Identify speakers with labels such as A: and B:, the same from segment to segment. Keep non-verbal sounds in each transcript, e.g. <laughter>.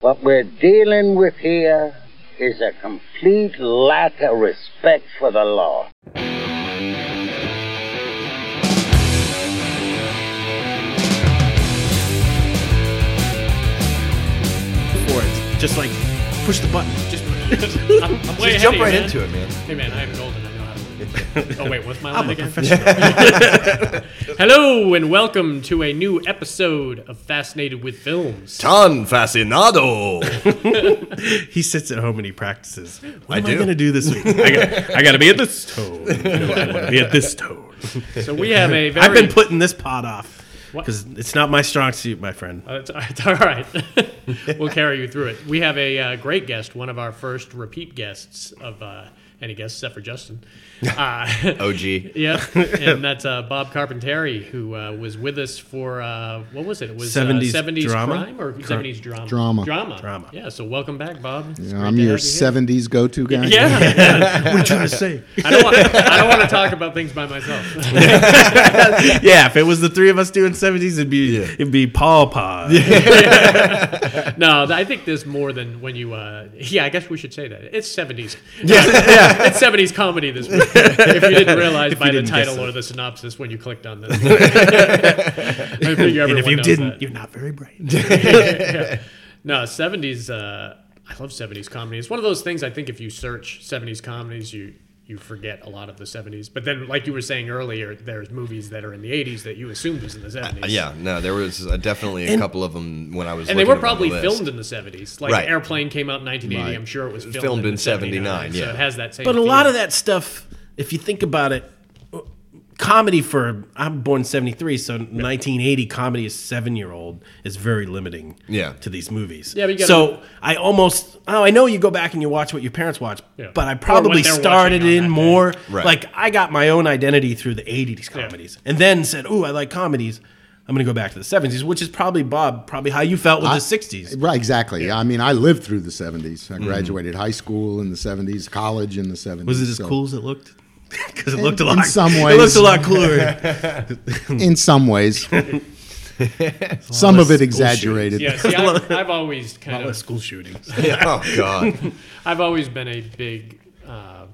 A: What we're dealing with here is a complete lack of respect for the law.
B: for it. Just like push the button.
C: <laughs>
D: Just, I'm, I'm way ahead
C: Just jump
D: of you,
C: right
D: man.
C: into it, man.
D: Hey man, I have gold and I know how
C: <laughs>
D: to. Win. oh wait, what's my
B: I'm
D: line
B: a
D: again?
B: professional.
D: <laughs> Hello and welcome to a new episode of Fascinated with Films.
C: <laughs> Tan <laughs> fascinado.
B: he sits at home and he practices. What
C: I
B: am I
C: do.
B: going to do this week? <laughs> I got I to be at this tone. No, <laughs> I want to be at this tone.
D: So we have a very.
B: I've been putting this pot off
D: What?
B: because it's not my strong suit, my <laughs> friend.
D: Uh, <laughs> it's, it's all right. <laughs> we'll carry you through it. We have a uh, great guest, one of our first repeat guests of uh, any guest except for
C: <laughs>
D: Justin. Uh,
C: OG.
D: Yeah,
B: <laughs>
D: and that's uh, Bob Carpenteri, who uh, was with us for uh, what was it? It was
B: 70s
D: uh, 70s
B: drama?
D: crime or 70s drama?
E: drama.
D: drama,
B: Drama.
D: Yeah, so welcome back, Bob. It's
E: You know,
D: great
E: I'm
D: to
E: your
D: have you here.
E: 70s go to guy. <laughs>
D: Yeah,
B: What are you trying to say?
D: I don't want. I don't want to talk about things by myself.
B: <laughs> yeah, if it was the three of us doing seventies, it'd be it'd be Paw Paw.
D: no, I think there's more than when you. Uh, yeah, I guess we should say that it's
B: <laughs>
D: 70s. Yeah, <laughs> it's 70s comedy this week. If you didn't realize by
B: you
D: the
B: didn't guess
D: title
B: it.
D: or the synopsis when you clicked
B: <laughs>
D: on this, <laughs> I figure
B: And
D: everyone
B: if you
D: knows
B: didn't,
D: that.
B: you're not very bright.
D: No, seventies. Uh, I love seventies comedy. It's one of those things. I think if you search seventies comedies, you you forget a lot of the seventies. But then, like you were saying earlier, there's movies that are in the eighties that you assumed was in the seventies.
C: Uh, Yeah, no, there was uh, definitely a couple of them when I was.
D: And they
C: looking
D: were
C: up on
D: probably
C: the list.
D: filmed in the seventies. Like
C: Right.
D: Airplane came out in 1980.
E: Right.
D: I'm sure it was filmed,
C: Filmed in
D: in 79.
C: 79, yeah.
D: So it has that same.
B: But a lot
D: feel.
B: of that stuff, if you think about it, comedy for I'm born '73, so 1980 comedy as seven year old is very limiting.
C: Yeah.
B: to these movies.
D: Yeah, but you gotta-
B: so I almost oh I know you go back and you watch what your parents watch,
D: Yeah.
B: but I
D: Or what
B: probably
D: they're
B: started
D: watching on
B: in
D: that day.
B: more
C: Right.
B: like I got my own identity through the '80s comedies, and then said, "Ooh, I like comedies." I'm gonna go back to the '70s, which is probably Bob, probably how you felt with
E: I-
B: the '60s.
E: Right, exactly. I mean, I lived through the 70s.
D: Mm-hmm.
E: I graduated high school in the 70s, college in the 70s.
B: Was it as
E: so-
B: cool as it looked? <laughs> Because it
E: In-
B: looked a
E: in
B: lot.
E: some
B: it looked
E: ways.
B: a lot
E: <laughs>
B: cooler.
E: In some ways. some
B: less
E: of it
B: school
E: exaggerated.
D: Yeah,
C: <laughs>
D: see, I've, I've always kind of
B: school shootings.
C: <laughs> Yeah, Oh God.
D: I've always been a big, uh,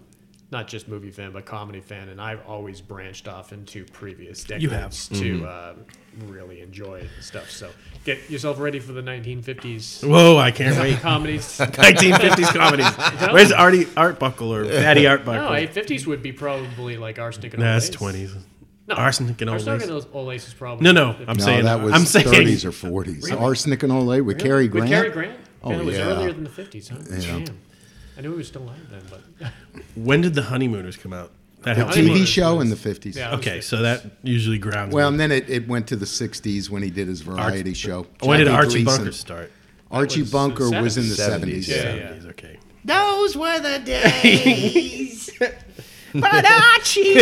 D: not just movie fan, but comedy fan, and I've always branched off into previous decades
B: You
D: to uh, really enjoy stuff. So get yourself ready for the
B: <laughs>
D: 1950s
B: Whoa, I can't <laughs> wait.
D: comedies.
B: 1950s comedies. Where's Artie Artbuckle or Fatty
D: No,
B: Artbuckle?
D: eh, 50s would be probably like Arsenic and
B: No, that's
D: Old Lace.
B: 20s.
D: No,
B: Arsenic and Old
D: Arsenic
B: Lace.
D: and Old Lace is probably
B: No, no, I'm
E: No,
B: saying
E: that was
B: I'm saying
E: 30s or 40s. Arsenic and Olay with Cary Grant.
D: With Cary Grant.
E: Oh,
D: Man, it was
E: yeah.
D: earlier than the 50s. Huh? Damn. I knew he was still alive then, but <laughs>
B: when did the Honeymooners come out? That
E: The
B: helps.
D: Honeymoon-
E: TV show in the 50s.
D: yeah.
B: Okay, so that usually grounds.
E: Well,
B: me.
E: and then it, it went to the 60s when he did his variety show.
B: when did
E: Jackie
B: Archie
E: Gleason.
B: Bunker start?
E: Archie
D: was the
E: Bunker was in the
C: 70s.
E: 70s.
C: Yeah,
D: yeah.
B: 70s, okay.
F: Those were the days. but Archie.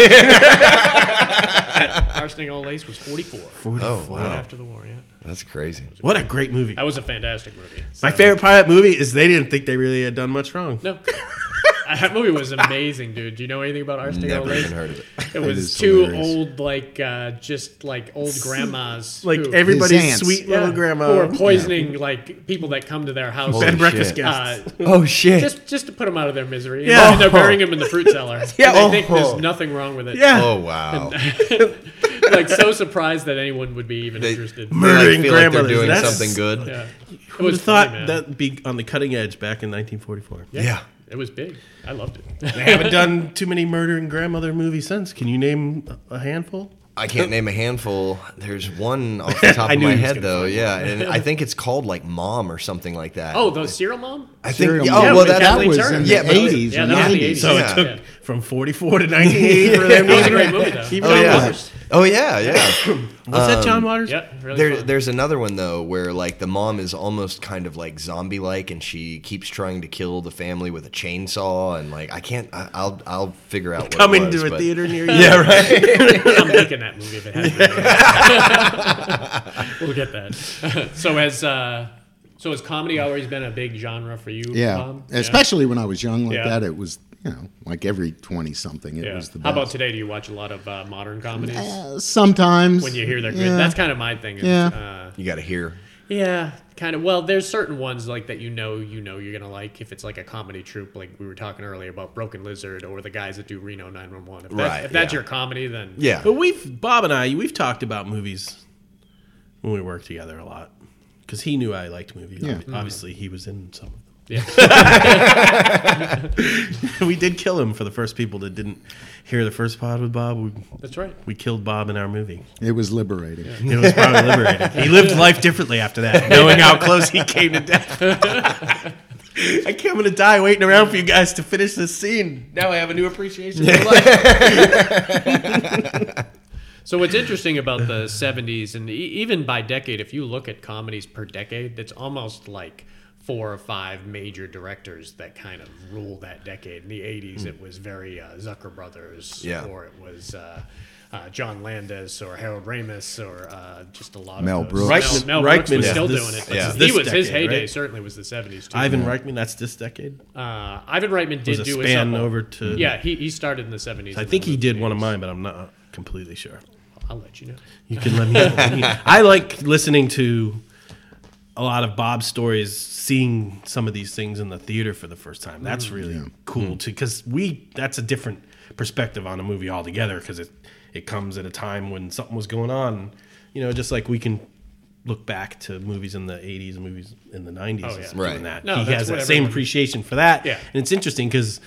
D: Arsenic and Old Lace was 44
C: Oh
D: right
C: wow,
D: after the war. Yeah,
C: that's crazy.
B: What a great movie.
D: that was a fantastic movie.
B: My favorite part of that movie is they didn't think they really had done much wrong.
D: No. <laughs> that movie was amazing, dude. Do you know anything about Arsenic
C: Never
D: Old Lace?
C: even heard of it.
D: It
E: is
D: was two
E: hilarious.
D: old, like, uh, just like old grandmas.
B: Like
D: who,
B: everybody's
E: aunts.
B: sweet
D: Yeah,
B: little grandma.
D: Who are poisoning, like, people that come to their house.
C: Holy
B: and breakfast
C: shit.
B: guests.
D: Uh,
C: Oh shit.
D: just, just to put them out of their misery.
B: Yeah. Oh.
D: Yeah. And they're burying them in the fruit
B: <laughs>
D: cellar.
B: Yeah.
D: And they think
C: Oh.
D: there's nothing wrong with it.
B: yeah.
C: oh
D: <laughs>
C: wow.
D: Like, so surprised that anyone would be even
C: They-
D: interested.
C: They, like,
B: Murdering
C: feel like they're
B: grandmothers,
C: doing
B: that's-
C: something good.
D: Yeah. It
B: Who would
D: was
B: have thought
D: funny, man.
B: that'd be on the cutting edge back in 1944?
C: Yeah.
D: It was big. I loved it. <laughs>
B: I haven't done too many murdering grandmother movies since. Can you name a handful?
C: I can't name a handful. There's one
D: <laughs>
C: off the top
B: I
C: of
B: knew
C: my
B: he was
C: head
B: gonna
C: though. Yeah, and I think it's called like Mom or something like that.
D: Oh, the serial mom?
C: I think.
E: Serial
C: oh
E: Mom.
C: well,
D: Yeah,
C: that,
D: Kathleen
E: was
D: Turner.
E: in the
C: Yeah, but it was-
E: 80s
D: yeah,
E: or
D: that was the
E: 90s.
D: 80s.
B: So
C: Yeah.
B: it took from 44 to
D: <laughs>
B: 98 for them.
D: That was a great movie, though.
B: Keep
C: Oh
B: going.
C: yeah. Um, Oh yeah. Yeah.
B: Was that John Waters?
D: Yeah, really
C: There,
D: fun.
C: there's another one though where like the mom is almost kind of like zombie-like, and she keeps trying to kill the family with a chainsaw, and like I can't, I, I'll, I'll figure out. What it
B: Coming
C: was,
B: to a
C: but-
B: theater
C: <laughs>
B: near you.
C: Yeah, right.
D: I'm making that movie if it happens. we'll get that. <laughs> so has uh, so has comedy always been a big genre for you?
E: Yeah,
D: Bob?
E: especially when I was young like
D: Um, Yeah.
E: that, it was you know like every twenty something, it
D: Yeah.
E: was the
D: How
E: best.
D: about today? Do you watch a lot of uh, modern comedies?
E: Uh, sometimes
D: When you hear they're good,
E: yeah.
D: that's kind of my thing. Is,
E: Yeah.
D: Uh,
C: You got to hear.
D: Yeah, kind of. Well, there's certain ones like that you know you know you're gonna like if it's like a comedy troupe like we were talking earlier about Broken Lizard or the guys that do Reno 911. If, that,
C: Right,
D: if that's
C: yeah.
D: your comedy, then
C: Yeah.
B: But we've Bob and I we've talked about movies when we worked together a lot because he knew I liked movies.
E: Yeah.
D: Mm-hmm.
B: Obvi- Obviously, he was in some of them. <laughs> we did kill him for the first people that didn't hear the first pod with Bob. We,
D: that's right.
B: we killed Bob in our movie.
E: It was liberating.
B: It was probably liberating. He lived life differently after that, knowing how close he came to death. <laughs> I came going to die waiting around for you guys to finish this scene. Now I have a new appreciation for life. <laughs>
D: So what's interesting about the 70s and e- even by decade, if you look at comedies per decade, it's almost like four or five major directors that kind of rule that decade. In the 80s,
B: Hmm.
D: it was very uh, Zucker Brothers,
C: Yeah.
D: or it was. Uh, uh, John Landis or Harold Ramis or uh, just a lot
E: Mel
D: of those.
E: Brooks.
B: Reichman-
D: Mel, Mel Brooks
B: Reichman
D: was
B: is
D: still
B: this-
D: doing it. but
C: yeah.
D: he
B: this
D: was his
B: decade,
D: heyday.
B: right?
D: Certainly was the 70s too.
B: Ivan Reichman, that's this decade.
D: uh, Ivan Reitman did
B: a
D: do
B: span
D: his up-
B: over to-
D: yeah. He, he started in the 70s.
B: I
D: and
B: think
D: then
B: he
D: the
B: did one of
D: 80s.
B: mine, but I'm not completely sure.
D: I'll let you know.
B: You can let me know. I like listening to a lot of Bob's stories, seeing some of these things in the theater for the first time. That's really
D: Hmm.
B: cool too, because we that's a different perspective on a movie altogether. Because it it comes at a time when something was going on. You know, just like we can look back to movies in the 80s and movies in the 90s
D: Oh, yeah.
B: and stuff like
C: Right.
B: that.
D: No,
B: he
D: that's
B: has
D: what
B: that same
D: everyone-
B: appreciation for that.
D: Yeah.
B: And it's interesting because,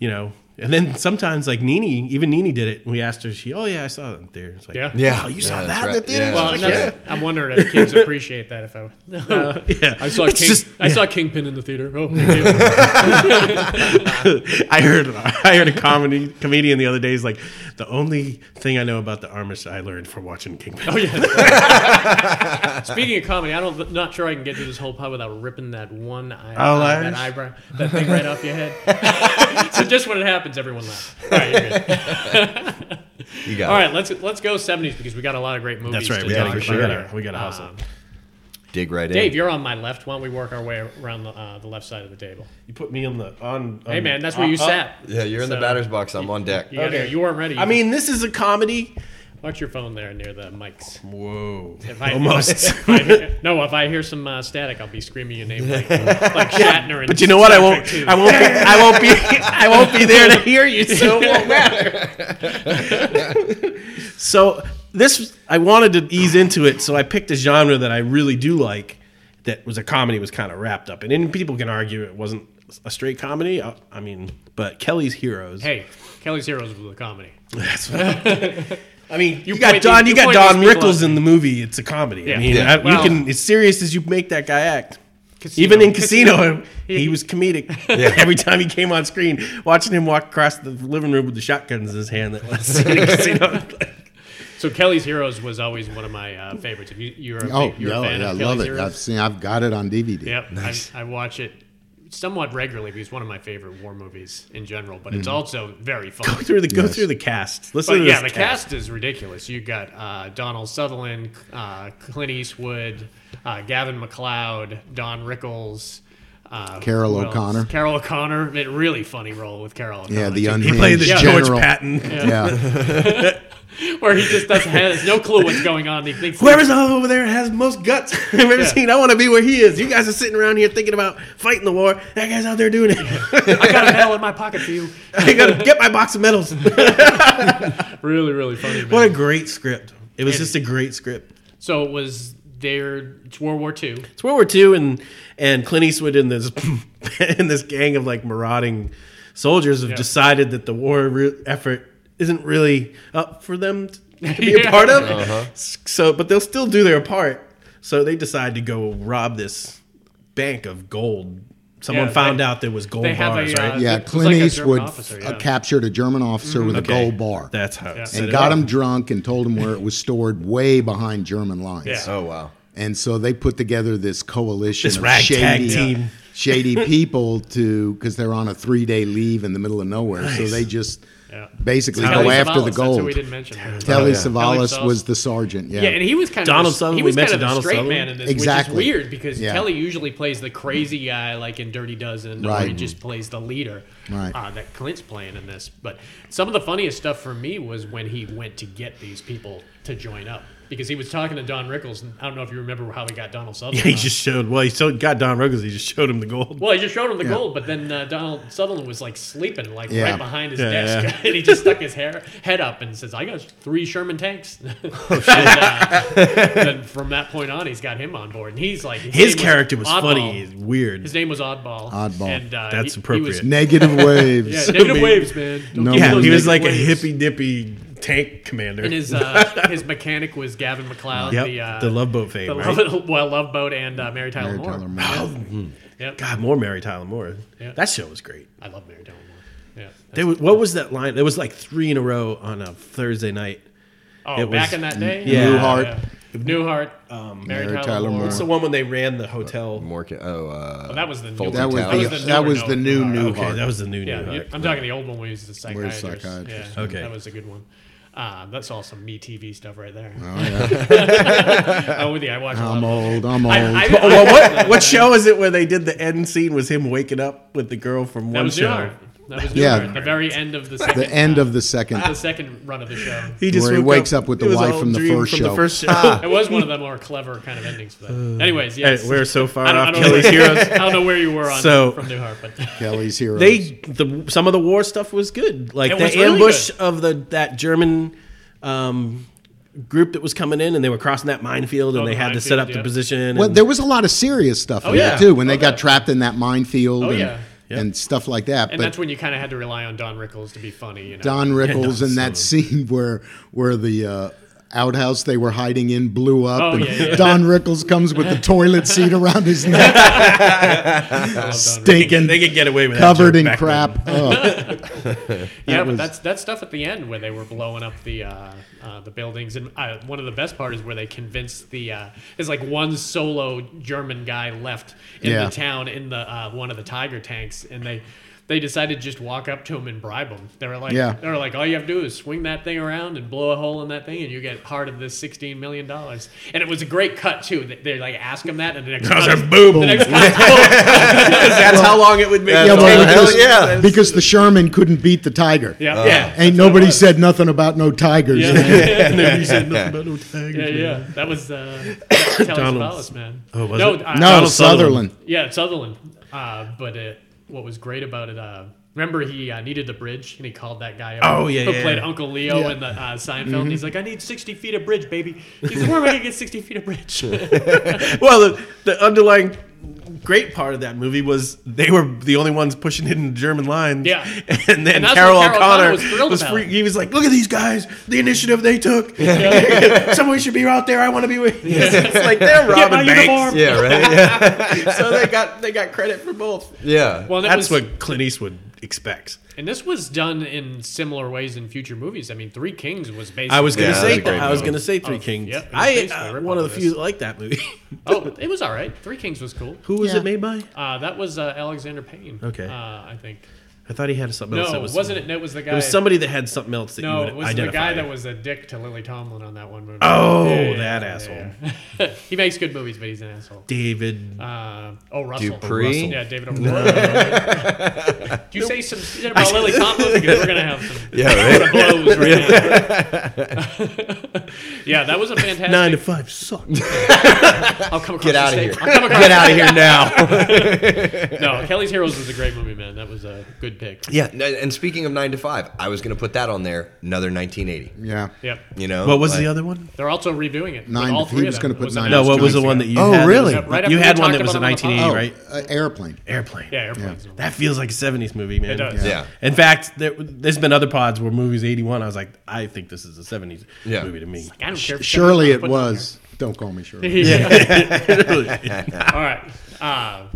B: you know, and then sometimes like Nini, even Nini did it. We asked her, she, oh yeah, I saw it in theater. It's like, "Oh,
D: Yeah.
C: Yeah,
B: you saw
C: Yeah,
B: that
C: that's
B: in
C: right.
B: the theater?
C: Yeah.
B: Well,
D: Well,
C: Like,
D: no,
C: yeah.
D: I'm wondering if kids appreciate that. If I,
B: Uh,
D: <laughs>
B: yeah.
D: I saw
B: It's
D: King,
B: just-
D: I saw Kingpin in the theater.
B: <laughs>
D: Oh, thank you.
B: I heard I heard a comedy comedian the other day is like the only thing I know about the Amish I learned from watching Kingpin.
D: <laughs>
B: Oh yeah,
D: Speaking of comedy, I don't not sure I can get through this whole pod without ripping that one eye, uh,
B: Eyelash?
D: that eyebrow, that thing right off your head. <laughs> so just when it happens, everyone laughs. All right, you're good.
C: You got
D: All right, let's let's go 70s because we got a lot of great movies.
B: that's right.
D: to
B: We got
D: talk
B: to we
D: about
B: got
D: here.
B: we got to hustle.
D: Um,
C: it. Dig right
D: Dave,
C: in.
D: you're on my left. Why don't we work our way around the, uh, the left side of the table?
B: you put me on the on.
D: Hey, man, that's where you
B: uh,
D: sat.
C: Yeah, you're in the
D: So,
C: batter's box. I'm on deck.
D: You, gotta
B: Okay.
D: go. you weren't ready.
B: I mean, this is a comedy.
D: watch your phone there near the mics.
B: Whoa,
D: If I-
B: almost.
D: if I hear-
B: <laughs>
D: no, if I hear some uh, static, I'll be screaming your name like, like Shatner. And
B: But you know what? I won't. I won't. Be, I won't be. I won't be there to hear you, so it won't matter. <laughs> so this, I wanted to ease into it, so I picked a genre that I really do like. That was a comedy was kind of wrapped up, and then people can argue it wasn't a straight comedy. I, I mean, but Kelly's Heroes.
D: Hey, Kelly's Heroes was a comedy.
B: That's what
D: <laughs>
B: I mean, you,
D: You
B: got
D: point
B: Don.
D: these-
B: You,
D: you
B: got
D: point
B: Don
D: these people
B: Rickles
D: out.
B: in the movie. It's a comedy. I
D: Yeah.
B: mean,
C: Yeah.
B: I-
D: Well-
B: you can. As serious as you make that guy act,
D: Casino.
B: even in Casino, he was comedic. <laughs> Every time he came on screen, watching him walk across the living room with the shotguns in his hand. That <laughs> last scene in Casino.
D: So Kelly's Heroes was always one of my uh, favorites. If you, you're a, big-
E: Oh,
D: you're
E: yeah,
D: a fan
E: I
D: of Kelly's
E: love it.
D: Heroes.
E: I've seen. I've got it on DVD.
D: Yep, I, I watch it somewhat regularly because it's one of my favorite war movies in general. But it's also very
B: Mm. go
D: fun.
B: through the go through the cast. Listen
D: But
B: to
D: yeah, the
B: this
D: cast is ridiculous. You got uh, Donald Sutherland, uh, Clint Eastwood, uh, Gavin McLeod, Don Rickles. Uh,
E: Carol
D: who else?
E: O'Connor.
D: Carol O'Connor, I mean, really funny role with Carol O'Connor.
E: Yeah, the
D: too,
E: unhinged
B: He played the
D: Yeah.
B: George
E: general.
B: Patton.
E: Yeah,
D: <laughs> where he just doesn't has no clue what's going on. He thinks
B: Whoever's over there has the most guts <laughs> I've ever seen. I want to be where he is. You guys are sitting around here thinking about fighting the war. That guy's out there doing it. <laughs>
D: I got a medal in my pocket for you.
B: I gotta get my box of medals. <laughs>
D: Really, really funny. Man.
B: What a great script. It was just a great script.
D: So it was there. It's World War II.
B: It's World War II and and Clint Eastwood and this <laughs> and this gang of like marauding soldiers have decided that the war re- effort isn't really up for them to be a
D: <laughs> Yeah.
B: part of.
E: Uh-huh.
B: So, but they'll still do their part. So they decide to go rob this bank of gold. Someone
D: Yeah, they-
B: found out there was gold
D: they have a,
B: bars, right?
D: uh, <laughs>
E: yeah.
D: It was
E: Clint
D: like a German
E: Eastwood
D: officer,
E: f-
D: yeah. Mm-hmm.
E: captured a German officer with
B: Okay.
E: a gold bar
B: That's how. it
D: Yeah.
B: set
E: and
B: it
E: got
B: up.
E: him drunk and told him where it was stored, way behind German lines.
D: Yeah.
C: Oh wow.
E: And so they put together this coalition
B: This
E: of
B: ragtag
E: shady, uh,
B: team.
E: <laughs> shady people to because they're on a three day leave in the middle of nowhere. So they just
D: Yeah.
E: basically
B: It's
E: go
B: Telly
E: after the
D: Savalas, That's who
E: gold.
D: we didn't mention.
E: Telly
B: yeah.
E: Savalas
D: Telly Savalas.
E: was the sergeant. Yeah.
D: Yeah, and he was kind
B: Donald
D: of
B: Sutherland,
D: He was
B: we
D: kind of
B: mentioned
D: the
B: Donald
D: straight
B: Sutherland.
D: man in this,
E: Exactly.
D: which is weird because
E: Yeah.
D: Kelly usually plays the crazy guy, like in Dirty Dozen, or he
E: Right.
D: just plays the leader
E: Right.
D: uh, that Clint's playing in this. But some of the funniest stuff for me was when he went to get these people to join up. because he was talking to Don Rickles, and I don't know if you remember how he got Donald
B: <laughs>
D: Sutherland.
B: Yeah, <laughs> he
D: on.
B: just showed. Well, he showed, got Don Ruggles. He just showed him the gold.
D: Well, he just showed him the gold, but then uh, Donald Sutherland was like sleeping, like
E: Yeah.
D: right behind his
B: Yeah,
D: desk,
B: yeah.
D: <laughs> and he just stuck his hair head up and says, "I got three Sherman tanks." <laughs>
B: Oh,
D: and, uh, then from that point on, he's got him on board, and he's like
B: His
D: name
B: character was
D: Oddball.
B: funny. He's weird.
D: His name was Oddball.
E: Oddball.
D: And, uh,
B: That's
D: he-
B: appropriate.
D: He was,
E: Negative waves.
D: yeah,
E: <laughs>
D: negative
B: mean-
D: waves, man. Don't
E: No
D: give me
B: yeah,
D: those
B: he was
D: negative
B: like a
D: waves.
B: hippy dippy tank commander.
D: And his uh, his mechanic was Gavin McLeod,
B: yep,
D: the, uh,
B: love boat fame,
D: the
B: right? Oh,
D: Love- <laughs> well, Love Boat and uh, Mary Tyler
E: Mary
D: Moore.
E: Tyler Moore.
D: Yep.
B: God, more Mary Tyler Moore.
D: Yeah.
B: That show was great.
D: I love Mary Tyler Moore. Yeah.
B: They, were- what was that line? There was like three in a row on a Thursday night.
D: Oh,
B: It
D: back
B: was
D: in that day,
B: yeah.
E: Newhart.
D: Newhart, um, Mary, Tyler, Moore.
B: What's the one when they ran the hotel?
C: More ca- oh, uh,
D: Oh, that was the new
C: Fulton
E: That was
C: Town.
E: the,
D: That was the
E: that
D: newer
E: was the
D: Nolan.
E: new
D: Alright.
E: new
B: Okay,
E: heart.
B: that was the new
D: Yeah,
B: New
D: you-
B: York.
D: I'm talking the old one where he's the psychiatrist.
E: psychiatrist?
D: Yeah,
B: Okay.
D: that was a good one. Uh, that's all some me TV stuff right there. <laughs> I'm with you. I watch. a lot of-
E: I'm old. I'm old.
D: I- I-
B: Oh, well,
D: <laughs>
B: what what show is it where they did the end scene? Was him waking up with the girl from
D: That
B: one
D: was
B: show?
D: Newhart. That was
E: Yeah.
D: Newhart. The very end of the second.
E: the
D: <laughs>
E: end of the second.
D: the second run of the show.
B: He
E: Where he
B: woke
E: wakes up with the
B: it was
E: wife
B: all
E: from the
B: dream
E: first
B: from the
E: show.
B: first show.
D: It was one of the more clever kind of endings for that. Anyways,
B: Hey,
D: yes.
B: we're so far
D: I don't-
B: off
D: I don't know
B: Kelly's
D: <laughs> where-
B: heroes.
D: I don't know where you were on
B: So-
D: from Newhart, but
E: Kelly's heroes.
B: They the some of the war stuff was good. Like
D: It
B: the
D: was really
B: ambush
D: good.
B: of the that German um, group that was coming in, and they were crossing that minefield, and
D: Oh,
B: they
D: the
B: had to set
D: minefield,
B: up the
D: yeah.
B: position.
E: well,
B: and-
E: there was a lot of serious stuff in
D: yeah.
E: it too when they
D: Oh, yeah.
E: got trapped in that minefield
D: Oh,
E: and,
D: yeah.
B: Yeah.
E: and stuff like that.
D: and
E: but
D: that's when you kind of had to rely on Don Rickles to be funny. You know?
E: Don Rickles
B: Don
E: and that scene where where the uh, outhouse they were hiding in blew up,
D: Oh,
E: and
D: yeah, yeah.
E: Don Rickles comes with the toilet seat around his neck,
D: <laughs> I love Don Rickles.
E: stinking,
B: they could get away with that
E: covered
B: joke
E: in
B: back then.
E: crap.
D: <laughs>
E: Oh,
D: Yeah, but
E: was-
D: that's that stuff at the end where they were blowing up the uh, uh, the buildings, and uh, one of the best part is where they convinced the uh, there's like one solo German guy left in
E: Yeah.
D: the town in the uh, one of the tiger tanks, and they. They decided to just walk up to him and bribe him. They were like,
E: Yeah.
D: they were like, all you have to do is swing that thing around and blow a hole in that thing, and you get part of this sixteen million dollars. And it was a great cut too. They, they like ask him that, and the next
B: I was
D: cut
B: like, boom.
D: the next
E: <laughs>
D: cut,
B: That's how long it would make.
E: Yeah,
B: it
E: well,
B: take.
E: because,
C: hell yeah.
E: because the Sherman couldn't beat the tiger.
D: yeah,
B: Yeah.
E: Ain't nobody said nothing about no tigers.
D: yeah. <laughs>
B: Nobody said nothing about no tigers,
D: Yeah,
B: man.
D: yeah. That
B: <coughs>
D: was uh, Telly
B: Donald-
D: Savalas, man.
B: Oh, was
D: no,
B: it?
D: uh,
E: No,
B: Donald
E: Sutherland.
D: Yeah, Sutherland. Uh, but it, what was great about it, uh, remember he uh, needed the bridge and he called that guy up.
B: Oh, yeah,
D: Who
B: yeah,
D: played
B: yeah. Mm-hmm.
D: Uncle Leo in the uh, Seinfeld. And he's like, I need 60 feet of bridge, baby. He's like, where am I going to get 60 feet of
B: <laughs>
D: bridge? <laughs>
B: Well, the, the underlying great part of that movie was they were the only ones pushing hidden German lines.
D: Yeah.
B: <laughs> And then
D: And that's
B: Carol
D: what Carol
B: O'Connor
D: O'Connor was thrilled
B: was,
D: about.
B: free, he was like, "Look at these guys, the initiative they took. <laughs> Someone should be out there. I want to be with." <laughs> it's like they're
D: Get my
B: robbing banks.
D: uniform.
C: yeah, right.
D: <laughs>
C: Yeah,
B: <laughs> so they got they got credit for both.
C: yeah.
D: Well, and it
B: That's
D: was-
B: what Clint Eastwood expects.
D: And this was done in similar ways in future movies. I mean, Three Kings was based.
B: I was gonna
C: Yeah,
B: say
C: that's a
B: that.
C: great
B: I was
C: movie.
B: gonna say Three
D: Oh,
B: Kings.
D: yep, it was
B: I
D: basically a
B: uh,
D: rip-off
B: one of the
D: of
B: few <laughs>
D: this.
B: that liked that movie.
D: Oh, it was all right. Three Kings was cool.
B: Who was
E: Yeah.
B: it made by?
D: Uh, that was uh, Alexander Payne.
B: Okay.
D: Uh, I think.
B: I thought he had something else.
D: No,
B: that
D: was
B: was
D: not it? No, It was the guy.
B: It was somebody that had something else that you
D: No,
B: would
D: it was the
B: identify.
D: guy that was a dick to Lily Tomlin on that one movie.
B: Oh,
D: Yeah, yeah,
B: that
D: yeah,
B: asshole.
D: yeah, yeah. <laughs> he makes good movies, but he's an asshole.
B: David.
D: Uh, oh, Russell.
C: Dupree?
D: Yeah, David O'Rourke.
B: <laughs>
D: Do you say some shit about Lily Tomlin? Because we're going to have some
C: <laughs> yeah, right.
D: <laughs> blows right now.
C: <laughs>
D: yeah, that was a fantastic.
B: Nine to five sucked. <laughs>
D: I'll come across
C: Get
D: the
C: out of
D: state-
C: here.
D: I'll come across
C: Get out of here now.
D: No, Kelly's Heroes was a great movie, man. That was a good pick.
C: yeah. n- And speaking of nine to five, I was gonna put that on there. Another 1980.
E: Yeah.
D: Yep.
C: You know.
B: <laughs> What was
C: Like-
B: the other one?
D: They're also redoing it. with
E: Nine-
D: all
E: he
D: three of
E: was
D: them.
E: gonna
D: It
E: put
D: was
E: nine
D: announced
E: to
B: No, what was the
E: Strings
B: one
E: ago.
B: that you
E: Oh,
B: had?
E: really?
B: That was-
D: Right after
B: you
D: we
B: had one
D: talked
B: that was a
D: about it on the
B: 1980,
D: pod.
B: right?
E: Uh, airplane.
B: Airplane.
D: Yeah, airplanes.
B: That feels like a 70s movie, man.
D: does.
C: Yeah.
B: In fact, there, there's been other pods where movies 81, I was like, I think this is a 70s
C: Yeah.
B: movie to me.
D: I don't care. if <laughs>
E: Surely
D: Kelly's
E: it
D: not
E: was. Don't call
D: <laughs>
E: me Shirley.
D: putting it on there.
C: <laughs>
B: Really.
D: All right. Uh,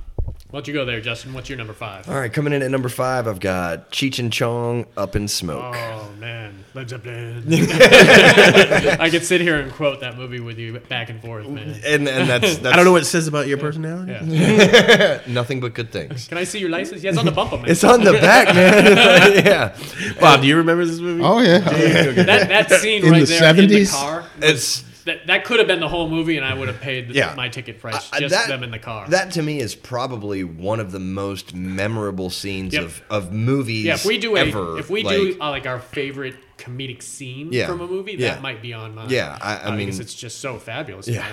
D: why don't you go there, Justin? What's your number five?
C: All right, coming in at number five, I've got Cheech and Chong up in smoke.
D: Oh man, Led Zeppelin. <laughs> I could sit here and quote that movie with you back and forth, man.
C: And and <laughs> that's, that's
B: I don't know what it says about your personality.
D: Yeah.
C: nothing but good things.
D: Can I see your license? Yeah, it's on the bumper, man.
C: It's on the back, <laughs> man. yeah.
B: Bob, do you remember this movie?
E: Oh
C: <laughs>
E: yeah.
D: that, that scene
E: In
D: right
E: the
D: there in the
E: 70s?
D: car.
C: It's
D: that that could have been the whole movie, and I would have paid
C: Yeah.
D: my ticket price
C: I- I-
D: just
C: that-
D: them in the car.
C: That to me is probably one of the most memorable scenes
D: Yep.
C: of, of movies.
D: yeah, if we do a,
C: ever.
D: if we do
C: like-
D: uh, like our favorite comedic scene
C: Yeah.
D: from a movie,
C: Yeah.
D: that might be on mine.
C: Yeah, I- I
D: Uh,
C: mean-
D: because it's just so fabulous.
C: Yeah.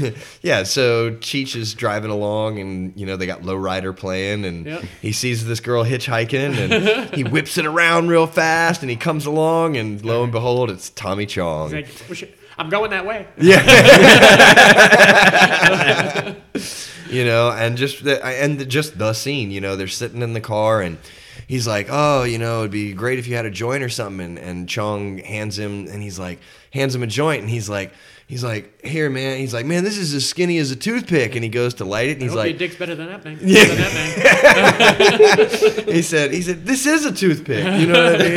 D: man.
C: <laughs> yeah, so Cheech is driving along and you know they got Low Rider playing and
D: Yep.
C: he sees this girl hitchhiking and he whips it around real fast and he comes along and lo and behold it's Tommy Chong.
D: He's like, "We should- I'm going that way.
C: you know, and just the, and the, just the scene, you know, they're sitting in the car and he's like, "Oh, you know, it'd be great if you had a joint or something." And, and Chong hands him and he's like, hands him a joint and he's like, he's like, "Here, man." He's like, "Man, this is as skinny as a toothpick." And he goes to light it and
D: I
C: he's
D: hope your
C: like,
D: dick's better than that thing. Yeah. Than that thing.
C: he said, he said, "This is a toothpick." You know what I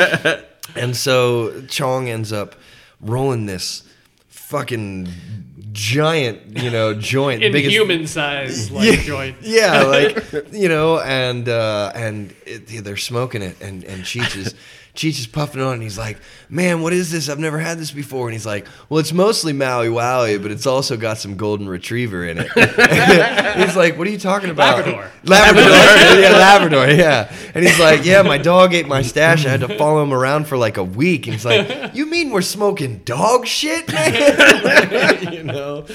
C: mean? Like, and so Chong ends up rolling this fucking giant, you know, joint
D: In
C: biggest-
D: human size like joint.
C: <laughs> yeah, like you know, and uh, and it, they're smoking it, and and Cheech is Cheech is puffing on, and he's like, "Man, what is this? I've never had this before." And he's like, "Well, it's mostly Maui Wowie, but it's also got some golden retriever in it." he's like, "What are you talking about?"
D: Labrador.
C: Labrador, yeah, Labrador, yeah. And he's like, "Yeah, my dog ate my stash. I had to follow him around for like a week." And he's like, "You mean we're smoking dog shit, man?" <laughs> you know.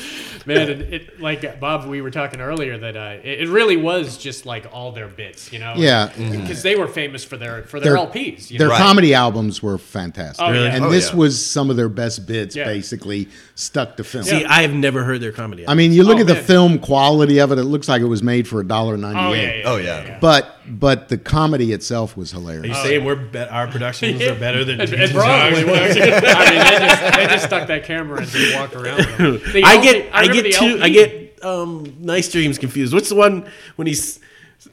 D: Man, it, it like Bob, we were talking earlier that uh, it, it really was just like all their bits, you know?
E: Yeah.
D: because they were famous for their for their, LPs. You
E: Their
D: know?
C: Right.
E: comedy albums were fantastic,
D: Oh, yeah.
E: and
C: Oh,
E: this
C: yeah.
E: was some of their best bits.
D: Yeah.
E: Basically, stuck to film.
B: See, I have never heard their comedy.
E: I mean, you look
D: Oh,
E: at the
D: man.
E: film quality of it; it looks like it was made for a dollar ninety eight.
D: Oh yeah, yeah,
C: Oh,
D: yeah,
C: yeah.
E: But but the comedy itself was
B: are you
D: Oh,
E: hilarious.
B: saying we're bet our
D: <laughs>
B: productions are better than
D: It,
B: Cheech's?
D: it
B: <laughs>
D: probably was. <laughs> I mean, they just, they just stuck that camera and just walked around. With it. The
B: I
D: LP
B: get I,
D: remember
B: get
D: the
B: two
D: LP.
B: I get um nice dreams confused. What's the one when he's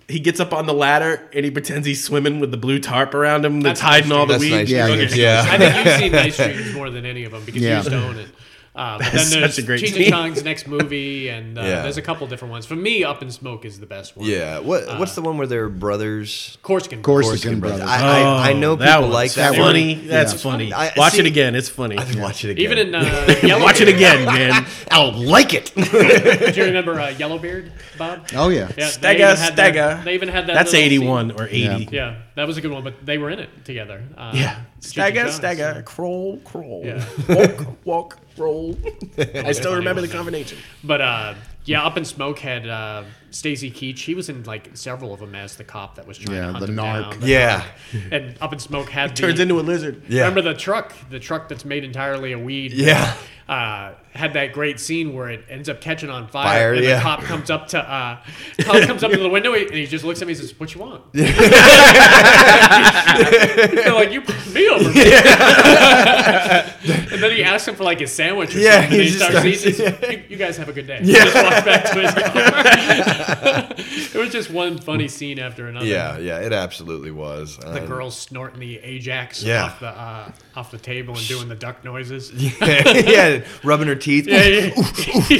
B: he gets up on the ladder and he pretends he's swimming with the blue tarp around him that's,
D: That's
B: hiding all the
C: That's
B: weed.
C: nice.
E: Yeah,
C: Dreams.
E: yeah.
C: yeah.
D: I think you've seen Nice Dreams more than any of them because
E: Yeah.
D: you used to own it. Uh, but
B: That's
D: then there's
B: such a great
D: Cheech
B: team.
D: and Chong's next movie, and uh,
C: Yeah.
D: there's a couple different ones. For me, Up in Smoke is the best one.
C: Yeah. What
D: Uh,
C: What's the one where they're brothers?
D: Corskin.
E: Corsican Brothers.
C: I, I, I know
B: Oh, that
C: people
B: one's
C: like that. one.
B: Funny. That's
E: Yeah.
B: funny.
C: I-
B: Watch
C: see-
B: it again. It's funny.
C: I can watch it again.
D: Even in uh, Yellow
B: Watch it
C: <laughs>
B: again, man.
C: I'll like it.
D: <laughs> Do you remember uh, Yellowbeard, Bob?
E: Oh yeah.
B: Stagger,
D: Yeah, they even had that-
B: stagger.
D: They even had that.
B: That's
D: little scene.
B: 81 or 80.
E: Yeah.
D: Yeah, that was a good one, but they were in it together. Uh,
B: Yeah.
D: Cheech and
B: Stagger,
D: Chong,
B: stagger, crawl, crawl,
D: Yeah.
B: walk, walk, roll. I still remember the combination.
D: But uh, yeah, up in smoke had uh, Stacy Keach. He was in like several of them as the cop that was trying
E: Yeah,
D: to hunt
E: the
D: him
E: narc.
D: down.
C: yeah.
D: And up in smoke had
B: Turns
D: the,
B: into a lizard.
C: Yeah.
D: remember the truck, the truck that's made entirely of weed.
C: Yeah.
D: Uh, had that great scene where it ends up catching on fire,
C: Fire,
D: and
C: yeah.
D: the cop comes up to uh, cop comes up to the window and he just looks at me and says, "What you want?" <laughs> They're like, "You put me
C: <laughs>
D: over." here." <laughs> and then he asks him for like his sandwich. Or
C: Yeah,
D: something, and
C: he
D: he
C: just
D: starts,
C: starts-
D: eating. you, you guys have a good day. Yeah. Just walks back to his car. <laughs> it was just one funny scene after another.
C: Yeah. Yeah. It absolutely was. Uh,
D: The girls snorting the Ajax
C: Yeah.
D: off the uh, off the table and doing the duck noises.
C: <laughs> yeah. Rubbing her teeth.
D: <laughs>
C: <laughs>
D: Yeah, yeah. <laughs> Really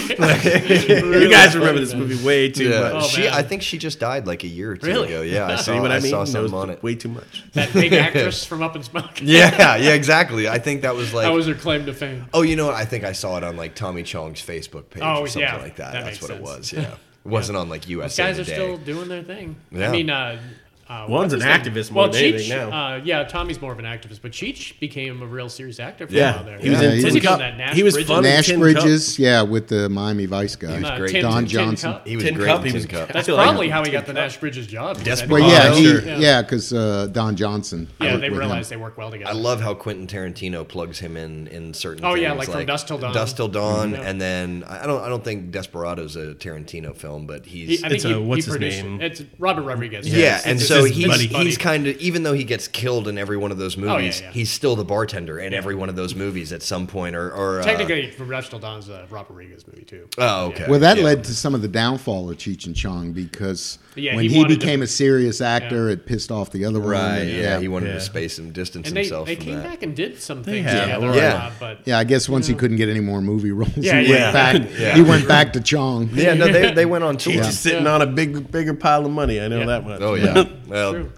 B: You guys
D: funny,
B: remember this
D: man.
B: movie way too
C: Yeah.
B: much.
D: Oh,
C: she.
D: man.
C: I think she just died like a year or two
D: Really? <laughs>
C: ago. Yeah. I saw.
B: See what I, mean?
C: saw
B: Knows
C: something on it.
B: way too much.
D: That big actress from Up in Smoke.
C: Yeah. Yeah. Exactly. I think that was like.
D: That was her claim to fame.
C: oh, you know what? I think I saw it on like Tommy Chong's Facebook page
D: Oh,
C: or something
D: yeah.
C: like that.
D: That
C: That's
D: makes
C: what it
D: sense. <laughs>
C: was. Yeah. It wasn't on like
D: These
C: USA
D: guys are
C: Today.
D: still doing their thing.
C: Yeah.
D: I mean, uh, uh,
B: One's
D: what's
B: an
D: his name?
B: activist more
D: well,
B: than anything
D: Cheech,
B: now.
D: Uh, yeah, Tommy's more of an activist, but Cheech became a real serious actor for a
B: Yeah,
D: while there.
B: he was
E: Yeah,
B: in
E: he
B: Tin
E: was-
B: Cup.
D: That Nash
B: he was
D: Bridges.
B: fun. in
E: Nash
B: Tin Cup.
E: Bridges, yeah, with the Miami Vice guy.
D: Uh,
C: great.
D: Tin-
E: Don
D: Tin
E: Johnson.
D: Cup.
C: he was
B: Tin
C: great
B: Cup.
C: in
B: He was.
C: Tin Cup.
B: I
D: That's
B: feel like-
D: probably how he got the Nash Bridges job. is that-
C: Desperate
E: Well, yeah,
C: Oh,
E: he,
C: sure.
E: yeah, because uh, Don Johnson.
D: yeah,
E: worked
D: they
E: with him.
D: realized they work well together.
C: I love how Quentin Tarantino plugs him in in certain.
D: Oh,
C: things,
D: yeah, like from Dusk Till Dawn.
C: Dust Till Dawn,
D: Yeah.
C: and then I I don't. I don't think Desperado's a Tarantino film, but
D: He,
C: he's.
D: I think
B: It's
D: he,
B: a- what's
D: he
B: his
D: produced
B: name?
D: It. It's Robert Rodriguez.
C: yeah, and
D: It's
C: so
D: his
C: he's
D: buddy.
C: he's kind of even though he gets killed in every one of those
D: Oh, yeah,
C: movies,
D: yeah.
C: he's still the bartender in every one of those movies at some point. Or, or uh,
D: technically from Dusk Till Dawn's a Robert Rodriguez movie too.
C: oh okay.
E: Well, that
C: yeah.
E: led to some of the downfall of Cheech and Chong because
D: Yeah,
E: when
D: he
E: he,
D: wanted to-
E: became a serious actor, it pissed off the other one.
C: right.
E: and-
C: Yeah,
E: yeah.
C: he wanted
B: Yeah.
C: to space him, distance
D: and they,
C: himself
D: they
C: from
D: came
C: that.
D: back and did some things
B: have,
D: together.
B: all
C: right.
D: uh, but <laughs>
E: Yeah, I guess once he couldn't get any more movie <laughs> roles,
D: Yeah,
E: he,
D: yeah.
E: Went back,
C: Yeah.
E: he went back to Chong.
C: Yeah, no, they, they
E: <laughs>
C: went on tour.
B: He's just sitting on a big, bigger pile of money. I know
D: <laughs> Yeah.
B: that much.
C: Oh yeah. well,
D: True.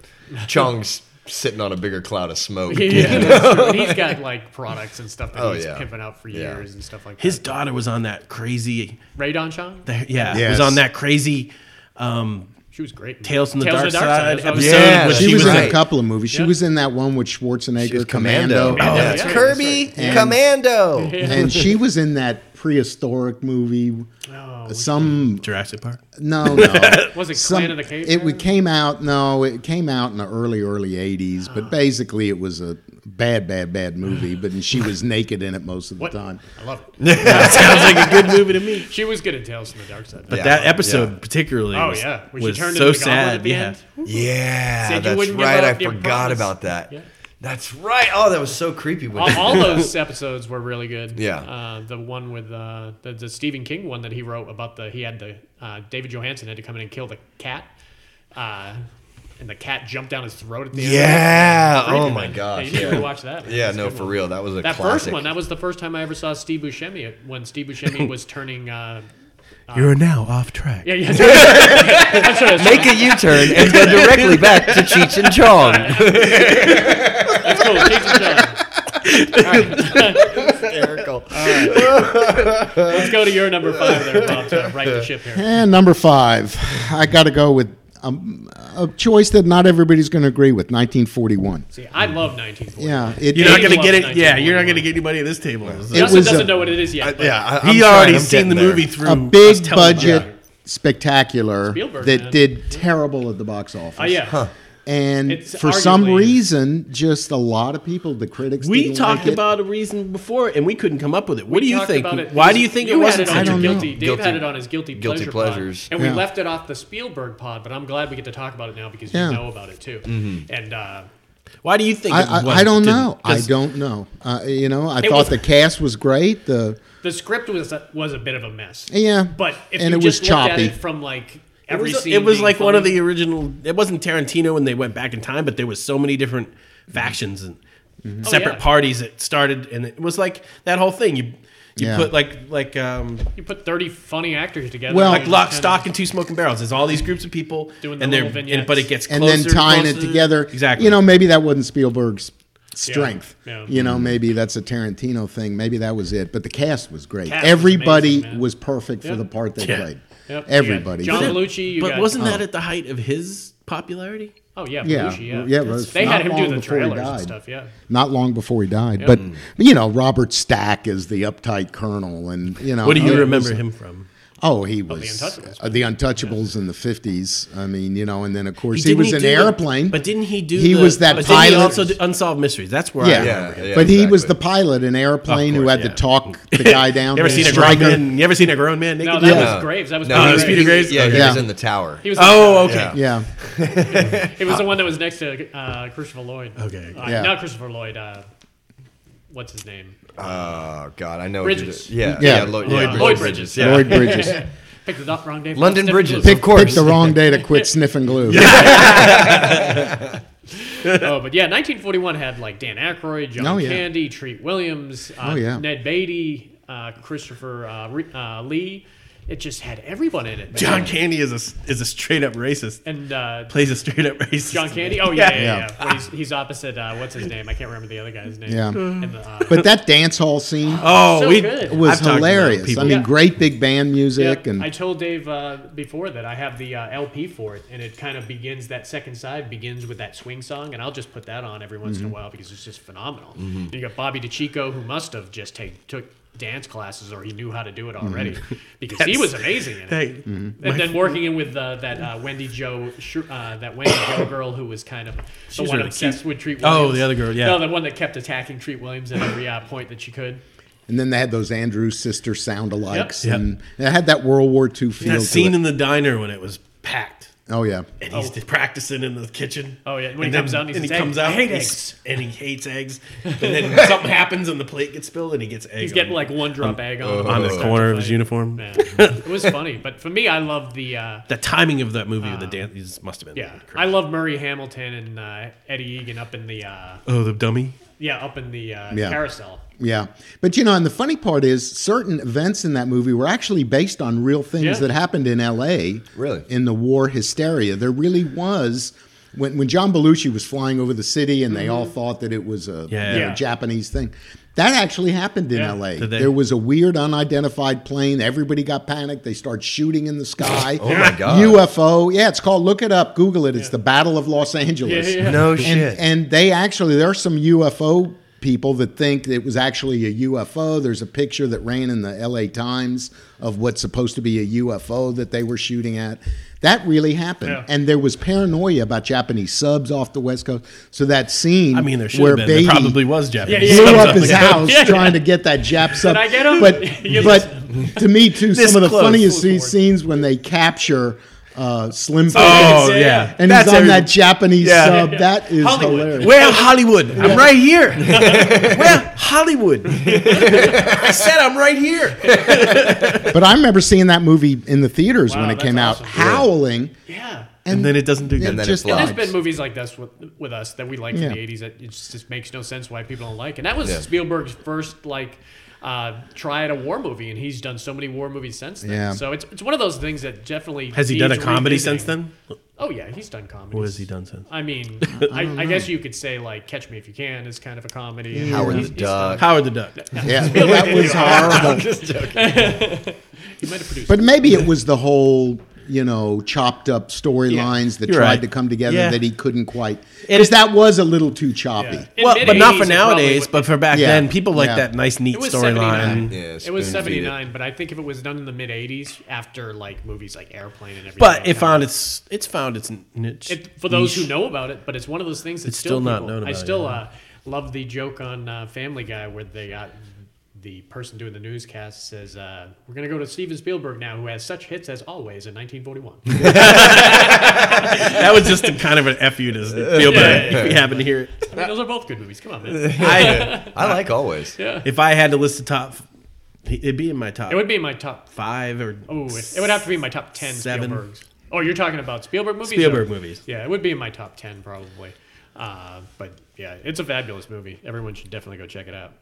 C: Chong's sitting on a bigger cloud of smoke.
D: Yeah, that's true. And he's got like products and stuff that
C: Oh,
D: he's
C: yeah.
D: pimping out for
C: Yeah.
D: years and stuff like
B: His
D: that.
B: daughter was on that crazy.
D: Ray Don Chong,
B: the- yeah,
E: Yes.
B: was on that crazy. Um,
D: she was great. in that.
B: Tales from the Dark Side
D: that's what I was
B: episode
D: saying.
C: Yeah,
B: when
C: that's
E: She,
B: she
E: was,
B: was
E: in
C: right.
E: a couple of movies. She
D: Yeah.
E: was in that one with Schwarzenegger,
C: was
E: Commando.
C: Commando.
E: Oh,
C: Yeah.
D: that's right, that's
C: Kirby
E: And-
C: Commando.
D: <laughs>
E: and she was in that prehistoric movie. uh,
D: No,
E: Some
B: Jurassic Park.
D: <laughs>
E: no no
D: was it
E: Some-
D: Clan of the Cave?
E: It would- came out no, it came out in the early early '80s,
D: Ah.
E: but basically it was a bad, bad, bad movie.
D: <laughs>
E: But she was naked in it most of the
D: What?
E: time.
D: I love
B: <laughs>
D: it.
B: Sounds like a good movie to me.
D: She was good in Tales from the Dark Side.
B: But
C: Yeah,
B: that episode
C: yeah.
B: particularly
D: oh
B: was,
D: yeah, when
B: was
D: she turned
B: so
D: into the goblin
B: sad.
D: At the
B: yeah.
D: end.
C: Yeah,
D: Said you
C: that's
D: wouldn't give
C: right. I
D: up your
C: forgot
D: promise.
C: about that.
D: Yeah.
C: That's right. Oh, that was so creepy. <laughs> When
D: all, all those episodes were really good.
C: Yeah.
D: Uh, the one with uh, the, the Stephen King one that he wrote about the he had the uh, David Johansen had to come in and kill the cat, uh, and the cat jumped down his throat at the end.
C: yeah.
D: Creepy,
C: Oh my
D: man. Yeah,
C: gosh.
D: you need to
C: Yeah.
D: watch that. man.
C: Yeah,
D: That's a
C: no,
D: good
C: for
D: one.
C: real. That was a
D: That
C: classic.
D: first one, that was the first time I ever saw Steve Buscemi when Steve Buscemi was turning. Uh,
C: Oh.
B: You are now off track.
D: yeah, yeah. that's what I was
C: Make a U-turn and go directly back to Cheech
D: <laughs>
C: and Chong.
D: That's cool. Cheech and Chong.
C: <laughs> Hysterical.
D: Let's go to your number five there, Bob, to right the ship here.
E: And number five, I got to go with um, a choice that not everybody's going to agree with. 1941.
D: See, I love 1940.
E: Yeah, it,
B: You're
D: Yeah,
B: not
D: he
B: gonna get it.
D: loves
B: Yeah, you're not
D: 1941.
B: gonna get anybody at this table.
E: It
D: Justin
E: was
D: doesn't
E: a-
D: know what it is yet. but-
C: Yeah, I, I'm
B: he
C: trying,
B: already
C: I'm
B: seen
C: getting
B: the
C: there.
B: movie through
E: a
B: us telling
E: big
B: him.
E: budget spectacular
D: Spielberg,
E: that
D: man.
E: did terrible at the box office.
D: Oh yeah.
E: And
D: It's
E: for some
D: arguably-
E: reason, just a lot of people, the critics,
B: We
E: didn't
B: talked
E: like it.
B: about a reason before, and we couldn't come up with it. What do you
D: talked
B: think?
D: about it
B: Why
D: because
B: do you think
D: you
B: it wasn't?
D: Had it
E: I
D: on
E: don't
D: your guilty. Dave
E: know.
C: Guilty-
D: had it on his guilty,
C: guilty
D: pleasure
C: pleasures.
D: Pod, and we
E: Yeah.
D: left it off the Spielberg pod. But I'm glad we get to talk about it now because
E: Yeah.
D: you know about it too.
C: Mm-hmm.
D: And uh,
B: Why do you think?
E: I,
B: it wasn't?
E: I, I don't
B: Didn't-
E: know. I
B: 'cause
E: don't know. Uh, you know, I thought
D: was-
E: the cast was great. The
D: the script was a, was a bit of a mess.
E: yeah,
D: But if
E: and
D: you
E: it was
D: just looked
E: choppy.
D: at it from like
B: It
D: every
B: was,
D: scene,
B: it was
D: being
B: like one of
D: funny-
B: the original. It wasn't Tarantino when they went back in time, but there was so many different factions and separate
D: Mm-hmm. Oh, yeah.
B: parties that started, and it was like that whole thing. You you
E: Yeah.
B: put like like um,
D: you put 30 funny actors together. and
E: Well-
B: like
D: just
B: lock,
D: kinda-
B: stock, and two smoking barrels. There's all these groups of people
D: Doing the
B: and
D: little
B: they're and, but it
D: vignettes.
B: gets closer
E: and then tying it
B: closer.
E: together.
B: Exactly.
E: You know, maybe that wasn't Spielberg's strength.
D: Yeah.
E: You know, maybe that's a Tarantino thing. Maybe that was it. But the cast was great.
D: Cast was
E: Everybody
D: amazing,
E: was,
D: man.
E: perfect for
D: Yeah.
E: the part they
B: Yeah.
E: played.
D: Yep. You got
E: Everybody.
D: John
E: But-
D: Belushi. You
B: but
D: got,
B: wasn't that at the height of his popularity?
D: Oh yeah,
E: Yeah,
D: Belushi, yeah.
E: yeah, but it's
D: they had
E: not
D: him do
E: long
D: the
E: before he
D: trailers and
E: died.
D: stuff. Yeah.
E: not long before he died, but
B: Mm.
E: you know Robert Stack is the uptight colonel, and you know
B: What do you
E: oh,
B: remember him from?
E: Oh, he was uh, the
D: Untouchables.
E: Untouchables, in the fifties. I mean, you know, and then of course he,
B: didn't
E: was
B: he
E: an
B: do the-
E: airplane,
B: but didn't he do?
E: He
B: the-
E: was that
B: but didn't he
E: pilot-
B: also do unsolved mysteries. That's where
E: yeah,
B: I
C: Yeah,
B: remember him.
C: yeah,
E: but he was
C: exactly.
E: the pilot in airplane
B: Of
E: who
B: course,
E: had
B: yeah. <laughs>
E: to talk the guy down.
B: You ever
E: the
B: seen a grown
E: striker.
B: man? You ever seen a grown man naked?
D: No, that
E: Yeah.
D: was Graves. That was
C: No,
B: it was
C: he was
D: Peter
B: Peter
C: he-
B: Graves?
C: Yeah, he
E: Okay.
C: was
E: Yeah.
C: in the tower.
D: He was
B: Oh, okay.
C: Yeah.
E: Yeah,
D: It was the one that was next to uh, Christopher Lloyd.
B: Okay,
D: Uh,
E: yeah.
D: Not Christopher Lloyd. Uh, what's his name?
C: Oh God, I know. what
D: Bridges.
C: you're- Yeah,
E: Yeah.
C: yeah, Lloyd,
D: Yeah,
C: Lloyd
D: Lloyd
C: Bridges.
D: Bridges.
C: Yeah.
B: <laughs>
E: Lloyd Bridges.
D: Picked it up wrong name.
C: London
D: Stephen
C: Bridges.
D: Lewis.
E: Pick, pick the wrong day to quit sniffing glue.
D: Oh, but yeah, 1941 had like Dan Aykroyd, John
E: Oh, yeah.
D: Candy, Treat Williams, uh,
E: Oh, yeah.
D: Ned Beatty, uh, Christopher uh, Re- uh, Lee. It just had everyone in it. man.
B: John Candy is a is a straight up racist.
D: and uh,
B: Plays a straight up racist.
D: John Candy. Oh yeah, yeah, yeah.
E: Yeah.
D: When he's, he's opposite. Uh, what's his name? I can't remember the other guy's name.
E: Yeah.
D: And the, uh,
E: But that dance hall scene
B: Oh,
D: So
B: we
D: good. It
E: was
B: I've talked about
E: hilarious.
B: people-
E: I mean,
D: Yeah.
E: great big band music,
D: Yeah,
E: and
D: I told Dave uh, before that I have the uh, LP for it, and it kind of begins that second side begins with that swing song, and I'll just put that on every once in a
B: Mm-hmm.
D: while because it's just phenomenal. You got Bobby DeChico who must have just take, took dance classes or he knew how to do
B: Mm-hmm.
D: it already
B: <laughs>
D: because he was amazing in it.
B: Hey,
D: And then working in with uh, that uh, Wendy Joe, Shrew- uh, that Wendy
B: <coughs>
D: Joe girl who was kind of the
B: was
D: one
B: really
D: obsessed with Treat
B: Oh,
D: Williams.
B: the other girl, yeah.
D: No, the one that kept attacking Treat Williams at every uh, point that she could.
E: and then they had those Andrews sister sound alikes,
B: Yep.
E: and it had that World War II feel.
B: that
E: to
B: scene
E: it.
B: in the diner when it was packed.
E: oh yeah,
B: And he's practicing in the kitchen.
D: Oh, yeah. When he
B: And then-
D: comes out and he says,
B: he comes
D: "Egg- I
B: out and
D: hate
B: he's-
D: eggs."
B: and he hates
D: <laughs>
B: eggs. And then something happens and the plate gets spilled and he gets eggs.
D: He's getting like one drop egg on, him.
B: on the corner of his uniform.
D: Yeah. it was funny, but for me, I love the uh,
B: The timing of that movie with the dance is- must have been.
D: yeah.
B: crazy.
D: I love Murray Hamilton and uh, Eddie Egan up in the uh,
B: oh, the dummy.
D: yeah up in the uh,
E: Yeah.
D: carousel.
E: yeah. But you know, and the funny part is, certain events in that movie were actually based on real things
D: Yeah.
E: that happened in L.A.
C: Really?
E: in the war hysteria. There really was when when John Belushi was flying over the city and they all thought that it was a you
B: Mm-hmm. Yeah.
E: know,
B: Yeah.
E: Japanese thing. That actually happened in
D: Yeah.
E: L.A.
B: Did they-
E: There was a weird unidentified plane. Everybody got panicked. They start shooting in the sky.
C: Oh my
B: Uh,
C: God.
E: uh, UFO. Yeah, it's called. Look it up. Google it. It's the Battle of Los Angeles.
D: Yeah, yeah.
C: No
E: And,
C: shit.
E: and they actually there are some UFO people that think it was actually a UFO. There's a picture that ran in the LA Times of what's supposed to be a UFO that they were shooting at. That really happened.
D: Yeah.
E: And there was paranoia about Japanese subs off the West Coast. So that scene
B: I mean, there should have
E: where
B: been.
E: Beatty
B: there probably was Japanese.
D: yeah,
E: blew
D: yeah.
E: up his house
D: Yeah.
E: trying to get that Jap sub.
D: I get him?
E: But
D: You
E: but to me too,
C: This
E: some of the
C: close.
E: funniest
C: Forward.
E: scenes when they capture uh, Slim
B: <laughs> Oh yeah,
E: Pickens and
B: That's
E: he's on
B: every-
E: that Japanese
C: Yeah.
E: sub. That is
D: Hollywood.
E: hilarious.
B: Well, Hollywood, I'm right
E: <laughs>
B: here. well, Hollywood. <laughs> I said I'm right here.
E: But I remember seeing that movie in the theaters
D: Wow,
E: when it
D: that's
E: came out,
D: awesome.
E: howling.
D: Yeah.
B: And then it doesn't do good.
E: it
C: then it
E: just
C: flopped.
E: died.
D: There's been movies like this with, with us that we liked
E: Yeah.
D: in the '80s that it just, just makes no sense why people don't like. And that was
C: Yeah.
D: Spielberg's first like uh, try at a war movie, and he's done so many war movies since then.
E: Yeah.
D: So it's, it's one of those things that definitely
B: Has he done a
D: needs
B: comedy
D: revisiting.
B: since then?
D: Oh yeah, he's done comedy.
B: What has he done since?
D: I
C: <laughs>
D: mean, I, I guess you could say like Catch Me If You Can is kind of a comedy. and
C: Howard
D: he's-
C: the
D: he's done-
C: Duck.
B: Howard the Duck.
E: Yeah, that was
D: <laughs>
E: horrible.
D: He might have produced.
E: But maybe it was the whole, you know, chopped up storylines that
B: You're
E: tried
B: right.
E: to come together
B: Yeah.
E: that he couldn't quite.
B: And
E: Because
B: it-
E: that was a little too choppy.
D: yeah. In
B: Well, but not for
D: mid-'80s, it probably
B: nowadays.
D: would-
B: But for back
E: Yeah.
B: then, people like
E: Yeah.
B: that nice, neat
D: It was
B: storyline.
D: 79.
C: Yeah,
D: it was
C: spoon feed it.
D: 79, but I think if it was done in the mid 80s after like movies like Airplane and everything.
B: But it
D: like that,
B: found its it's found its niche.
D: it, for
B: <laughs>
D: those who know about it, but it's one of those things that's
B: It's still not
D: people-
B: known
D: I
B: about,
D: still
B: yeah.
D: uh, love the joke on uh, Family Guy where they got the person doing the newscast says, uh, "We're going to go to Steven Spielberg now, who has such hits as always in <laughs> 1941."
B: that was just a kind of an f you <laughs> to feel bad if you happen to hear it.
D: I mean, those are both good movies. Come on, man.
B: <laughs> I,
C: I like always.
B: if I had to list the top, it'd be in my top
D: It would be in my top.
B: five or
D: Oh, it, it would have to be in my top ten
B: Seven.
D: Spielbergs. Oh, you're talking about Spielberg movies.
B: Spielberg
D: or-
B: movies.
D: Yeah, it would be in my top ten probably. Uh, but yeah, it's a fabulous movie. Everyone should definitely go check it out.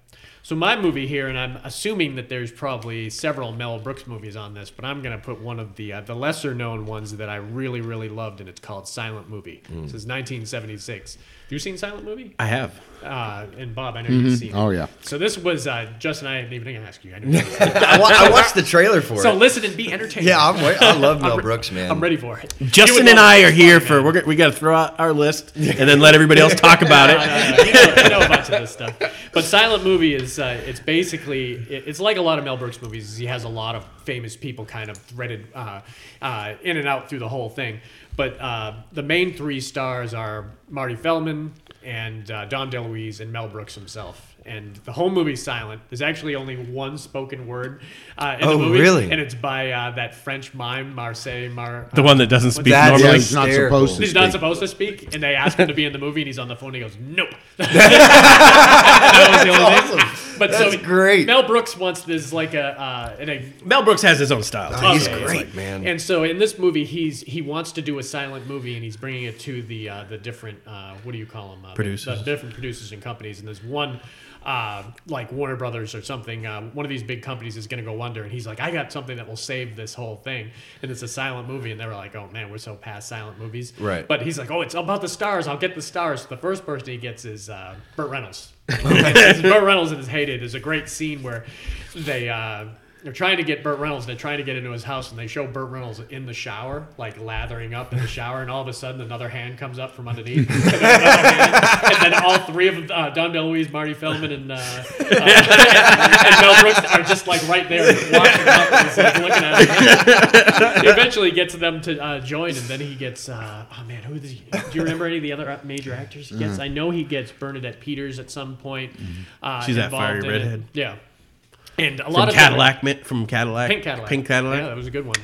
D: So my movie here, and I'm assuming that there's probably several Mel Brooks movies on this, but I'm gonna put one of the uh, the lesser known ones that I really really loved, and it's called Silent Movie.
B: Mm.
D: This is 1976. Have you seen Silent Movie?
B: I have.
D: Uh, and Bob, I know you've seen. it.
E: Oh, yeah.
D: So this was uh, Justin. I didn't even ask you. I knew
C: I, wa- I watched the trailer for
D: so
C: it.
D: listen and be entertained.
C: yeah, I'm, wa- I love Mel
D: re-
C: Brooks, man.
D: I'm ready for it. <laughs> You
B: Justin
D: would
B: and
D: love
B: I
D: it.
B: are here
D: Fine,
B: for
D: man.
B: we're go- we got to throw out our list and then let everybody else talk about
D: No,
B: <laughs> it.
D: no, no, you Uh, know, you know a bunch of this stuff. But silent movie is uh, it's basically it- it's like a lot of Mel Brooks movies. is He has a lot of famous people kind of threaded uh, uh, in and out through the whole thing. But uh, the main three stars are Marty Feldman and uh, Don DeLuise and Mel Brooks himself. And the whole movie's silent. There's actually only one spoken word uh, in
C: Oh,
D: the movie,
C: really?
D: and it's by uh, that French mime Marseille Mar.
B: The one that doesn't speak
C: That's-
E: Yeah,
B: normally.
E: he's not
C: hysterical.
E: supposed to.
D: He's not
E: speak.
D: supposed to speak, and they ask him to be in the movie, and he's on the phone. and He goes, "Nope." <laughs> that was the only thing. But
C: That's great.
D: Mel Brooks once there's like a uh, and a
B: Mel Brooks has his own style. too.
C: He's
D: Okay.
C: great, man.
D: and so in this movie, he's he wants to do a silent movie, and he's bringing it to the uh, the different uh, what do you call them uh, the-
B: Producers.
D: the different producers and companies. And there's one uh, like Warner Brothers or something. Uh, one of these big companies is going to go under, and he's like, I got something that will save this whole thing, and it's a silent movie. And they were like, Oh man, we're so past silent movies,
C: Right.
D: But he's like, Oh, it's about the stars. I'll get the stars. The first person he gets is uh, Burt Reynolds. <laughs> Burt Reynolds in his heyday. There's a great scene where they uh, they're trying to get Burt Reynolds. They're trying to get into his house, and they show Burt Reynolds in the shower, like lathering up in the shower, and all of a sudden another hand comes up from underneath, and then, another hand, and then all three of them, uh, Don DeLuise, Marty Feldman, and, uh, uh, and Mel Brooks are just like right there watching up and just, like, looking at him. He eventually gets them to uh, join, and then he gets uh, oh man, who is he? Do you remember any of the other uh, major actors he
B: Mm-hmm.
D: gets? I know he gets Bernadette Peters at some point. Uh,
B: She's that
D: involved
B: fiery
D: in it.
B: redhead.
D: Yeah. And a lot
B: From
D: of them-
B: Cadillac, mi- from Cadillac,
D: Pink Cadillac.
B: Pink Cadillac.
D: Yeah, that was a good one.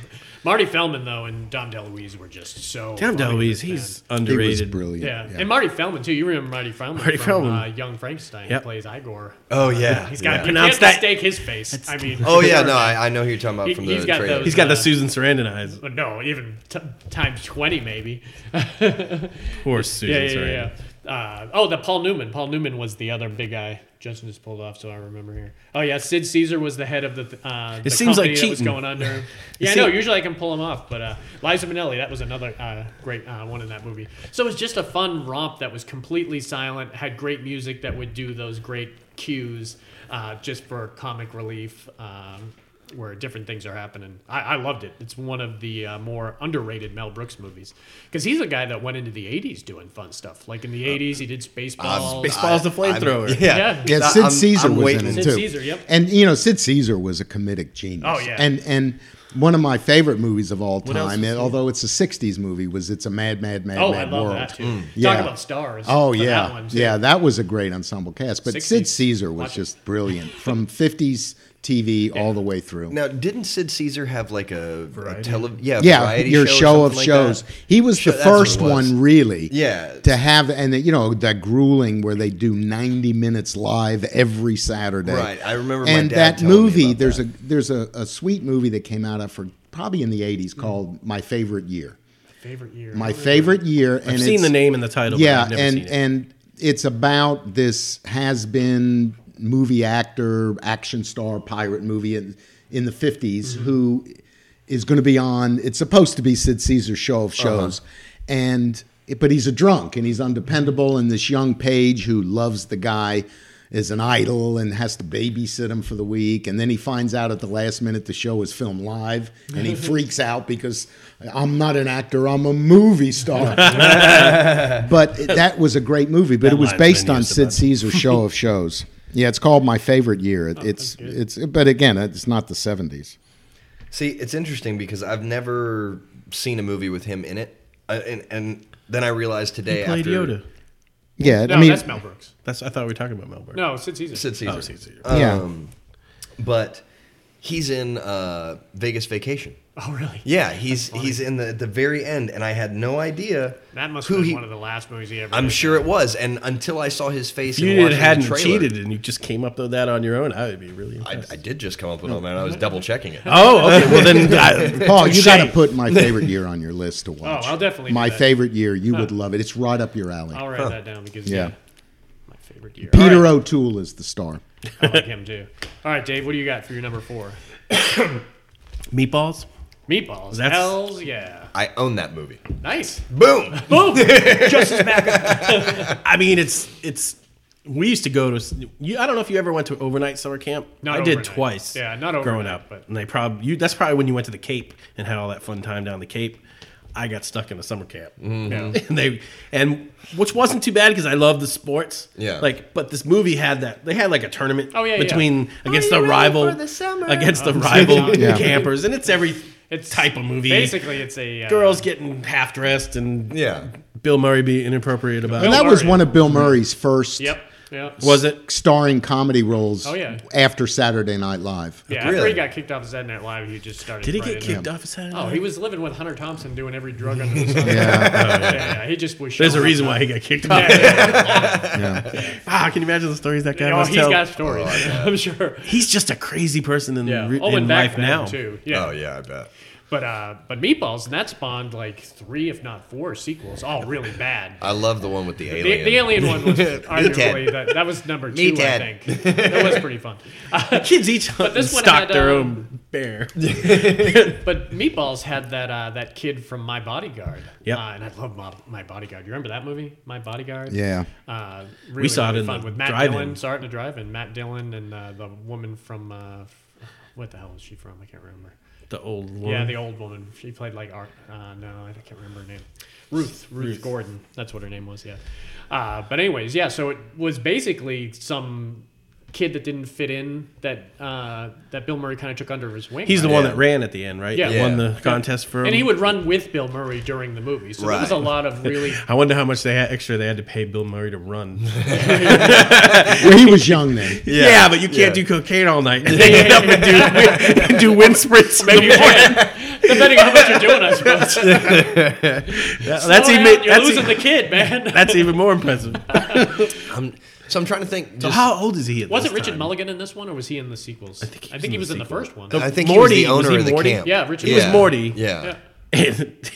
D: Marty Feldman though and Dom DeLuise were just so.
B: Tom
D: funny in
B: DeLuise,
D: this
B: he's
E: He
B: underrated.
E: was brilliant.
D: band. Yeah. and Marty Feldman too. You remember Marty Feldman?
B: Marty
D: from,
B: Feldman.
D: Uh, Young Frankenstein He
B: Yep.
D: plays Igor.
C: oh yeah,
D: He's got.
C: yeah.
D: You
B: Pronounce
D: can't
B: that-
D: mistake his face. I mean. <laughs>
C: Oh yeah, no, I, I know who you're talking
D: He-
C: about from the
D: he's got
C: trailer.
D: those-
B: He's got the
D: Uh,
B: Susan Sarandon eyes.
D: no, even t- times twenty maybe. <laughs>
B: Poor Susan
D: yeah, yeah,
B: Sarandon.
D: yeah. Uh, oh, the Paul Newman. Paul Newman was the other big guy. Justin just pulled off, so I remember here. Oh yeah, Sid Caesar was the head of the. Th- uh, the
B: seems like
D: company that was
B: cheating. <laughs>
D: going under. Yeah, I know. Usually I can pull him off, but uh, Liza Minnelli. That was another uh, great uh, one in that movie. So it was just a fun romp that was completely silent. Had great music that would do those great cues, uh, just for comic relief. Um, where different things are happening. I, I loved it. It's one of the uh, more underrated Mel Brooks movies because he's a guy that went into the '80s doing fun stuff. Like in the '80s, he did Spaceballs.
B: Baseball's the flamethrower.
C: Yeah.
D: Yeah.
E: Yeah,
C: That-
E: Sid
C: I'm-
E: Caesar
C: I'm
E: was
C: waiting.
E: in
D: Sid
E: it too.
D: Caesar, yep.
E: And you know, Id Caesar was a comedic genius.
D: Oh, yeah.
E: And and one of my favorite movies of all
B: else
E: time,
B: is
E: it- although it's a '60s movie, was it's a Mad Mad Mad
D: Oh, I
E: Mad
D: love
E: World.
D: that too. Talk
E: Mm, Yeah.
D: about stars.
E: Oh
D: for that
E: yeah,
D: one, too.
E: yeah, that was a great ensemble cast. But Sid
D: 60s.
E: Caesar was
D: Watch it. <laughs>
E: just brilliant from '50s TV all the way through.
C: Now, didn't Sid Caesar have like a, a tele, yeah,
E: yeah,
C: variety
E: your
C: show, or
E: show of
C: something like
E: shows.
C: that?
E: he was
C: Sure,
E: the
C: that's what it
E: first
C: was.
E: one, really.
C: Yeah.
E: To have and you know that grueling where they do ninety minutes live every Saturday.
C: Right, I remember my
E: And
C: dad
E: that
C: telling me
E: movie,
C: about
E: there's
C: that.
E: a there's a, a sweet movie that came out of for probably in the '80s called My Favorite Year.
D: Favorite year.
E: My favorite year. And
B: I've seen
E: it's-
B: the name and the title. but
E: yeah,
B: I've never
E: and
B: seen it.
E: and it's about this has been movie actor, action star, pirate movie in, in the 50s
B: Mm-hmm.
E: who is going to be on. It's supposed to be Sid Caesar's show
B: Uh-huh.
E: of shows, and but he's a drunk and he's undependable. And this young page who loves the guy is an idol and has to babysit him for the week. And then he finds out at the last minute the show is filmed live,
B: <laughs>
E: and he freaks out because I'm not an actor, I'm a
B: <laughs>
E: movie
D: <laughs>
E: star but that was a great movie. But it was
B: line's been
E: based on
B: used
E: Sid
B: about-
E: Caesar's show
D: <laughs>
E: of shows. Yeah, it's called My Favorite Year.
D: Oh,
E: It, it's it's, but again, it's not the seventies.
C: See, it's interesting because I've never seen a movie with him in it, I, and, and then I realized today
B: played
C: after
B: Yoda.
E: Yeah,
D: No,
E: I mean,
D: that's Mel Brooks.
B: That's I thought we were talking about Mel Brooks.
D: No, Sid Caesar.
C: Sid Caesar,
B: Oh, Sid Caesar.
E: yeah,
D: Um, <laughs>
C: but he's in uh, Vegas Vacation.
D: Oh, really?
C: Yeah, he's he's in the at the very end, and I had no idea
D: That must
C: who
D: have been
C: he-
D: one of the last movies he ever.
C: I'm
D: did.
C: sure it was, and until I saw his face,
B: If you
C: and
B: didn't-
C: watching the
B: hadn't
C: trailer-
B: cheated and you just came up with that on your own, I would be really
C: I,
B: impressed.
C: I did just come up with all that. I was double checking <laughs> it.
B: oh, okay. Well,
E: <laughs>
B: then, I,
E: Paul, you
B: touche.
E: got to put My
D: <laughs>
E: Favorite Year on your list to watch.
D: Oh, I'll definitely do
E: My
D: that.
E: Favorite Year. You would love it. It's right up your alley.
D: I'll write that down because
E: Yeah.
D: yeah, my favorite year. All
E: Peter
D: right.
E: O'Toole is the star.
D: I like him too. All right, Dave, what do you got for your number four?
B: meatballs.
D: Meatballs.
B: That's-
D: Hells yeah.
C: I own that movie.
D: Nice.
C: Boom. <laughs>
D: Boom. Justice Mac.
B: I mean, it's it's. We used to go to. You, I don't know if you ever went to overnight summer camp.
D: Not
B: I did
D: overnight.
B: twice.
D: Yeah, not
B: growing
D: overnight,
B: up.
D: but-
B: And they probably you. That's probably when you went to the Cape and had all that fun time down the Cape. I got stuck in a summer camp.
D: No.
B: <laughs> and they and which wasn't too bad because I love the sports.
C: Yeah.
B: Like, but this movie had that they had like a tournament.
D: Oh, yeah, yeah.
B: Between against
F: you
B: the
F: ready
B: rival
F: for the summer?
B: against the rival
E: Yeah.
B: <laughs> campers, and it's every
D: It's
B: type of movie.
D: Basically, it's a uh,
B: girls getting half dressed and
C: Yeah.
B: Bill Murray being inappropriate about
E: And
B: it.
E: that was
D: Murray.
E: one of Bill Murray's first
D: Yep. Yep.
B: Was it?
E: starring comedy roles.
D: Oh, yeah.
E: after Saturday Night Live.
D: Yeah, after
C: Really?
D: he got kicked off Saturday Night Live, he just started.
B: Did he
D: right
B: get
D: in.
B: kicked off his head?
D: Oh, he was living with Hunter Thompson doing every drug
B: <laughs>
D: under the sun. yeah.
E: Yeah,
D: Yeah, yeah, he just was.
B: There's a
D: showing
B: reason
D: up.
B: why he got kicked <laughs> off.
E: yeah.
B: Wow, Ah, can you imagine the stories that guy
D: Oh,
B: must
D: he's
B: tell?
D: got stories. <laughs> I'm sure.
B: he's just a crazy person in,
D: Yeah.
B: re-
D: oh,
B: in
D: and back
B: life
D: then,
B: now.
D: too. Yeah.
C: Oh yeah, I bet.
D: But uh, but meatballs and that spawned like three, if not four, sequels, all really bad.
C: I love the one with the alien.
D: The, the alien one was arguably
C: Meathead.
D: that, that was number two,
C: Meathead.
D: I think. That was pretty fun. Uh,
B: The kids each
D: this one
B: stocked
D: had,
B: their
D: um,
B: own bear.
D: But Meatballs had that uh, that kid from My Bodyguard.
B: Yep.
D: Uh, and I love My, My Bodyguard. You remember that movie, My Bodyguard?
E: yeah.
D: Uh, really,
B: saw it
D: really
B: in
D: fun
B: the
D: with Matt
B: drive-in.
D: Dillon. Saw it in the drive-in. Matt Dillon and uh, the woman from uh, what the hell is she from? I can't remember.
B: The old one.
D: Yeah, the old woman. She played like Art. Uh, no, I can't remember her name. Ruth, Ruth. Gordon. That's what her name was. Yeah. Uh, but anyways, yeah. So it was basically some kid that didn't fit in that uh, that Bill Murray kind of took under his wing.
B: He's the
D: right?
B: one
C: Yeah.
B: that ran at the end, right?
D: Yeah.
B: That won
C: Yeah.
B: the contest for him.
D: and he would run with Bill Murray during the movie. So there was a
C: Right.
D: lot of really.
B: I wonder how much they had extra they had to pay Bill Murray to run. <laughs>
E: Well, he was young
D: <laughs>
E: then.
B: yeah, but you can't
C: Yeah.
B: do cocaine all night and then get up and do do wind sprints.
D: Maybe you can. Depending on how much you're doing, I suppose.
B: That- that's
D: Slow
B: even
D: down, You're
B: that's,
D: losing
B: e-
D: the kid, man. <laughs>
B: that's even more impressive.
C: I'm, so I'm trying to think.
B: So
C: Just,
B: how old is he? At
D: Was
B: this
D: it Richard
B: time?
D: Mulligan in this one, or was he in the sequels? I think he was, in, the,
B: sequel.
D: first one.
C: I think
B: Morty,
C: he was
B: was
C: the owner
B: he
C: of the
B: Morty?
C: camp.
D: Yeah, Richard
B: He was
C: Yeah.
B: Morty.
C: Yeah.
D: Yeah.
B: And <laughs>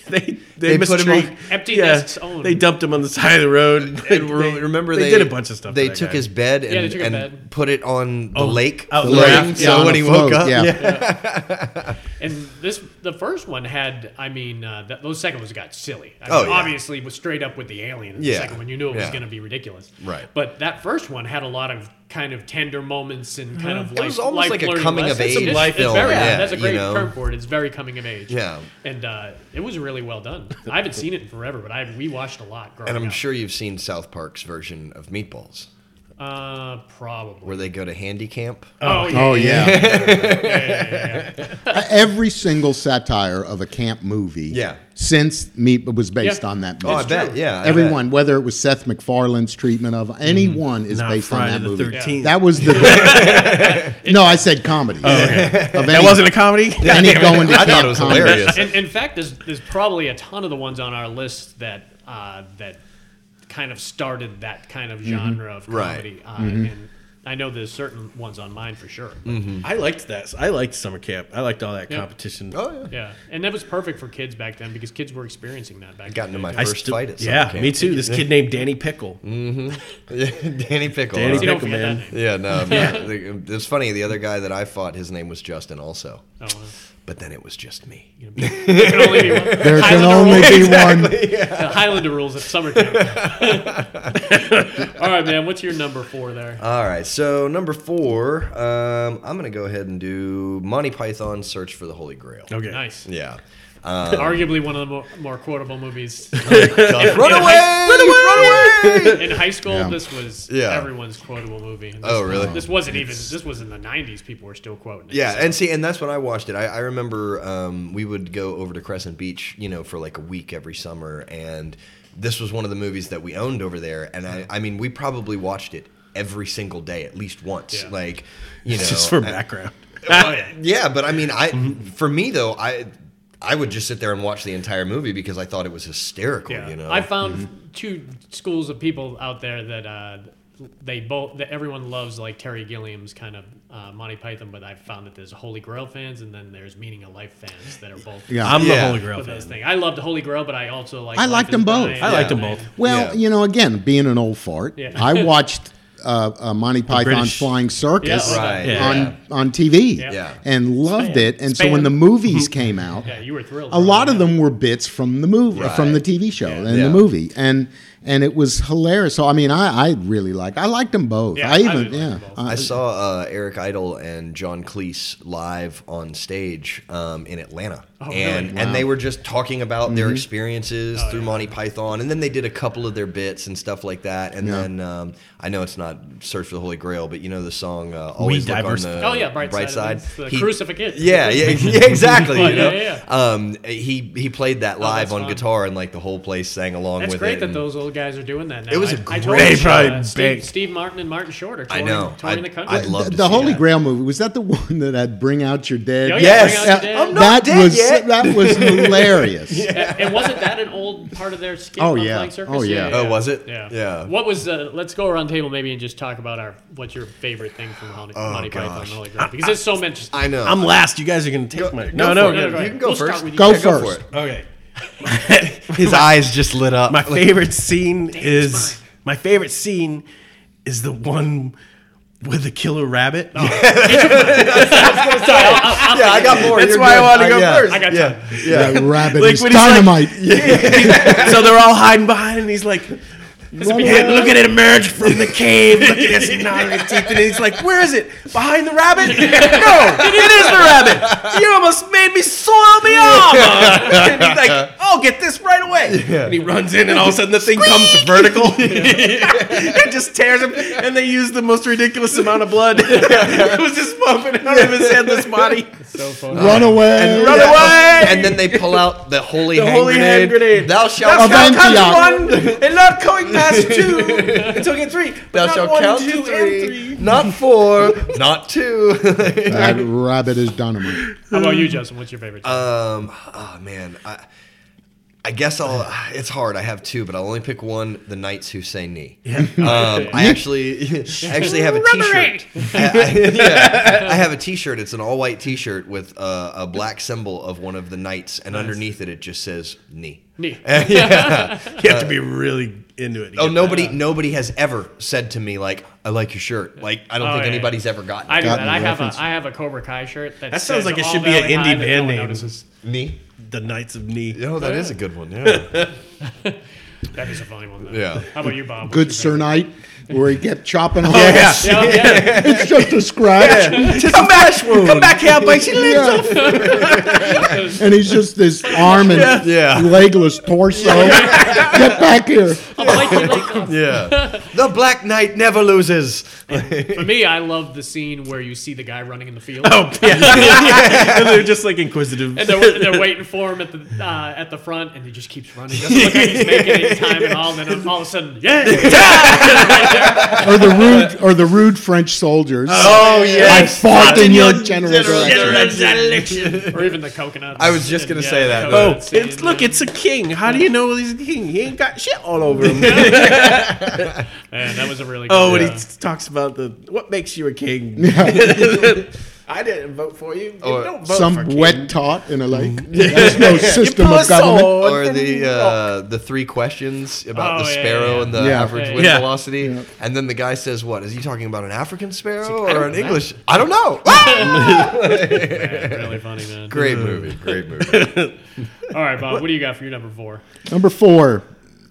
B: they
C: They
B: they,
C: put him
B: mistreat
C: on-
D: Empty nests owned.
B: They dumped him on the side of the <laughs> road.
C: And re- remember, they,
B: did a bunch of stuff. to
C: They
B: that
C: took
B: guy.
C: his bed and,
D: they took a
C: and
D: bed.
C: put it on the
B: Oh,
C: lake.
B: out
C: floating,
B: there. Yeah,
C: so
E: on
C: when
E: a
C: he woke
E: float,
C: up,
E: yeah.
D: And this, the first one had, I mean, uh, that, those second ones got silly. I
C: Oh,
D: mean,
C: yeah.
D: obviously was straight up with the alien. And
C: Yeah.
D: The second one, you knew it was
C: Yeah.
D: going to be ridiculous.
C: Right.
D: But that first one had a lot of kind of tender moments and kind of
C: It
D: life.
C: was almost
D: life
C: like a
D: learning
C: coming of
D: lessons.
C: age
D: it's, it's
C: film,
D: very,
C: yeah,
D: that's a
C: you
D: great
C: know?
D: term for it. It's very coming of age.
C: Yeah.
D: And uh, it was really well done. I haven't seen it in forever, but I we watched a lot growing
C: and I'm
D: up.
C: sure you've seen South Park's version of Meatballs,
D: Uh, probably.
C: where they go to handy camp.
D: Oh, yeah.
C: <laughs>
E: Oh yeah. Every single satire of a camp movie
C: Yeah.
E: since Meat was based
D: Yeah.
E: on that
C: oh,
E: movie.
C: I bet.
D: true.
C: Yeah, I bet. Mm-hmm.
E: Everyone, whether it was Seth MacFarlane's treatment of anyone, is
B: Not
E: based
B: Friday
E: on that
B: the
E: movie.
B: 13th.
E: That
C: <laughs>
E: was the. no, I said comedy.
C: Oh,
E: Of
B: That
E: any-
B: wasn't a comedy.
C: <laughs>
E: any going to
C: I thought
E: camp
C: it was
E: comedy.
C: hilarious.
D: in, in fact, there's, there's probably a ton of the ones on our list that uh, that kind of started that kind of genre of comedy.
C: Right.
D: Uh, And I know there's certain ones on mine for sure.
B: I liked that. I liked summer camp. I liked all that
D: Yeah.
B: competition.
C: Oh yeah.
D: Yeah, and that was perfect for kids back then because kids were experiencing that back.
C: Got into
D: then.
C: my
B: I
C: first
B: still-
C: fight at summer
B: yeah,
C: camp. Mm.
B: me too. This kid named Danny Pickle.
C: <laughs> Danny Pickle.
B: Danny
C: huh?
D: You
B: Pickle,
D: don't forget
B: man.
D: that name.
C: Yeah, no. <laughs> the- It's funny. The other guy that I fought, his name was Justin, also.
D: Oh, well.
C: But then it was just me.
D: There can only be one.
E: There can
D: Highlander
E: only
D: rules.
B: <laughs>
E: be one.
D: The Highlander rules at summer camp. <laughs> All right, man. What's your number four there?
C: All right. So number four, um, I'm gonna go ahead and do Monty Python: Search for the Holy Grail.
B: Okay.
D: nice.
C: <laughs> Yeah. Uh,
D: Arguably one of the more, more quotable movies
C: Run away! Run away!
D: in high school, this was
C: Yeah.
D: everyone's quotable movie. And This,
C: Oh, really?
D: This wasn't even. This was in the '90s. People were still quoting it.
C: Yeah, and see, and that's when I watched it. I, I remember um, we would go over to Crescent Beach, you know, for like a week every summer, and this was one of the movies that we owned over there. And
D: Uh-huh.
C: I, I mean, we probably watched it every single day at least once,
D: Yeah. <laughs>
C: like you know,
B: Just for
C: I- <laughs>
B: background.
C: yeah, but I mean, I
D: Mm-hmm.
C: for me though, I I would just sit there and watch the entire movie because I thought it was hysterical.
D: Yeah.
C: You know,
D: I found two schools of people out there that uh, they both that everyone loves like Terry Gilliam's kind of uh, Monty Python, but I found that there's Holy Grail fans and then there's Meaning of Life fans that are both.
E: Yeah.
B: I'm
C: Yeah.
B: the Holy Grail
D: Of
B: fan.
D: those things. I loved Holy Grail, but I also like.
E: I liked them both.
B: I liked them both.
C: Uh,
E: Well,
C: Yeah.
E: you know, again, being an old fart,
D: Yeah. <laughs>
E: I watched uh, uh, Monty Python's
B: British.
E: Flying Circus
D: Yeah,
C: right?
B: Yeah.
E: on
C: Yeah.
E: on TV,
C: Yeah.
E: and loved it. And so when
D: Spam. <laughs>
E: the movies came out,
D: Yeah, you were thrilled.
E: a lot of them were bits from the movie,
C: Right.
E: from the TV show, and
C: Yeah.
E: the movie, and and it was hilarious. So I mean, I I really liked I liked them both.
D: Yeah,
E: I
D: I
E: even
D: really liked
E: yeah.
D: them both.
E: I-
C: I saw uh, Eric Idle and John Cleese live on stage um, in Atlanta,
D: Oh,
C: and and they were just talking about their
D: Mm-hmm.
C: experiences
D: Oh,
C: through Monty Python, and then they did a couple of their bits and stuff like that, and then um, I know it's not Search for the Holy Grail, but you know the song uh, Always Look on
B: diversify-
C: the
D: Oh, yeah, Bright Side. It's the crucifixion. <laughs>
C: Yeah, yeah, yeah, exactly.
D: Oh,
C: you know?
D: yeah, yeah, Oh,
C: Um, he he played that live
D: that's
C: on
D: fun.
C: guitar, and like the whole place sang along
D: That's
C: with
D: great
C: it.
D: that
C: and-
D: those old guys are doing that now.
C: It was
D: a
C: a great- They
B: probably
D: uh, Steve,
B: baked.
D: Steve Martin and Martin Short are
C: I
D: touring,
C: know.
D: touring the country.
C: I'd love
E: Uh, the,
C: to
E: the
C: see
E: Holy
C: that.
E: Grail movie was that the <laughs> one that had Bring Out Your Dead?
D: Oh, yeah,
C: Yes.
D: Bring Out Your
C: Yeah.
D: Dead.
C: I'm not
E: that
C: dead
E: was
C: yet.
E: that
C: <laughs>
D: <laughs>
E: was hilarious.
D: and and wasn't that an old part of their skit?
E: Oh,
D: on
E: yeah.
D: Flying Circus?
E: Oh, yeah.
C: Oh, was it?
D: Yeah.
C: Yeah.
D: What was? Uh, let's go around the table maybe and just talk about our what's your favorite thing from Monty, Monty Python and
C: Oh, gosh.
D: the Holy Grail because there's so much.
C: I know.
B: I'm last. You guys are going to take my.
C: go
B: No,
C: for
B: no. no,
C: it.
D: go
C: you
D: ahead.
C: can go
D: We'll start
C: first.
D: with you.
E: Go
D: Yeah,
C: go for
E: first.
C: it.
B: Okay.
C: <laughs>
B: <laughs>
C: His eyes just lit up.
B: My
C: <laughs>
B: favorite scene is my favorite scene is the one with the killer rabbit.
C: yeah, I got more.
B: That's
C: You're
B: why I
C: good.
B: wanted to go
C: yeah.
B: first.
D: I got
C: yeah.
D: time.
C: Yeah.
E: That rabbit
B: Like
E: is
B: when he's like-
E: dynamite.
B: <laughs> so they're all hiding behind, and he's like, "Yeah, looking at it emerge from the cave, looking at his gnarly teeth, and he's like, "Where is it? Behind the <laughs> rabbit? No, it is the rabbit. You almost made me soil the armor." <laughs> And he's like, "I'll get this right away." And he runs in, and all of a sudden the thing comes <laughs> vertical. it just tears him, and they use the most ridiculous amount of blood. <laughs> it was just pumping out of his headless body.
D: So
C: <laughs>
D: fun.
E: Run away.
B: Run away!
C: And then they pull out the holy,
B: the
C: hand,
B: holy
C: grenade.
B: hand grenade.
C: Thou shalt
E: Of
C: count.
E: shalt count Antioch.
B: one, and not going
C: <laughs>
B: past two, until get three.
C: Thou shalt count to three, <laughs> not four,
B: <laughs>
C: not two. <laughs>
E: That rabbit is dynamite.
C: Uh,
D: How about you, Justin? What's your favorite?
C: um, oh man, I, Ah, I guess I'll. It's hard. I have two, but I'll only pick one. The Knights Who Say Knee.
B: Yeah.
D: <laughs>
C: Um, I actually, <laughs> I actually have a T-shirt. I, I- <laughs> yeah, I have a T-shirt. It's an all-white T-shirt with uh, a black symbol of one of the knights, and underneath it, it just says knee. <laughs>
D: Neat.
C: yeah.
B: You have to be really into it. to
C: Oh,
B: get
C: nobody, nobody has ever said to me like, "I like your shirt." Like, I don't
D: Oh,
C: think
D: yeah.
C: anybody's ever gotten
D: I do
E: Got
D: that.
E: no
D: I have a
E: reference.
D: I have a Cobra Kai shirt. That,
B: That sounds
D: says
B: like it
D: all
B: should be an
D: Valley
B: indie
D: High that
B: band
D: no one
B: name.
D: notices.
C: knee.
B: that. the Knights of Knee.
C: Oh, that is a good
D: <laughs>
C: one. Yeah,
D: That is a funny one. Though.
C: yeah.
D: How about you, Bob?
E: Good
D: What's
E: Sir
D: your
E: Knight, where he kept chopping off.
B: Yeah.
D: favorite-
C: <laughs>
D: Yeah, yeah.
E: It's just a scratch.
B: Come back, come back
D: <laughs>
B: here, bite your lips off.
E: and he's just this arm and
C: Yeah.
E: legless torso. Get back here.
D: Oh,
C: <laughs> Yeah. the Black Knight never loses.
D: For me, I love the scene where you see the guy running in the field.
B: <laughs> Oh,
C: <laughs>
B: yeah. and they're just like inquisitive.
D: <laughs> And
B: <laughs>
D: they're, they're waiting for him at the uh, at the front, and he just keeps running. Doesn't look like he's making any time at all. And then all of a sudden, yeah,
E: Or the rude or the rude French soldiers.
C: Oh
E: I
C: yes.
E: fought in your generous direction.
D: or even the coconuts.
C: I was just
D: And,
C: gonna say that.
D: the
B: Oh,
D: coconut scene,
B: it's look, it's a king. How do you know he's a king? He ain't got shit all over him.
D: Man, that was a really. Good,
B: Oh, and
D: uh,
B: he talks about the what makes you a
E: <laughs>
B: king. <laughs> I didn't vote for you. You
C: Or
B: don't vote for
E: Some
B: king.
E: wet tot in a lake. There's no system
B: pull a
E: of government.
B: sword
C: Or
B: and
C: the
B: you walk.
C: uh, the three questions about
D: Oh,
C: the
D: yeah,
C: sparrow
D: yeah,
C: and the
E: yeah.
C: average
D: Yeah,
C: wind
B: yeah.
C: velocity, and then the guy says, "What is he talking about? An African sparrow
D: I
C: or
D: don't
C: an
D: know.
C: English? I don't know." Ah!
D: really funny, man.
C: <laughs> great movie, great movie.
D: All right, Bob, what do you got for your number four?
E: Number four,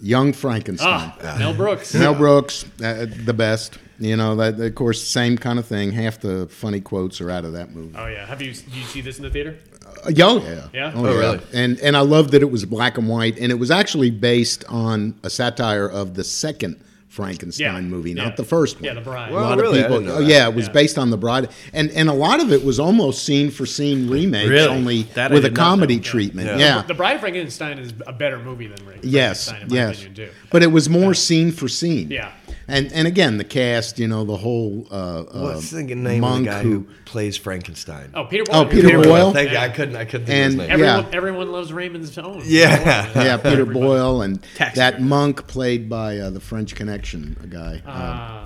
E: Young Frankenstein.
D: Ah, Mel Brooks.
E: Mel Brooks, uh, the best. You know, that, of course, same kind of thing. Half the funny quotes are out of that movie.
D: Oh yeah, have you did you see this in the theater?
E: Uh, yeah, oh, yeah.
D: Yeah?
E: Oh,
D: Oh,
E: yeah.
C: really?
E: And and I love that it was black and white, and it was actually based on a satire of the second Frankenstein
D: Yeah.
E: movie,
D: Yeah.
E: not the first one.
D: Yeah, The Bride.
E: a
C: Well-
E: lot
C: really? I
E: of people.
C: didn't know
E: oh
C: that.
E: yeah, it was based on the bride, and and a lot of it was almost scene for scene remakes,
B: Really?
E: only
B: That I
E: with a
B: did not
E: comedy
B: know.
E: treatment.
C: Yeah.
E: Yeah.
D: The Bride of Frankenstein is a better movie than Ring.
E: Yes,
D: Frankenstein, in
E: yes,
D: my opinion, too.
E: but it was more scene for scene.
D: Yeah.
E: and and again, the cast, you know, the whole. Uh,
C: <laughs> What's
E: uh,
C: the name of the
E: monk
C: guy who,
E: who-
C: plays Frankenstein?
D: Oh, Peter.
E: Oh,
D: Weller.
E: Peter Peter Boyle. Boyle.
C: Thank you. I couldn't. I couldn't think
E: And-
C: of his name.
E: yeah.
D: Everyone, everyone loves Raymond's own.
C: Yeah.
E: yeah, Peter Boyle and
B: Taxi
E: that
B: driver.
E: monk played by uh, the French Connection a guy. um,
D: Ah,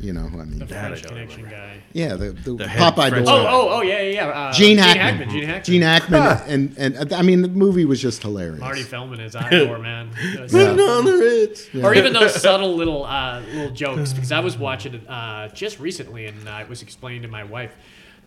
E: you know, who I mean,
D: the French
B: don't
D: Connection guy.
E: yeah, the, the,
B: head
E: Popeye
B: French
E: Doyle.
D: Oh, oh, oh, yeah, yeah, yeah. Uh,
E: Gene Hackman.
D: Gene Hackman.
E: Gene Hackman, and and uh, I mean, the movie was just hilarious.
D: Marty
B: <laughs>
D: Feldman is Ivor, man.
E: <laughs>
B: on the ridge.
D: Or even those subtle little uh, little jokes, because I was watching it uh, just recently, and uh, it was explained to my wife.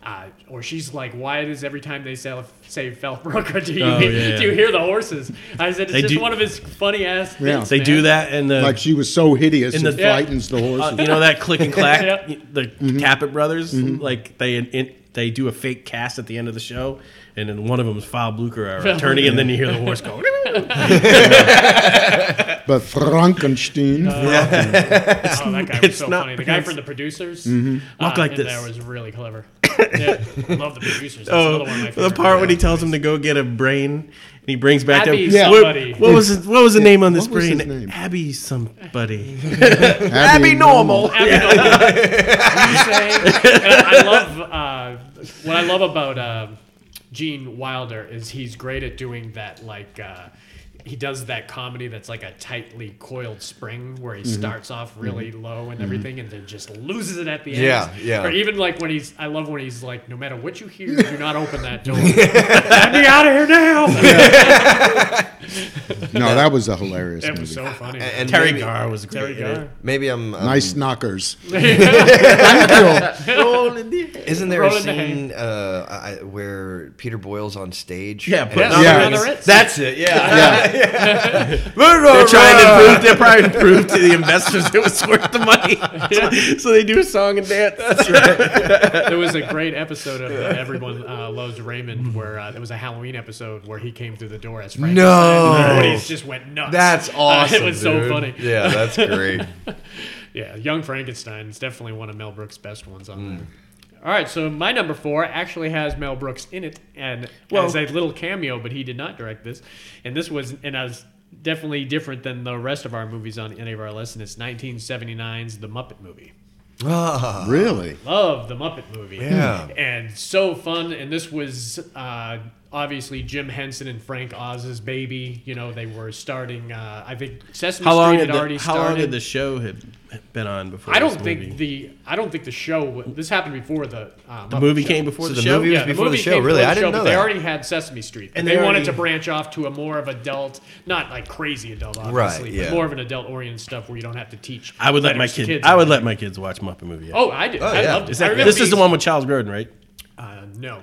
D: Uh, or she's like, "Why does every time they sell, say Fellbrook, <laughs> do you
B: Oh, yeah,
D: do you hear the horses?" I said, "It's
B: They
D: just
B: do-
D: one of his funny ass."
E: Yeah.
D: things,
B: They
D: man."
B: do that and the
E: like she was so hideous,
B: In the-
E: it
B: Yeah.
E: frightens the horses.
B: Uh, you know that click and <laughs> clack,
D: Yep.
B: the
E: Mm-hmm.
B: Caput brothers, like they it, they do a fake cast at the end of the show, and then one of them is File Blucher, our attorney, and then you hear the horse <laughs> go.
E: But Frankenstein,
D: Uh, Oh, that guy was
B: it's
D: so
B: not
D: funny. The
B: pronounced-
D: guy
B: Mm-hmm.
D: from the producers. Ah,
B: Walk like
D: and
B: this.
D: That was
B: <laughs>
D: really clever. Yeah, love the producers. That's another one of my
B: Oh, the
D: favorite
B: part when he tells him to go get a brain, and he brings back
D: Abby
B: that.
D: somebody.
B: What, what was his, what was the name on this
E: What was his
B: brain?
E: name?
B: Abby somebody.
E: Abby Normal.
D: Abby Normal. You
B: <laughs>
D: say- and I I love uh, what I love about uh, Gene Wilder is he's great at doing that. Like uh, he does that comedy that's like a tightly coiled spring where
B: Mm-hmm.
D: he starts off really low and everything, and then just loses it at the end.
C: Yeah, yeah.
D: Or even like when he's, I love when he's like, no matter what you hear, do not open that
B: <laughs>
D: door. Let me out of here now.
E: No, that was a hilarious
D: It
E: movie.
D: was so funny.
C: <laughs> And, and
B: Terry
C: maybe,
B: Garr <laughs> was great.
D: there we go.
C: Maybe I'm, uh, I'm
E: nice
D: <laughs>
E: knockers.
C: Isn't there a
D: Rolling the hay.
C: scene uh, I, I- where Peter Boyle's on stage?
B: Yeah,
C: And
B: but-
C: it's-
E: Yeah.
D: Another Ritz.
B: That's it. Yeah.
E: Yeah,
B: They're trying to <laughs> prove. They're trying to prove to the investors it was worth the
D: <laughs>
B: money. So- so they do a song and dance. <laughs>
D: there was a great episode of uh, Everyone uh, Loves
C: Mm-hmm.
D: Raymond where uh, there was a Halloween episode where he came through the door as Frankenstein.
C: No.
D: and everybody just went nuts.
C: That's
D: Uh,
C: <laughs>
D: <laughs>
C: awesome.
D: it was
C: dude.
D: so funny.
C: Yeah, <laughs> that's great.
D: Yeah, Young Frankenstein is definitely one of Mel Brooks' best ones on
C: Mm.
D: there. All right, so my number four actually has Mel Brooks in it, and
B: Well-
D: as a little cameo, but he did not direct this. And this was, and I was definitely different than the rest of our movies on any of our lists, and it's 1979's The Muppet Movie.
C: Ah,
E: really.
D: Love The Muppet Movie.
C: yeah.
D: and so fun. And this was uh, obviously Jim Henson and Frank Oz's baby. You know, they were starting. Uh, I think Sesame
B: How long
D: Street
B: had
D: had
B: the,
D: already
B: how
D: started.
B: long had the show have been on before?
D: I don't
B: this
D: think
B: movie?
D: the I don't think the show. w- This happened before the um,
B: The movie came before
C: So
B: the,
C: the
B: show.
C: movie was
D: Yeah,
C: before the
D: movie
C: show,
D: came
C: really?
D: before
C: I
D: the
C: didn't
D: show, but
C: know
D: They
C: that.
D: already had Sesame Street, and
C: And
D: they,
C: they
D: wanted to
C: already-
D: branch off to a more of adult, not like crazy adult, obviously,
C: Right,
D: but
C: yeah.
D: more of an adult-oriented stuff where you don't have to teach.
B: I would let my
D: letters to
B: kid.
D: kids.
B: I would let my kids watch Muppet movie.
D: Oh, I did.
C: Oh,
D: I
C: yeah.
D: loved it.
B: Is
D: I
B: that,
D: remember
B: this is the
D: being-
B: one with Charles Grodin, right?
D: Uh, no,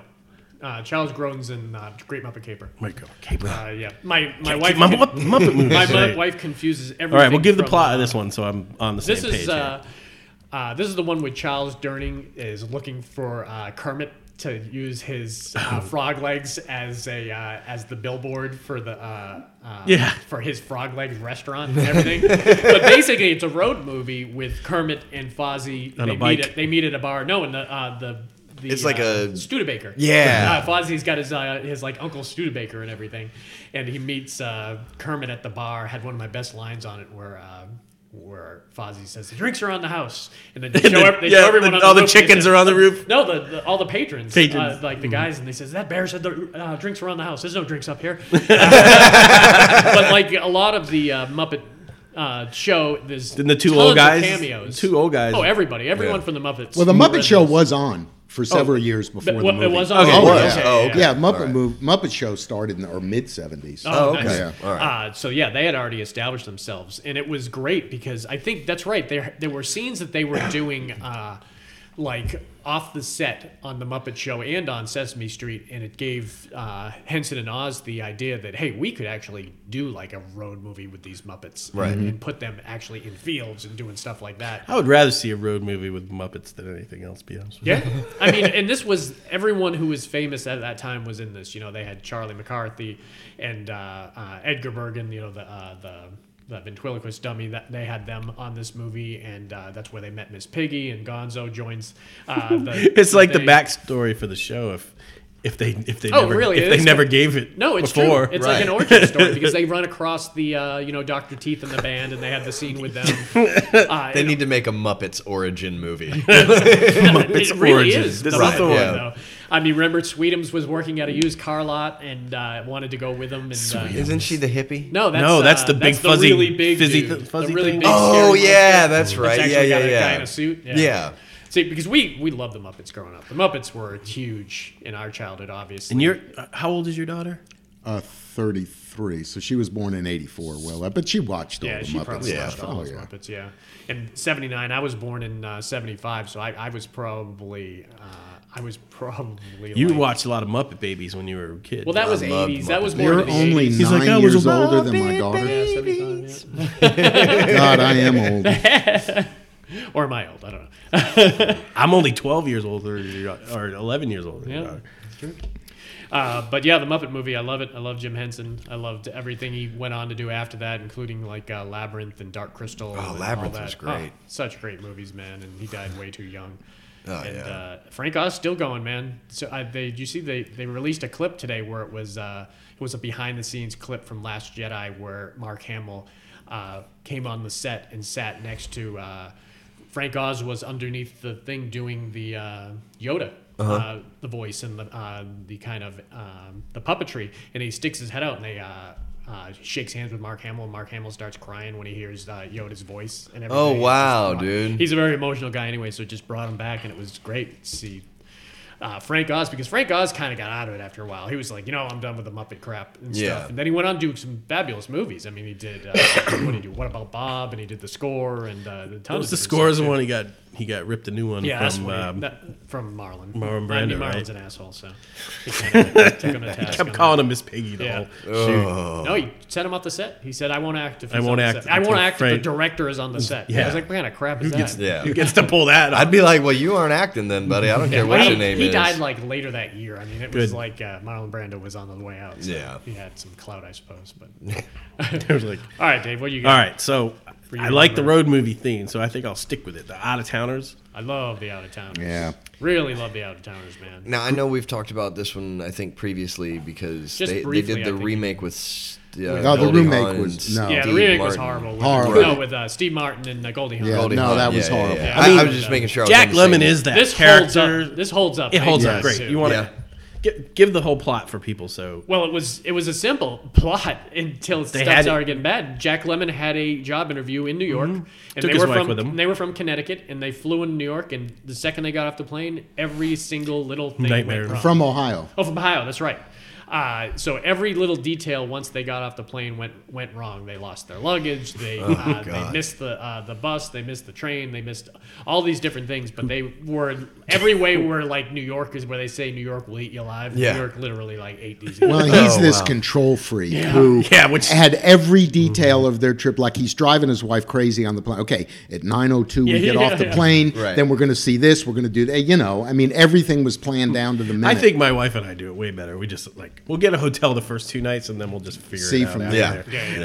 D: uh, Charles Grodin's in uh, Great Muppet Caper.
B: My God, okay, bro.
D: Uh, yeah, my my
B: Keep
D: wife.
B: my
D: con-
B: Mupp- Muppet movie.
D: <laughs> my mu-
B: straight.
D: wife confuses everything.
B: All right, we'll give the
D: from,
B: plot
D: uh,
B: of this one so I'm on the same
D: This
B: page.
D: is
B: here.
D: uh, uh, this is the one where Charles Durning is looking for uh, Kermit to use his
B: Oh.
D: uh, frog legs as a uh, as the billboard for the uh, uh,
B: Yeah.
D: for his frog legs restaurant
B: <laughs>
D: and everything. but basically, it's a road movie with Kermit and Fozzie.
B: On a
D: they
B: bike.
D: meet at, they meet at a bar. No, in the uh, the. The,
C: It's like
D: uh,
C: a-
D: Studebaker.
C: Yeah.
D: uh, Fozzie's got his uh, his like Uncle Studebaker and everything, and he meets uh, Kermit at the bar. Had one of my best lines on it where uh, where Fozzie says the drinks are on the house,
B: <laughs>
D: and then they show, up, they
B: yeah,
D: show everyone
B: the-
D: on the
B: all the
D: roof, and they
B: chickens
D: say-
B: are on the roof.
D: No, the, the all the patrons,
B: Patrons. Mm-hmm.
D: Uh, like the guys, and they says that bear said the uh, drinks were on the house. There's no drinks
B: <laughs>
D: up here, <laughs> but like a lot of the uh, Muppet. Uh, show there's
B: Then the two
D: tons
B: old
D: of
B: guys-
D: cameos
B: two old guys.
D: oh everybody everyone
C: Yeah.
D: from the Muppets
E: Well, the
D: were
E: Muppet
D: in
E: Show
D: this.
E: was on for several years before
D: But
E: the
D: what-
E: movie.
D: Oh, it was on
B: Okay,
E: Oh,
B: it
E: yeah.
B: was.
C: Oh, okay.
E: Yeah, Muppet
C: All right.
E: move, Muppet Show started in the or mid seventies.
C: Oh, okay.
D: nice.
E: Yeah.
C: All right.
D: Uh, so yeah, they had already established themselves, and it was great because I think that's right. There there were scenes that they
C: <coughs>
D: were doing. Uh, like off the set on the Muppet Show and on Sesame Street, and it gave uh, Henson and Oz the idea that hey, we could actually do like a road movie with these Muppets,
C: Right. Mm-hmm.
D: And, put them actually in fields and doing stuff like that.
B: I would rather see a road movie with Muppets than anything else. to Be honest. With you.
D: Yeah, <laughs> I mean, and this was everyone who was famous at that time was in this. You know, they had Charlie McCarthy and uh, uh, Edgar Bergen. You know, the uh, the the ventriloquist dummy that they had them on this movie, and uh, that's where they met Miss Piggy and Gonzo joins.
B: <laughs>
D: Uh, the,
B: It's like the
D: they-
B: backstory for the show. If if they if they
D: Oh,
B: never
D: really?
B: if
D: It
B: they
D: is
B: never
D: kind-
B: gave it
D: No, it's
B: before.
D: true. It's like an
B: <laughs>
D: origin story because they run across the uh, you know Doctor Teeth and the band, and they have the scene
B: <laughs>
D: with them. Uh,
C: They
D: and
C: need to make a Muppets origin <laughs> movie.
D: it really
B: origin.
D: is.
B: This
D: the
B: is
D: Muppet
C: the
D: one,
C: one.
D: though. I mean, remember Sweetums was working at a used car lot and uh, wanted to go with him. And uh,
C: Isn't she the hippie?
D: no, that's,
B: No, that's
D: uh,
B: the big
D: the
B: fuzzy-
D: really big
B: fizzy-
D: dude,
B: fuzzy
D: the really
B: thing?
D: Big scary
C: Oh
D: monster
C: yeah, that's
D: that's
C: right. Yeah,
D: actually
C: yeah,
D: got a guy
C: yeah.
D: in a suit. Yeah.
C: Yeah.
D: See, because we we loved the Muppets growing up. The Muppets were huge in our childhood, obviously.
B: And you're uh, how old is your daughter?
E: Uh, thirty three. So she was born in eighty four. Well, but she watched all
D: yeah,
E: the
D: she
E: Muppets.
D: probably
E: stuff.
D: watched all
E: oh,
D: those
E: yeah.
D: Muppets. Yeah, and '79. I was born in uh, '75, so I, I was probably uh, I was probably
B: You
D: like-
B: watched a lot of Muppet Babies when you were a kid.
D: Well, that was
C: loved
D: '80s. That was more
E: You're
D: into the
E: only
D: 80s.
E: nine
B: like, I was
E: years
B: a
E: older than my daughter.
D: Yeah, 75, yeah.
E: God, I am old.
D: <laughs> Or am I old? I don't know.
B: I'm only 12 years older than your- or 11 years older. than your
D: Yeah.
B: daughter.
D: Uh, but yeah, the Muppet movie, I love it. I love Jim Henson. I loved everything he went on to do after that, including like uh, Labyrinth and Dark Crystal. and all
C: Oh, Labyrinth was
D: that.
C: great.
D: Oh, such great movies, man. And he died way too young.
C: Oh,
D: and
C: yeah.
D: uh, Frank Oz still going, man. So I, they, you see, they, they released a clip today where it was uh, it was a behind the scenes clip from Last Jedi where Mark Hamill uh, came on the set and sat next to uh, Frank Oz was underneath the thing doing the uh, Yoda. uh
C: Uh-huh.
D: the voice and the uh, the kind of um, the puppetry, and he sticks his head out and they uh, uh, shakes hands with Mark Hamill. and Mark Hamill starts crying when he hears uh, Yoda's voice and everything.
C: Oh
D: It's just
C: wow,
D: brought-
C: dude.
D: He's a very emotional guy anyway, so it just brought him back, and it was great to see uh, Frank Oz because Frank Oz kind of got out of it after a while. He was like, you know, I'm done with the Muppet crap and
C: Yeah.
D: stuff. And then he went on to do some fabulous movies. I mean, he did uh, <coughs> what did he do? What about Bob? And he did the score and uh, the
B: What
D: tons.
B: was the
D: of
B: score is the
D: stuff,
B: one he got he got ripped a new one
D: too. Yeah, that's
B: from
D: what he-
B: um,
D: that- from Marlon.
B: Marlon
D: I
B: Brando,
D: mean, Marlon's
B: right?
D: an asshole, so
B: <laughs>
D: he kinda took him to task
B: kept
D: on
B: calling him Miss Piggy the
D: Yeah.
B: whole Oh,
D: that. No, he sent him off the set. He said, "I won't act if
B: I
D: he's
B: won't
D: on
B: act
D: The set. I
B: until
D: won't act if
B: Frank-
D: the director is on the set." Yeah. I
B: Yeah.
D: was like, "What kind of crap is
B: Who
D: that?"
B: gets,
C: Yeah.
B: who gets to pull that?
C: I'd be like, well, you aren't acting then, buddy. I don't care what
D: Well,
C: your
D: he-
C: name
D: he
C: is.
D: died like later that year. I mean, it was
B: Good.
D: like uh, Marlon Brando was on the way out. So
C: Yeah.
D: he had some clout, I suppose. But
B: <laughs>
D: <laughs>
B: I was like,
D: all right, Dave, what do you got?
B: all right. So
D: you
B: I
D: to
B: like the
D: remember.
B: road movie theme, so I think I'll stick with it. The out of towners.
D: I love the out of towners.
E: Yeah.
D: really love the out of towners, man.
C: Now I know we've talked about this one I think previously because
D: Just
C: they,
D: briefly,
C: they
D: I
C: did the
D: think.
C: remake with S- uh,
E: No, Oh, the
C: Goldie
E: remake
C: Hawn and
E: was- no.
D: yeah, the
C: Steve
D: remake was
C: Martin.
D: horrible. With,
E: Horrible.
D: No, with uh, Steve Martin and uh, Goldie Hawn.
E: Yeah.
C: Goldie
E: No,
C: Hawn.
E: that was
C: Yeah, yeah,
E: horrible.
C: yeah.
D: I
C: I, I
D: mean,
C: was just making sure. I
B: Jack
C: wasn't the same
B: Lemon
C: one.
B: is that
D: This holds
B: character.
D: up. This holds up.
B: it holds
D: I
B: up
D: think,
B: great.
D: too.
B: You want
C: Yeah.
B: to Gi- give the whole plot for people. So
D: Well, it was it was a simple plot <laughs> until stuff
B: had- Mhm.
D: started getting bad. Jack Lemon had a job interview in New York, and
B: Took
D: they
B: his
D: were
B: wife
D: from
B: with him.
D: they were from Connecticut, and they flew in New York. And the second they got off the plane, every single little thing
B: Nightmare.
D: went wrong.
E: From Ohio.
D: oh, from Ohio. That's right. Uh, so every little detail once they got off the plane went went wrong. They lost their
B: <laughs>
D: luggage. They
B: Oh,
D: uh, they
C: God.
D: missed the uh, the bus. They missed the train. They missed all these different things. But they were every way were like New York is where they say New York will eat you alive.
C: Yeah.
D: New York literally like ate
B: <laughs>
D: these.
E: Well, he's
C: Oh,
E: this
C: wow.
E: control freak who
B: Yeah, which- Mm-hmm.
E: had every detail of their trip. Like he's driving his wife crazy on the plane. Okay, at nine oh two we
D: Yeah,
E: get
D: yeah,
E: off the
D: yeah.
E: plane.
C: Right.
E: Then we're going to see this. We're going to do that. You know, I mean, everything was planned down to the minute.
B: I think my wife and I do it way better. We just like we'll get a hotel the first two nights and then we'll just figure
E: See
B: it out.
E: from
B: after
C: Yeah.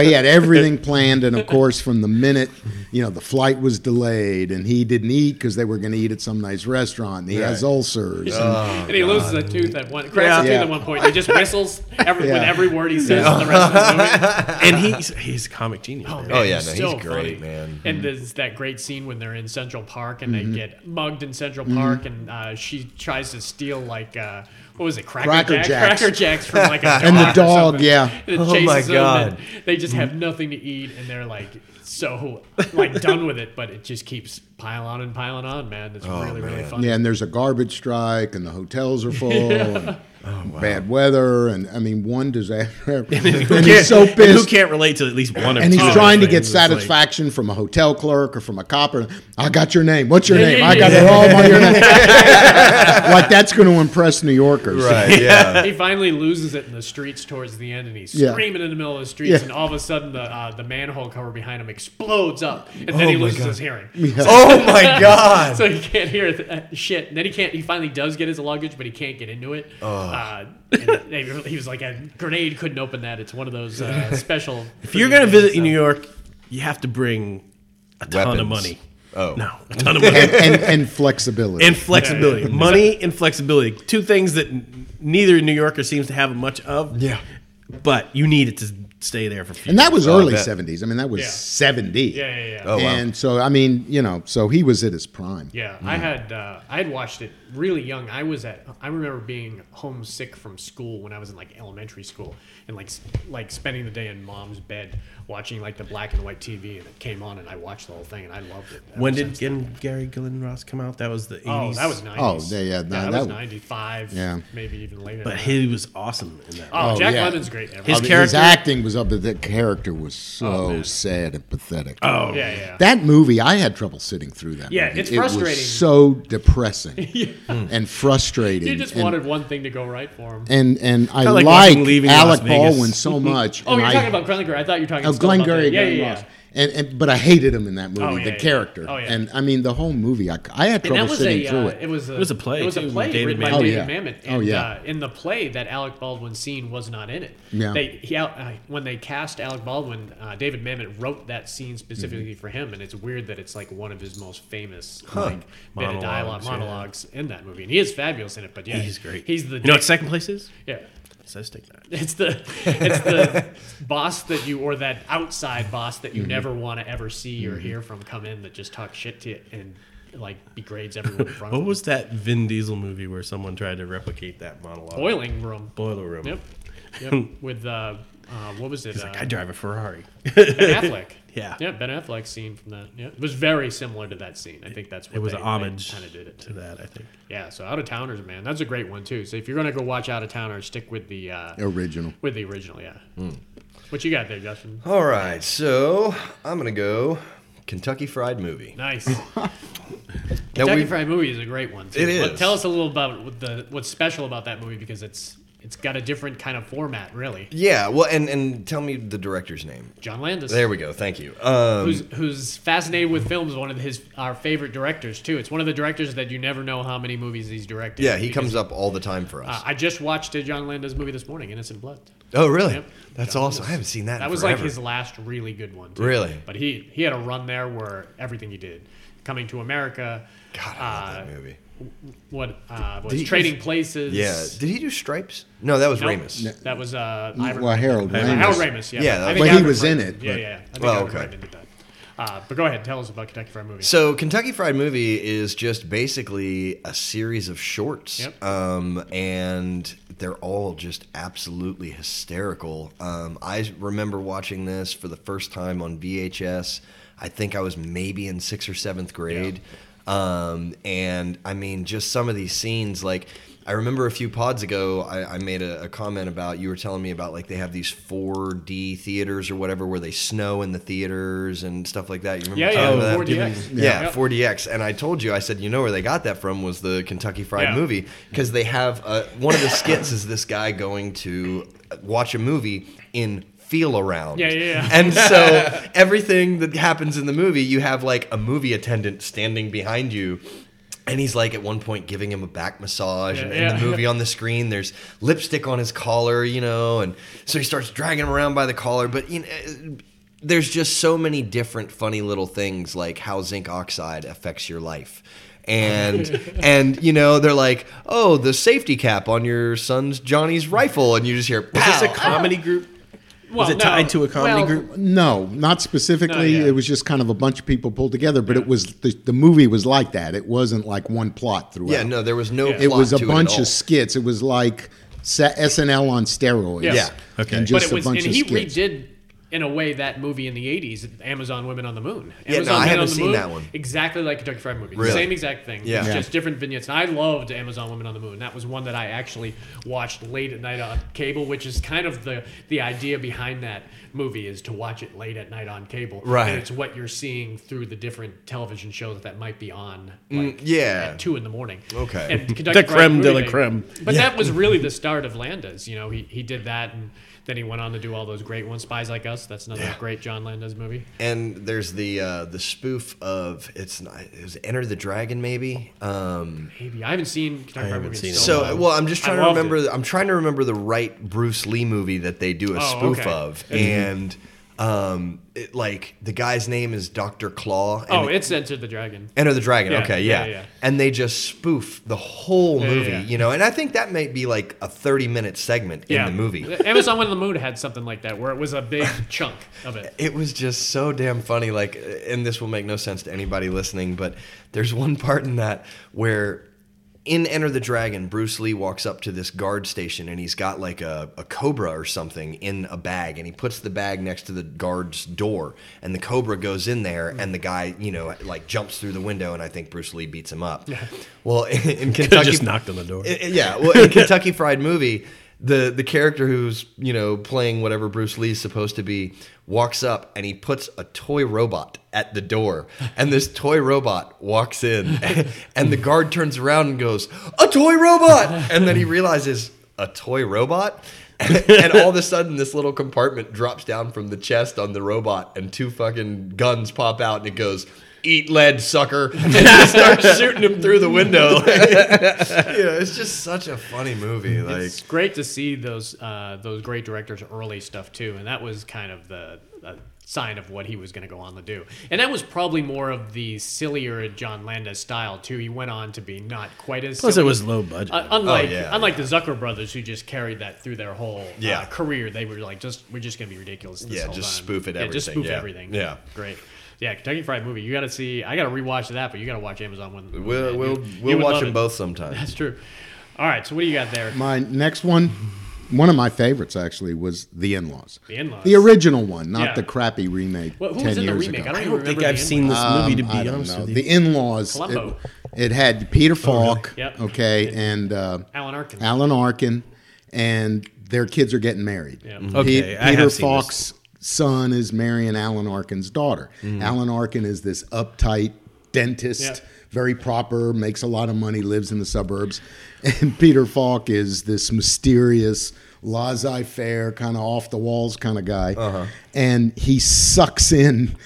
B: <laughs>
E: he had everything planned, and of course, from the minute you know the flight was delayed, and he didn't eat because they were going to eat at some nice restaurant. And he has ulcers. and-
D: <laughs> And he loses a tooth at one, cracks a tooth
E: Yeah.
D: at one point. He just whistles every, with
E: Yeah.
D: every word he says for the rest of the
E: <laughs>
D: movie.
B: and <laughs> he's he's a comic genius. man.
C: Oh, yeah, no,
D: so
C: he's great, man.
E: Mm-hmm.
D: And there's that great scene when they're in Central Park and they get mugged in Central
E: Mm-hmm.
D: Park, and uh, she tries to steal like uh, what was it, Cracker,
E: Cracker
D: Jack-
E: Jacks.
D: Cracker Jacks from
E: <laughs>
D: like a dog
E: And the
D: or
E: dog,
D: something.
E: yeah. Mm-hmm.
D: And it
C: Oh,
D: chases
C: my
D: them, and
C: God.
D: They just have nothing to eat, and they're like so like done with it, but it just keeps piling on and piling on, man. It's
C: Oh,
D: really really fun.
E: Yeah, and there's a garbage strike, and the hotels are full, and
B: Oh,
E: bad weather, and I mean,
B: <laughs>
E: one disaster. and
B: Can't-
E: he's so
B: and who
E: pissed.
B: can't relate to at least one of
E: And he's
B: two of
E: trying to
B: those
E: get
B: things. It's like-
E: satisfaction from a hotel clerk or from a copper. I got your name. What's your
D: Yeah,
E: name?
D: yeah,
E: I got
D: yeah.
E: it all by your name.
D: <laughs>
E: like that's going to impress New Yorkers.
C: Right. Yeah.
D: he finally loses it in the streets towards the end, and he's
E: Yeah.
D: screaming in the middle of the streets,
E: Yeah.
D: and all of a sudden the uh, the manhole cover behind him explodes up, and then he loses his hearing,
C: <laughs> oh my god.
D: so he can't hear th- uh, shit. And then he can't. He finally does get his luggage, but he can't get into it. Uh, and they- he was like a grenade couldn't open that. It's one of those
B: <laughs>
D: uh, special.
B: If you're gonna visit New York, you have to bring a ton of
C: Weapons.
B: money.
C: Oh.
B: No, a ton of money <laughs>
E: And, and, and flexibility.
B: and flexibility. Money and flexibility. Two things that n- neither New Yorker seems to have much of.
C: Yeah.
B: but you need it to stay there for. Future.
E: and that was
C: Oh, I
E: early
C: bet.
E: 70s. I mean, that was
D: Yeah.
E: 70.
D: Yeah, yeah, yeah.
C: Oh wow.
E: And so, I mean, you know, so he was at his prime.
D: Yeah, I had uh, I had watched it really young. I was at I remember being homesick from school when I was in like elementary school and like s- like spending the day in mom's bed watching like the black and white TV and it came on and I watched the whole thing and I loved it.
B: When did Gin- Gary Gillen Ross come out? That was the 80s.
D: oh that was nineties.
E: yeah, yeah, no,
D: that,
E: that
D: was
E: w-
D: ninety five.
E: Yeah.
D: maybe even later.
B: But
D: than
B: he was awesome in that.
D: that. oh,
E: Oh,
D: Jack
E: yeah.
D: Lemon's great.
B: His
D: His
E: I mean,
B: character-
E: His acting was up, but the character was so sad and pathetic.
B: Oh,
D: yeah, Oh, yeah.
E: That movie, I had trouble sitting through that.
D: Yeah,
E: movie.
D: it's
E: It was
D: frustrating. <laughs>
E: so depressing and frustrating.
D: you just
E: and,
D: wanted one thing to go right for him.
E: and and I
B: Kinda like
E: like,
B: watching Leaving
E: Alec
B: Las Vegas.
E: Baldwin so much.
D: <laughs> Oh,
E: and
D: you're
E: I-
D: talking about Glengarry. I thought you were talking
E: Oh,
D: still
E: Glenn
D: about
E: Gary,
D: that. Yeah,
E: Glenn
D: yeah,
E: Ross.
D: yeah.
E: And, and but I hated him in that movie,
D: Oh, yeah,
E: the
D: yeah.
E: character.
D: Oh, yeah.
E: And I mean, the whole movie, I, I had
D: And
E: trouble
D: that was
E: sitting
D: a,
E: through
D: uh,
E: it.
D: it was a
B: It was a play,
D: It was a
B: too, with
D: play
B: David
D: written by
B: Mamet. Oh,
D: David
E: yeah.
D: Mamet.
E: Oh,
D: And,
E: yeah.
D: uh, in the play that Alec Baldwin scene was not in it.
E: Yeah.
D: They he, out- uh, when they cast Alec Baldwin, uh, David Mamet wrote that scene specifically
E: Mm-hmm.
D: for him, and it's weird that it's like one of his most famous like bit of dialogue
B: Monologues, yeah.
D: monologues in that movie, and he is fabulous in it. But yeah,
B: he's great.
D: He's the
B: You know what second place is?
D: yeah. <laughs>
B: It says take that.
D: It's the it's the <laughs> boss that you or that outside boss that
E: Mm-hmm.
D: you never want to ever see or hear from come in that just talks shit to you and like degrades everyone in front of
B: What
D: them.
B: was that Vin Diesel movie where someone tried to replicate that monologue?
D: boiling room?
B: Boiler room.
D: Yep. Yep. With uh, uh what was it? uh,
B: Hmm. I drive a
D: <laughs>
B: Ferrari.
D: ben Affleck.
B: <laughs> Yeah.
D: Yeah, Ben Affleck scene from that. Yeah. It was very similar to that scene. I think that's what
B: It was
D: they,
B: a homage
D: kind of did it
B: to
D: to.
B: that, I
D: <laughs>
B: think.
D: Yeah, so Out of Towners, man. That's a great one too. So if you're gonna go watch Out of Towners, stick with the uh
E: Original.
D: with the original, yeah.
B: Hmm.
D: What you got there, Justin?
C: All right. So I'm gonna go Kentucky Fried Movie.
B: <laughs>
D: Nice.
C: Now,
D: Kentucky
C: we-
D: Fried Movie is a great one. Too.
C: It is.
D: But tell us a little about what the what's special about that movie because it's it's got a different kind of format, really.
C: Yeah. Well, and and tell me the director's name.
D: John Landis,
C: There we go. Thank you. Um,
D: who's who's fascinated with films, one of his our favorite directors too. It's one of the directors that you never know how many movies he's directed.
C: yeah, he
D: because,
C: comes up all the time for us.
D: Uh, I just watched a John Landis movie this morning, Innocent Blood.
C: oh, really?
D: Yep.
C: That's
D: John
C: awesome.
D: Landis.
C: I haven't seen that.
D: That
C: in
D: was like
C: forever.
D: his last really good one. Too.
C: Really?
D: But he he had a run there where everything he did, Coming to America,
C: God, I love
D: uh,
C: that movie.
D: what uh, was
C: he-
D: Trading Places.
C: Yeah. Did he do Stripes? No, that was
D: No,
C: Ramus.
D: That was uh,
E: Well, Harold
D: Ramis.
E: Ramis.
D: Harold Ramis, yeah.
C: Yeah,
D: I
C: that
D: think
C: was-
E: But he
D: Harold
E: was in
D: Ramis-
E: it,
D: Yeah,
E: but-
D: yeah. I think
C: Well,
D: Harold
C: okay.
D: Ramis did that. Uh, but go ahead, tell us about Kentucky Fried Movie.
C: So Kentucky Fried Movie is just basically a series of shorts,
D: Yep.
C: um, and they're all just absolutely hysterical. Um, I remember watching this for the first time on VHS. I think I was maybe in sixth or seventh grade, um, and I mean, just some of these scenes, like. I remember a few pods ago, I, I made a, a comment about you were telling me about like they have these 4D theaters or whatever where they snow in the theaters and stuff like that. You remember
D: yeah, yeah,
C: telling me that?
D: 4DX.
C: Yeah,
D: Yep.
C: 4DX. And I told you, I said, you know where they got that from was the Kentucky Fried
D: Yeah.
C: Movie because they have uh, one of the skits is this guy going to watch a movie in feel around.
D: Yeah, yeah, yeah. <laughs>
C: And so everything that happens in the movie, you have like a movie attendant standing behind you. And he's like at one point giving him a back massage,
D: Yeah,
C: and
D: yeah.
C: in the movie on the screen, there's lipstick on his collar, you know, and so he starts dragging him around by the collar. But you know, there's just so many different funny little things like how zinc oxide affects your life and and you know they're like oh the safety cap on your son's johnny's rifle and you just hear
B: Is this
C: pow.
B: a comedy group?
D: Well,
B: Was it
D: no.
B: tied to a comedy
D: Well,
B: group?
E: No, not specifically.
D: No, Oh, yeah.
E: It was just kind of a bunch of people pulled together, but it was the, the movie was like that. It wasn't like one plot
C: <laughs>
E: throughout.
C: yeah no there was no
E: it
C: plot
E: was a
C: to
E: bunch
C: at all.
E: of skits. It was like sa- SNL on steroids.
D: Yes. Yeah.
B: Okay.
E: And
D: But
E: just
D: it was,
E: a
D: and
E: bunch of
D: he
E: skits.
D: redid in a way that movie in the '80s, Amazon Women on the Moon. Amazon
C: no, I
D: Women
C: haven't
D: on the
C: seen
D: Moon,
C: that one.
D: Exactly like Kentucky Fried Movie,
C: Really?
D: same exact thing.
C: Yeah.
D: it's
C: Yeah.
D: just different vignettes. And I loved Amazon Women on the Moon. That was one that I actually watched late at night on cable, which is kind of the the idea behind that movie is to watch it late at night on cable.
C: Right.
D: and it's what you're seeing through the different television shows that, that might be on.
C: Mm,
D: Like,
C: yeah.
D: at two in the morning.
C: Okay.
D: and Kentucky Fried
B: creme de la
D: Movie Day-
B: creme.
D: but that was really the start of Landa's. You know, he, he did that, and then he went on to do all those great ones. Spies Like Us. That's another great John Landa's movie.
C: and there's the uh the spoof of it's not it was enter the dragon maybe um
D: Maybe I haven't seen Kentucky Fried
B: haven't
D: Movie.
B: seen
D: in
B: it.
C: So
D: long.
C: well, I'm just
D: I
C: trying to
D: loved
C: remember.
D: it.
C: I'm trying to remember the right Bruce Lee movie that they do
D: Oh,
C: a spoof
D: okay.
C: of, and um, it, like the guy's name is Doctor Claw. And
D: oh, it's Entered the Dragon.
C: Enter the Dragon.
D: Yeah,
C: okay, yeah.
D: yeah, yeah.
C: and they just spoof the whole
D: yeah,
C: movie,
D: yeah.
C: you know. And I think that might be like a 30 minute segment
D: Yeah,
C: in the movie.
D: Amazon Went on the Moon had something like that, where it was a big chunk of it.
C: It was just so damn funny. Like, and this will make no sense to anybody listening, but there's one part in that where in Enter the Dragon, Bruce Lee walks up to this guard station and he's got like a, a cobra or something in a bag and he puts the bag next to the guard's door and the cobra goes in there
B: Hmm.
C: and the guy, you know, like jumps through the window and I think Bruce Lee beats him up. Well, <laughs> in, in Kentucky,
B: just knocked on the door.
C: I- I- yeah, well, in Kentucky Fried Movie, the the character who's you know playing whatever Bruce Lee's supposed to be walks up and he puts a toy robot at the door, and this toy robot walks in, <laughs> and the guard turns around and goes, "A toy robot!" and then he realizes a toy robot. <laughs> and all of a sudden, this little compartment drops down from the chest on the robot, and two fucking guns pop out, and it goes, "Eat lead, sucker!" <laughs> and it starts shooting him through the window yeah, it's just such a funny movie. Like,
D: It's great to see those uh, those great directors' early stuff too, and that was kind of the uh, sign of what he was going to go on to do. And that was probably more of the sillier John Landis style too. He went on to be not quite as
B: Plus, it
D: silly.
B: was low budget.
D: Uh, unlike
C: Oh, yeah,
D: unlike the Zucker brothers, who just carried that through their whole
C: Yeah.
D: uh, career, they were like, just we're just gonna be ridiculous. This
C: Yeah,
D: whole
C: just
D: time.
C: spoof it,
D: Yeah, just
C: everything,
D: spoof
C: yeah.
D: everything.
C: Yeah.
D: great. Yeah, Kentucky Fried Movie. You got to see. I got to rewatch that, but you got to watch Amazon when
C: we'll
D: you-
C: we'll,
D: you
C: we'll
D: would
C: watch
D: love
C: them
D: it.
C: both sometime.
D: That's true. All right, so what do you got there?
E: My next one, one of my favorites actually was The In Laws.
D: The In-Laws.
E: The original one, not
D: Yeah.
E: the crappy remake.
D: Well, who
E: 10
D: was in the
E: years
D: remake?
E: Ago.
D: I don't,
B: I
D: even
B: don't think
D: remember the
B: I've seen this movie, to
E: Um, I
B: be
E: don't
B: honest
E: know.
B: with you. Oh,
E: The In Laws. It,
D: Columbo.
E: it had Peter Falk,
D: Yep.
E: okay, and uh,
D: Alan Arkin.
E: Alan Arkin, and their kids are getting married.
B: Mm-hmm. Okay,
E: Pe-
B: I have
E: Peter
B: seen this.
E: Falk's son is marrying Alan Arkin's daughter. Alan Arkin is this uptight dentist,
D: Yep.
E: very proper, makes a lot of money, lives in the suburbs, and <laughs> Peter Falk is this mysterious. Laissez faire, kind of off the walls kind of guy, and he sucks in,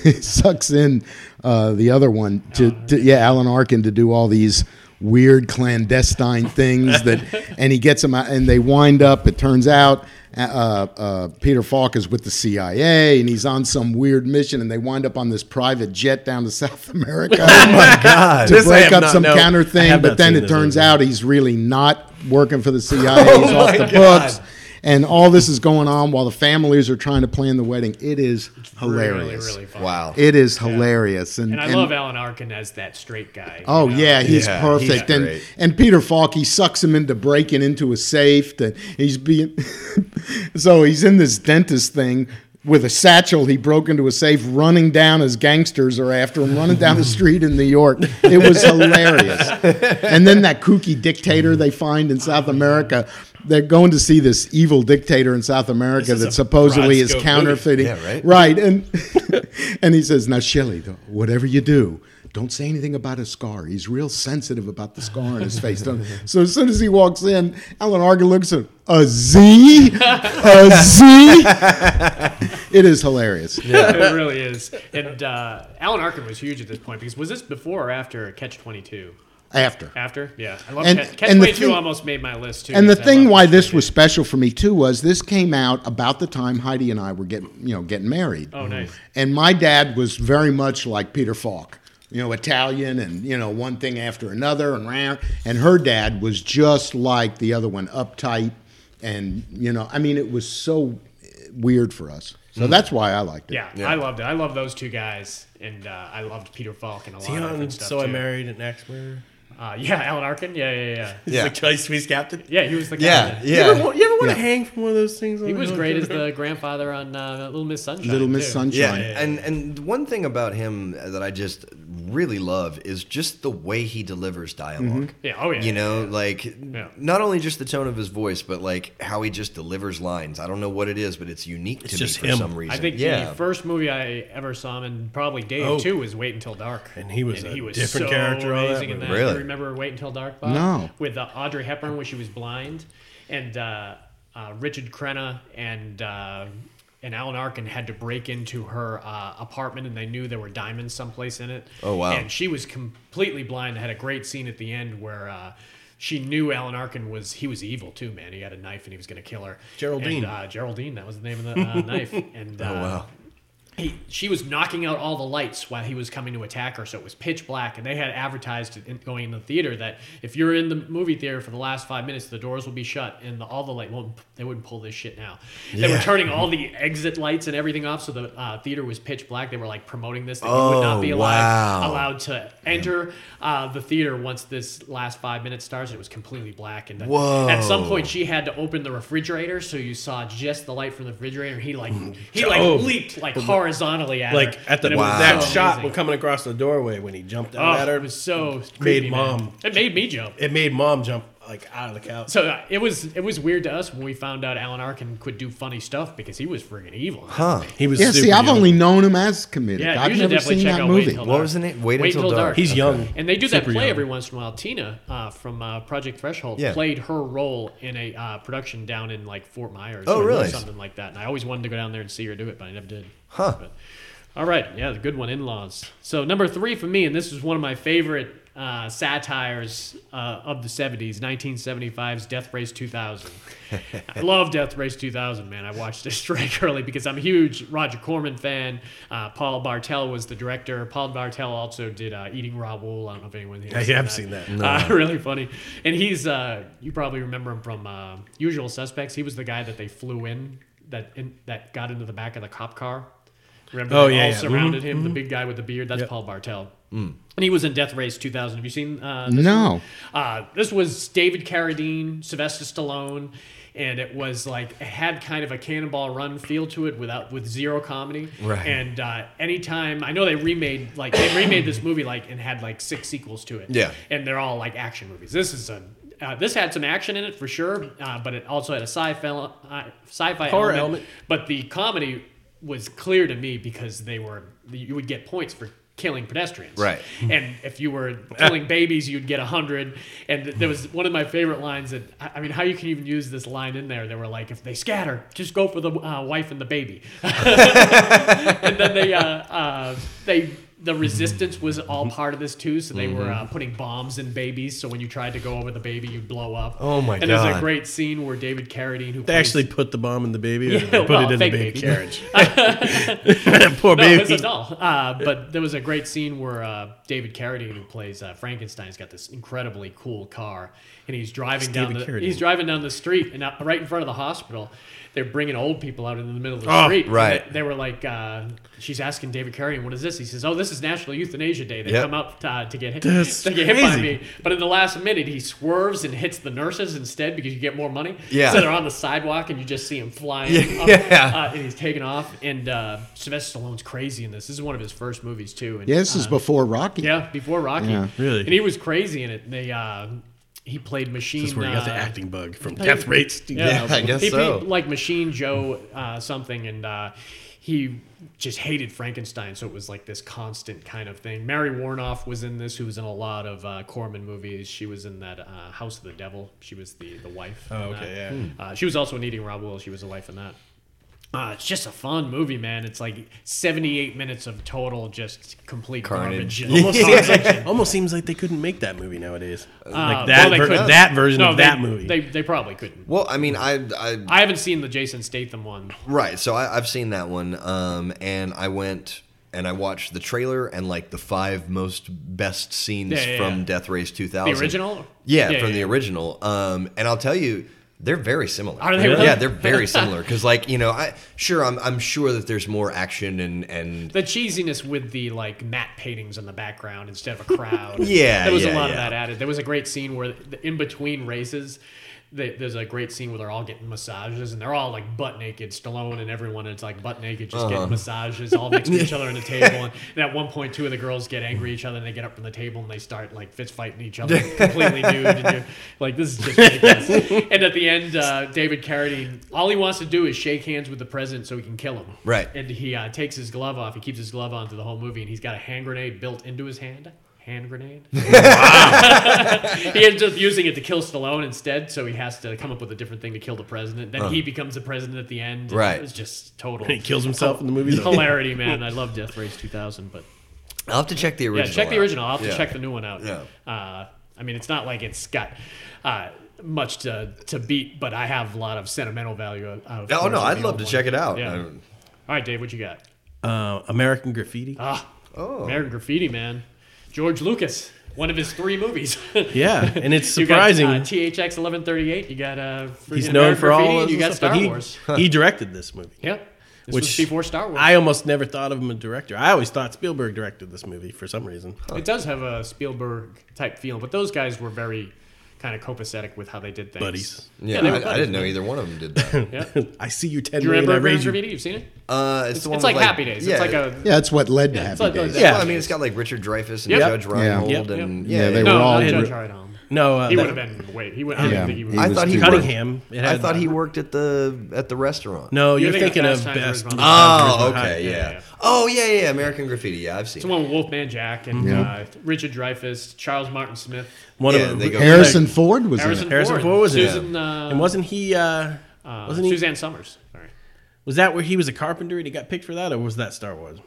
E: <laughs> sucks in uh, the other one to, to yeah Alan Arkin to do all these weird clandestine things that and he gets them out and they wind up it turns out uh, uh, peter falk is with the cia and he's on some weird mission and they wind up on this private jet down to south
C: <laughs>
E: america
C: God,
E: to
C: this I
E: break
C: have
E: up
C: not
E: some
C: known.
E: counter
B: I
E: thing
B: have
E: but
B: not
E: then
B: seen
E: it
B: this
E: turns
B: movie.
E: out he's really not working for the cia he's off
C: my
E: the
C: God.
E: books And all this is going on while the families are trying to plan the wedding. It is hilarious.
D: Really, really fun.
C: Wow.
E: It is hilarious. And,
D: And I love Alan Arkin as that straight guy. you
E: Oh
D: know?
E: yeah, he's
C: Yeah,
E: perfect.
C: he's
E: and
C: great.
E: and Peter Falk, he sucks him into breaking into a safe. That he's being, <laughs> so he's in this dentist thing with a satchel. He broke into a safe, running down as gangsters are after him,
B: <laughs>
E: running down the street in New York. It was hilarious. and then that kooky dictator they find in South America. They're going to see this evil dictator in South America
B: This is
E: that
B: a
E: supposedly is
B: broad-scope movie.
E: counterfeiting.
C: Yeah, right.
E: Right, and and <laughs> he says, "Now, Shelley, th- whatever you do, don't say anything about his scar. He's real sensitive about the scar on his
C: <laughs>
E: face." Don't-" so as soon as he walks in, Alan Arkin looks at him, a Z, a
C: <laughs>
E: Z. it is hilarious.
D: it really is. And uh, Alan Arkin was huge at this point because was this before or after Catch Twenty Two?
E: After.
D: After, yeah, I love
E: And-
D: Catch, Catch
E: and the
D: Twenty Two.
E: thing-
D: Almost made my list too.
E: And the
D: because I
E: thing
D: love
E: why
D: Catch
E: this
D: 22.
E: was special for me too was this came out about the time Heidi and I were getting you know getting married.
D: Oh, nice.
E: And my dad was very much like Peter Falk, you know, Italian and, you know, one thing after another and round. And her dad was just like the other one, uptight. And, you know, I mean, it was so weird for us. So that's why I liked it.
D: Mm. yeah, I loved it. I loved those two guys, and uh, I loved Peter Falk and a lot of
B: Beyond
D: different stuff
B: so I
D: too.
B: married an ex murderer.
D: Uh, yeah, Alan Arkin. Yeah, yeah, yeah.
B: He's
C: Yeah.
B: like, "Can I squeeze captain?"
D: Yeah, he was the guy.
C: Yeah,
B: You ever,
C: yeah,
B: wa- you ever want
E: Yeah.
B: to hang from one of those things?
D: He was great as the grandfather on uh, Little Miss Sunshine.
E: Little Miss
D: too.
C: yeah.
E: Sunshine.
C: And and one thing about him that I just really love is just the way he delivers dialog
D: Yeah. Oh yeah.
C: You know, like
D: Yeah.
C: not only just the tone of his voice, but like how he just delivers lines. I don't know what it is, but it's unique to
B: just
C: me for
B: him.
C: some reason.
D: I think
C: yeah,
D: the first movie I ever saw him in, probably Dave
B: Oh.
D: too, was Wait Until Dark,
B: And he was a different character on that
D: in
B: movie.
D: that.
C: Really?
D: You remember Wait Until Dark? Bob?
E: No.
D: With uh, Audrey Hepburn, where she was blind, and uh, uh, Richard Crenna and uh, and Alan Arkin had to break into her uh, apartment, and they knew there were diamonds someplace in it.
C: Oh, wow.
D: And she was completely blind. Had a great scene at the end where. Uh, she knew Alan Arkin was he was evil too, man. He had a knife and he was going to kill her.
B: Geraldine.
D: And, uh, Geraldine, that was the name of the
C: <laughs>
D: uh, knife.
C: Oh,
D: And uh, he, she was knocking out all the lights while he was coming to attack her, so it was pitch black. And they had advertised it in, going in the theater that if you're in the movie theater for the last five minutes, the doors will be shut and the, all the light won't. They wouldn't pull this shit now. They were turning all the exit lights and everything off, so the uh, theater was pitch black. They were like promoting this that you would
C: Oh,
D: not be alive,
C: wow.
D: allowed to enter uh, the theater once this last five minutes starts. It was completely black, and uh,
C: Whoa.
D: at some point she had to open the refrigerator, so you saw just the light from the refrigerator. And he like he like
B: Oh.
D: leaped like horizontally at
B: Like
D: her.
B: at the
D: And it was
B: that
D: so
B: shot
D: amazing.
B: when coming across the doorway when he jumped
D: Oh,
B: out at her.
D: it was so
B: made
D: creepy, man.
B: mom.
D: It made me jump.
B: It made mom jump like out of the couch.
D: So uh, it was it was weird to us when we found out Alan Arkin could do funny stuff because he was friggin' evil. Huh?
B: He was.
E: Yeah, see,
B: super
E: I've
B: young.
E: only known him as comedic.
D: Yeah, you
E: I've
D: should
E: never
D: definitely
E: seen
D: check
E: that
D: out Wait
E: movie.
D: Until
C: What was the name? Wait Until Dark.
B: He's young.
D: And they do that
B: Super
D: play
B: young.
D: every once in a while. Tina uh, from uh, Project Threshold
C: Yeah.
D: played her role in a uh, production down in like Fort Myers
C: Oh,
D: or
C: really?
D: something like that. And I always wanted to go down there and see her do it, but I never did.
C: Huh.
D: But- all right. Yeah, the good one, In Laws. So, number three for me, and this is one of my favorite uh, satires uh, of the 70s 1975's Death Race
C: <laughs>
D: 2000.
B: <laughs>
D: I love Death Race 2000, man. I watched this <laughs> straight early because I'm a huge Roger Corman fan. Uh, Paul Bartel was the director. Paul Bartel also did uh, Eating Raw Wool. I don't know if anyone here
B: Yeah,
D: has
B: yeah, I've seen that.
D: <laughs> uh, really funny. And he's uh, you probably remember him from uh, Usual Suspects. He was the guy that they flew in that in, that got into the back of the cop car. Remember?
B: Oh,
D: they
B: yeah,
D: all
B: yeah. Mm-hmm.
D: surrounded him. The big guy with the beard. That's Paul Bartel.
B: Mm.
D: And he was in Death Race 2000. Have you seen? Uh, this
E: No.
D: one? Uh, this was David Carradine, Sylvester Stallone, and it was like it had kind of a Cannonball Run feel to it without with zero comedy.
C: Right.
D: And uh, anytime I know they remade like they remade this movie like and had like six sequels to it.
C: Yeah.
D: And they're all like action movies. This is a uh, this had some action in it for sure, uh, but it also had a sci-fi uh, sci-fi
B: Horror
D: element.
B: element.
D: But the comedy was clear to me because they were you would get points for killing pedestrians,
C: Right.
D: And if you were killing babies, you'd get a hundred. And th- there was one of my favorite lines that I I mean, how you can even use this line in there? They were like, if they scatter, just go <laughs> for the uh, wife and the baby. and then they uh, uh, they the resistance was all part of this too. So they
C: Mm-hmm.
D: were uh, putting bombs in babies. So when you tried to go over the baby, you'd blow up.
C: Oh, my
D: And there's
C: God.
D: a great scene where David Carradine, who
B: They actually put the bomb in the baby, or did they put
D: well,
B: it in the
D: fake
B: baby,
D: baby. <laughs>
B: carriage. <laughs> Poor
D: No, it's
B: baby.
D: a doll. Uh, but there was a great scene where uh, David Carradine, who plays uh, Frankenstein's, got this incredibly cool car, and he's driving down
B: David
D: the
B: Carradine.
D: he's driving down the street, and out, right in front of the hospital, they're bringing old people out into the middle of the
B: Oh,
D: street. And
C: right.
D: They, they were like, uh, she's asking David Carradine, "What is this?" He says, "Oh, this is National Euthanasia Day. They
C: Yep.
D: come up uh, to get hit,
B: That's
D: to get hit by
B: crazy.
D: me." But in the last minute, he swerves and hits the nurses instead because you get more money.
C: Yeah.
D: So they're on the sidewalk, and you just see him flying.
C: Yeah.
E: <laughs>
D: up,
C: Yeah.
D: uh, and he's taken off. And uh, Sylvester Stallone's crazy in this. This is one of his first movies too. And,
E: Yeah, this is
D: uh,
E: before Rocky.
D: yeah, before Rocky.
E: Yeah.
B: Really?
D: And he was crazy in it. They uh, he played Machine.
B: That's where he got the
D: uh,
B: acting bug
D: <laughs>
B: from death rates.
C: Yeah, I guess
D: he
C: so.
D: Played, like Machine Joe uh, something, and uh, he just hated Frankenstein. So it was like this constant kind of thing. Mary Warnoff was in this, who was in a lot of uh, Corman movies. She was in that uh, House of the Devil. She was the the wife.
B: Oh,
D: in
B: okay,
D: that.
B: yeah.
D: Uh, she was also in Eating Rob Will. She was a wife in that. Uh, it's just a fun movie, man. It's like 78 minutes of total, just complete
C: Carnage.
B: <laughs>
D: garbage.
B: Almost, seems
E: <laughs>
B: like, almost seems like they couldn't make that movie nowadays. like that,
D: Uh, well, they
B: ver-
D: couldn't.
B: that version
D: No,
B: of
D: they-
B: that movie.
D: They, they probably couldn't.
C: Well, I mean, I, I
D: I haven't seen the Jason Statham one.
C: Right. So I, I've seen that one, um, and I went and I watched the trailer and like the five most best scenes
D: Yeah, yeah,
C: from
D: yeah.
C: Death Race 2000.
D: The original?
C: Yeah, from the original. Um, and I'll tell you, they're very similar.
D: Are they really?
C: Yeah,
D: <laughs>
C: they're very similar. Because like you know, I sure I'm I'm sure that there's more action and and
D: the cheesiness with the like matte paintings in the background instead
C: <laughs>
D: of a crowd.
C: Yeah,
D: there was
C: yeah,
D: a lot of
C: yeah.
D: that added. There was a great scene where the, in between races, they, there's a great scene where they're all getting massages and they're all like butt naked. Stallone and everyone is like butt naked, just getting massages all next to each other on the table. And, and at one point, two of the girls get angry at each other and they get up from the table and they start like fist fighting each other completely nude. And you're like, this is just ridiculous. and at the end, uh, David Carradine, all he wants to do is shake hands with the president so he can kill him.
C: Right.
D: And he uh, takes his glove off. He keeps his glove on through the whole movie, and he's got a hand grenade built into his hand. Hand grenade. he ends up using it to kill Stallone instead, so he has to come up with a different thing to kill the president. Then he becomes the president at the end.
C: Uh-huh. Right.
D: It's just total
B: he kills himself in the movie. though.
D: hilarity, man. I love Death Race 2000, but
C: I'll have to check the
D: yeah,
C: original.
D: check the
C: out.
D: original. I'll have to
C: Yeah.
D: check the new one out.
C: Yeah.
D: Uh, I mean, it's not like it's got uh, much to, to beat, but I have a lot of sentimental value out of
C: Oh no,
D: towards
C: I'd
D: the
C: love
D: old
C: to
D: one.
C: check it out.
D: Yeah.
C: I-
D: All right, Dave, what you got?
B: Uh, American Graffiti.
D: Ah,
C: Oh.
D: American Graffiti, man. George Lucas, one of his three movies.
B: yeah, and it's
D: <laughs> You got, uh,
B: surprising.
D: THX 1138. You got uh,
B: He's
D: freaking
B: known
D: American
B: for all.
D: Graffiti,
B: of
D: and You got
B: this stuff,
D: Star
B: but he,
D: Wars.
B: he directed this movie.
D: Yeah. This
B: Which-
D: was before Star Wars.
B: I almost never thought of him as a director. I always thought Spielberg directed this movie for some reason.
D: it does have a Spielberg type feel, but those guys were very kind of copacetic with how they did things.
B: Buddies. <laughs>
C: Yeah,
D: they were
C: I, I
D: buddies,
C: didn't know either one of them
D: <laughs>
C: did that.
D: Yeah.
B: I see you ten
D: Do you
B: million.
D: remember
B: I
D: American
B: raise you.
D: Graffiti? You've seen it?
C: Uh, it's the
D: It's
C: one
D: like
C: with,
D: Happy Days.
C: yeah,
D: It's like a
E: Yeah, that's what led to
D: it's
E: Happy
D: like
E: Days.
D: those-
C: Yeah,
B: Yeah.
C: I mean, it's got like Richard Dreyfuss and
D: Yep.
C: Judge Reinhold,
B: Yep.
C: and
E: Yeah, they
D: no,
E: were all.
D: not Judge
B: good.
D: Reinhold.
B: No, uh,
D: He would
B: that-
D: have been wait. He would. I
E: Yeah.
D: don't think he would.
C: I thought
E: was
C: he
E: too-
C: worked.
B: Cunningham. It
C: I
B: had- uh,
C: thought he worked at the at the restaurant.
B: No, you're,
D: You're
B: thinking,
D: thinking
B: of
D: Fast Times at
B: best.
D: Ridgemont
C: Oh,
B: Fast Times at Ridgemont
C: okay,
B: Uh, High.
C: yeah.
D: yeah.
C: Oh, yeah, yeah, American Graffiti. Yeah, I've seen.
D: It's the
C: it.
D: one with Wolfman Jack and
E: Yeah.
D: uh, Richard Dreyfuss, Charles Martin Smith,
B: One
C: Yeah,
B: of
C: they go-
E: Harrison Ford was
D: Harrison,
E: in it.
B: Harrison
D: Ford,
B: Ford was in it.
D: Susan, uh,
B: And wasn't he? Uh,
D: uh,
B: wasn't he?
D: Suzanne Summers. Sorry.
B: Was that where he was a carpenter and he got picked for that, or was that Star Wars?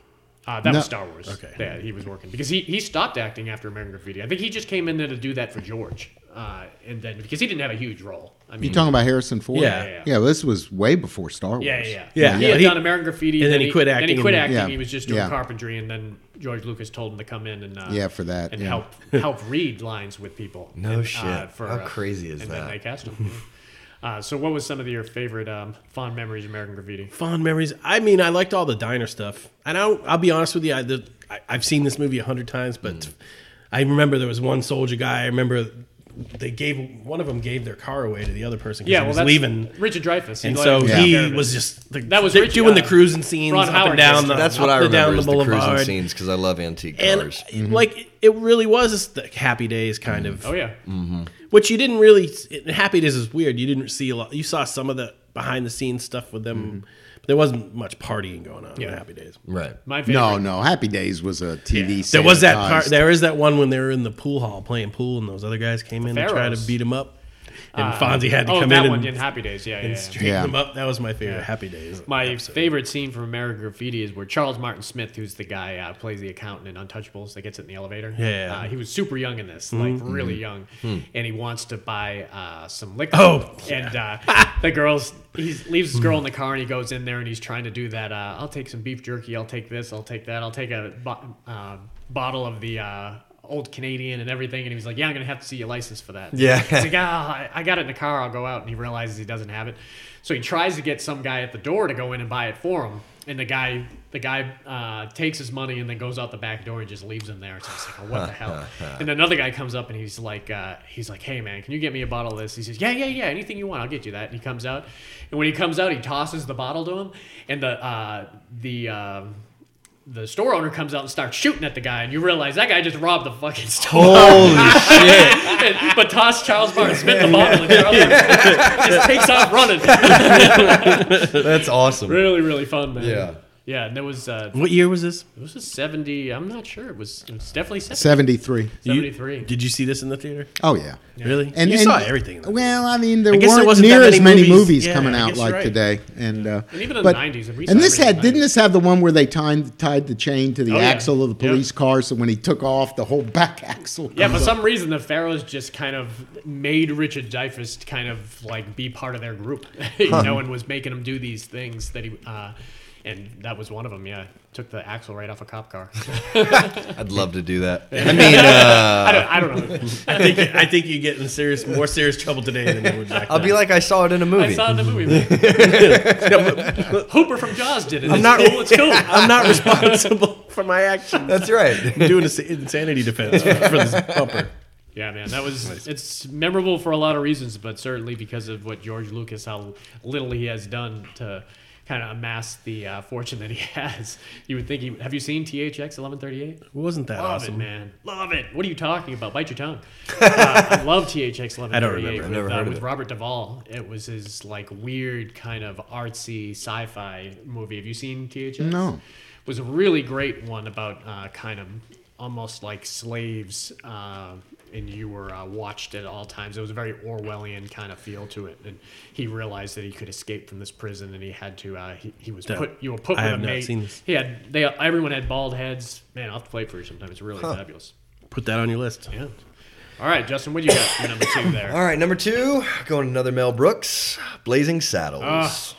D: Uh, that
E: No.
D: was Star Wars.
B: Okay.
D: Yeah, he was working because he, he stopped acting after American Graffiti. I think he just came in there to do that for George, uh, and then because he didn't have a huge role. I mean,
E: You talking about Harrison Ford?
B: Yeah.
E: yeah. well, this was way before Star Wars.
D: Yeah, yeah,
B: Yeah,
D: He
B: yeah,
D: had
B: he-
D: done American Graffiti,
B: and then he quit
D: Then
B: acting
D: he quit
B: and-
D: acting.
E: Yeah.
D: He was just doing
E: Yeah.
D: carpentry, and then George Lucas told him to come in and uh,
E: Yeah, for that,
D: and
E: yeah. <laughs>
D: help help read lines with people.
C: No
D: and, uh,
C: shit. How crazy is
D: and
C: that?
D: then they cast him. uh, so, what was some of your favorite um, fond memories of American Graffiti?
B: Fond memories. I mean, I liked all the diner stuff, and I'll, I'll be honest with you. I, the, I, I've seen this movie a hundred times, but
C: Mm.
B: I remember there was one soldier guy. I remember they gave one of them gave their car away to the other person. 'cause
D: Yeah,
B: he
D: well,
B: was
D: that's
B: leaving.
D: Richard Dreyfuss.
B: And so
E: Yeah.
B: he was just the,
D: That was
B: they're
D: Rich-
B: doing the
D: uh,
B: cruising scenes
D: Ron
B: up
D: Howard
B: and down.
D: just-
B: The,
C: That's what
B: up
C: I
B: and
C: remember
B: down
C: is the, cruising
B: boulevard.
C: scenes because I love antique
B: and
C: cars.
B: like it really was the happy days kind
C: Mm.
B: of
D: Oh yeah,
E: Mm.
B: which you didn't really it- happy days is weird you didn't see a lot you saw some of the behind the scenes stuff with them but there wasn't much partying going on in
D: Mm-hmm. Yeah.
B: happy days
C: right.
D: my favorite.
E: No, no. Happy Days was a TV series. Uh,
B: there was that part there is that one when they were in the pool hall playing pool and those other guys came in and tried to
D: Pharaohs.
B: beat him up and Fonzie had to
D: oh,
B: come
D: that
B: in
D: one
B: and, <laughs>
D: in Happy Days. Yeah, yeah.
B: and
D: yeah.
B: straighten
E: Yeah.
B: him up. That was my favorite Happy Days.
D: My
B: episode.
D: favorite scene from American Graffiti is where Charles Martin Smith, who's the guy uh, plays the accountant in Untouchables, that gets it in the elevator.
B: Yeah. Mm-hmm. Hmm.
D: uh, he was super young in this, like really young, and he wants to buy uh, some liquor.
B: Oh, Hmm. <laughs>
D: and uh, the girls, he leaves his girl in the car, and he goes in there, and he's trying to do that. Uh, I'll take some beef jerky. I'll take this. I'll take that. I'll take a bo- uh, bottle of the. Uh, Old Canadian and everything, and he was like, "Yeah, I'm gonna have to see your license for that." <laughs>
C: Yeah.
D: He's like, ah, I I got it in the car. I'll go out. And he realizes he doesn't have it. So he tries to get some guy at the door to go in and buy it for him. And the guy, the guy uh, takes his money and then goes out the back door and just leaves him there. So it's like, oh, what the hell? and another guy comes up and he's like, uh, he's like, hey man, can you get me a bottle of this? He says, yeah, yeah, yeah, anything you want, I'll get you that. And he comes out, and when he comes out, he tosses the bottle to him, and the uh, the um, the store owner comes out and starts shooting at the guy, and you realize that guy just robbed the fucking store.
C: Holy shit!
D: And- <laughs> but toss Charles Martin Smith the bottle and Charles Martin just takes off running.
C: <laughs> That's awesome.
D: really, really fun, man.
C: Yeah.
D: Yeah, and there was uh,
B: What year was this?
D: it was a seventy. I'm not sure. It was it was definitely 70,
E: Seventy three.
B: You-
D: 73.
B: did you see this in the theater?
E: Oh yeah.
B: Really? you saw everything. in the
E: Well, I mean, there
B: I guess there
E: weren't
B: wasn't
E: near
B: that
E: as
B: many
E: many
B: movies.
E: movies,
B: Yeah,
E: coming
B: I
E: out
B: guess
E: like
B: you're right.
E: today, and uh,
D: And even in
E: but-
D: the 90s, and we saw
E: and this
D: everything in
E: had
D: the
E: didn't this have the one where they tied tied the chain to the
D: Oh, yeah.
E: axle of the
D: Yep.
E: police car, so when he took off, the whole back axle.
D: yeah, for
E: comes up.
D: some reason the Pharaohs just kind of made Richard Dreyfuss kind of like be part of their group, <laughs> you know, and was making him do these things that he, uh, and that was one of them. Yeah, took the axle right off a cop car. <laughs>
C: I'd love to do that. I mean, uh,
D: I, don't, I don't know.
B: I think <laughs> I think you get in serious, more serious trouble today than you would back
C: I'll be like, I saw it in a
D: I
C: movie.
D: saw it in the <laughs> movie. man. Hooper from Jaws did it.
B: I'm
D: It's
B: not-
D: cool. It's <laughs> cool.
B: I'm
C: <laughs>
B: not responsible <laughs> for my actions.
C: That's right. <laughs>
B: Doing an insanity
E: <laughs>
B: defense for, for this bumper.
D: Yeah, man, that was it's memorable for a lot of reasons, but certainly because of what George Lucas, how little he has done to kind of amass the uh, fortune that he <laughs> has. You would think he. Have you seen THX eleven thirty eight?
B: Wasn't that
D: Love
B: awesome?
D: it, man. Love it. What are you talking about? Bite
B: <laughs>
D: your tongue. uh, I love THX 1138
B: I don't remember.
D: with,
B: I've
C: never
D: uh,
C: heard of
D: with
C: it.
D: Robert Duvall. It was his like weird kind of artsy sci-fi movie. Have you seen THX?
E: No.
D: It was a really great one about uh, kind of almost like slaves. Uh, and you were uh, watched at all times. It was a very Orwellian kind of feel to it, and he realized that he could escape from this prison, and he had to. Uh, he, he was
B: That-
D: put. You were put
B: I
D: with a
B: have not
D: mate.
B: seen this.
D: He had they everyone had bald heads. Man, I'll have to play it for you sometime. It's really fabulous.
B: Put that on your list.
D: Yeah. All right, Justin, what do you got for number two there?
C: <laughs> All right, number two, going to another Mel Brooks, Blazing Saddles.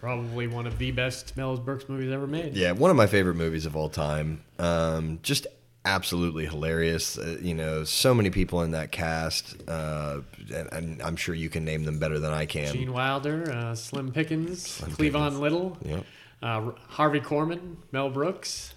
D: Probably one of the best Mel Brooks movies ever made.
C: Yeah, one of my favorite movies of all time. Um, just absolutely hilarious. Uh, you know, so many people in that cast, uh, and, and I'm sure you can name them better than I can.
D: Gene Wilder, uh, Slim Pickens, Cleavon Little,
C: Yep.
D: uh, R- Harvey Korman, Mel Brooks.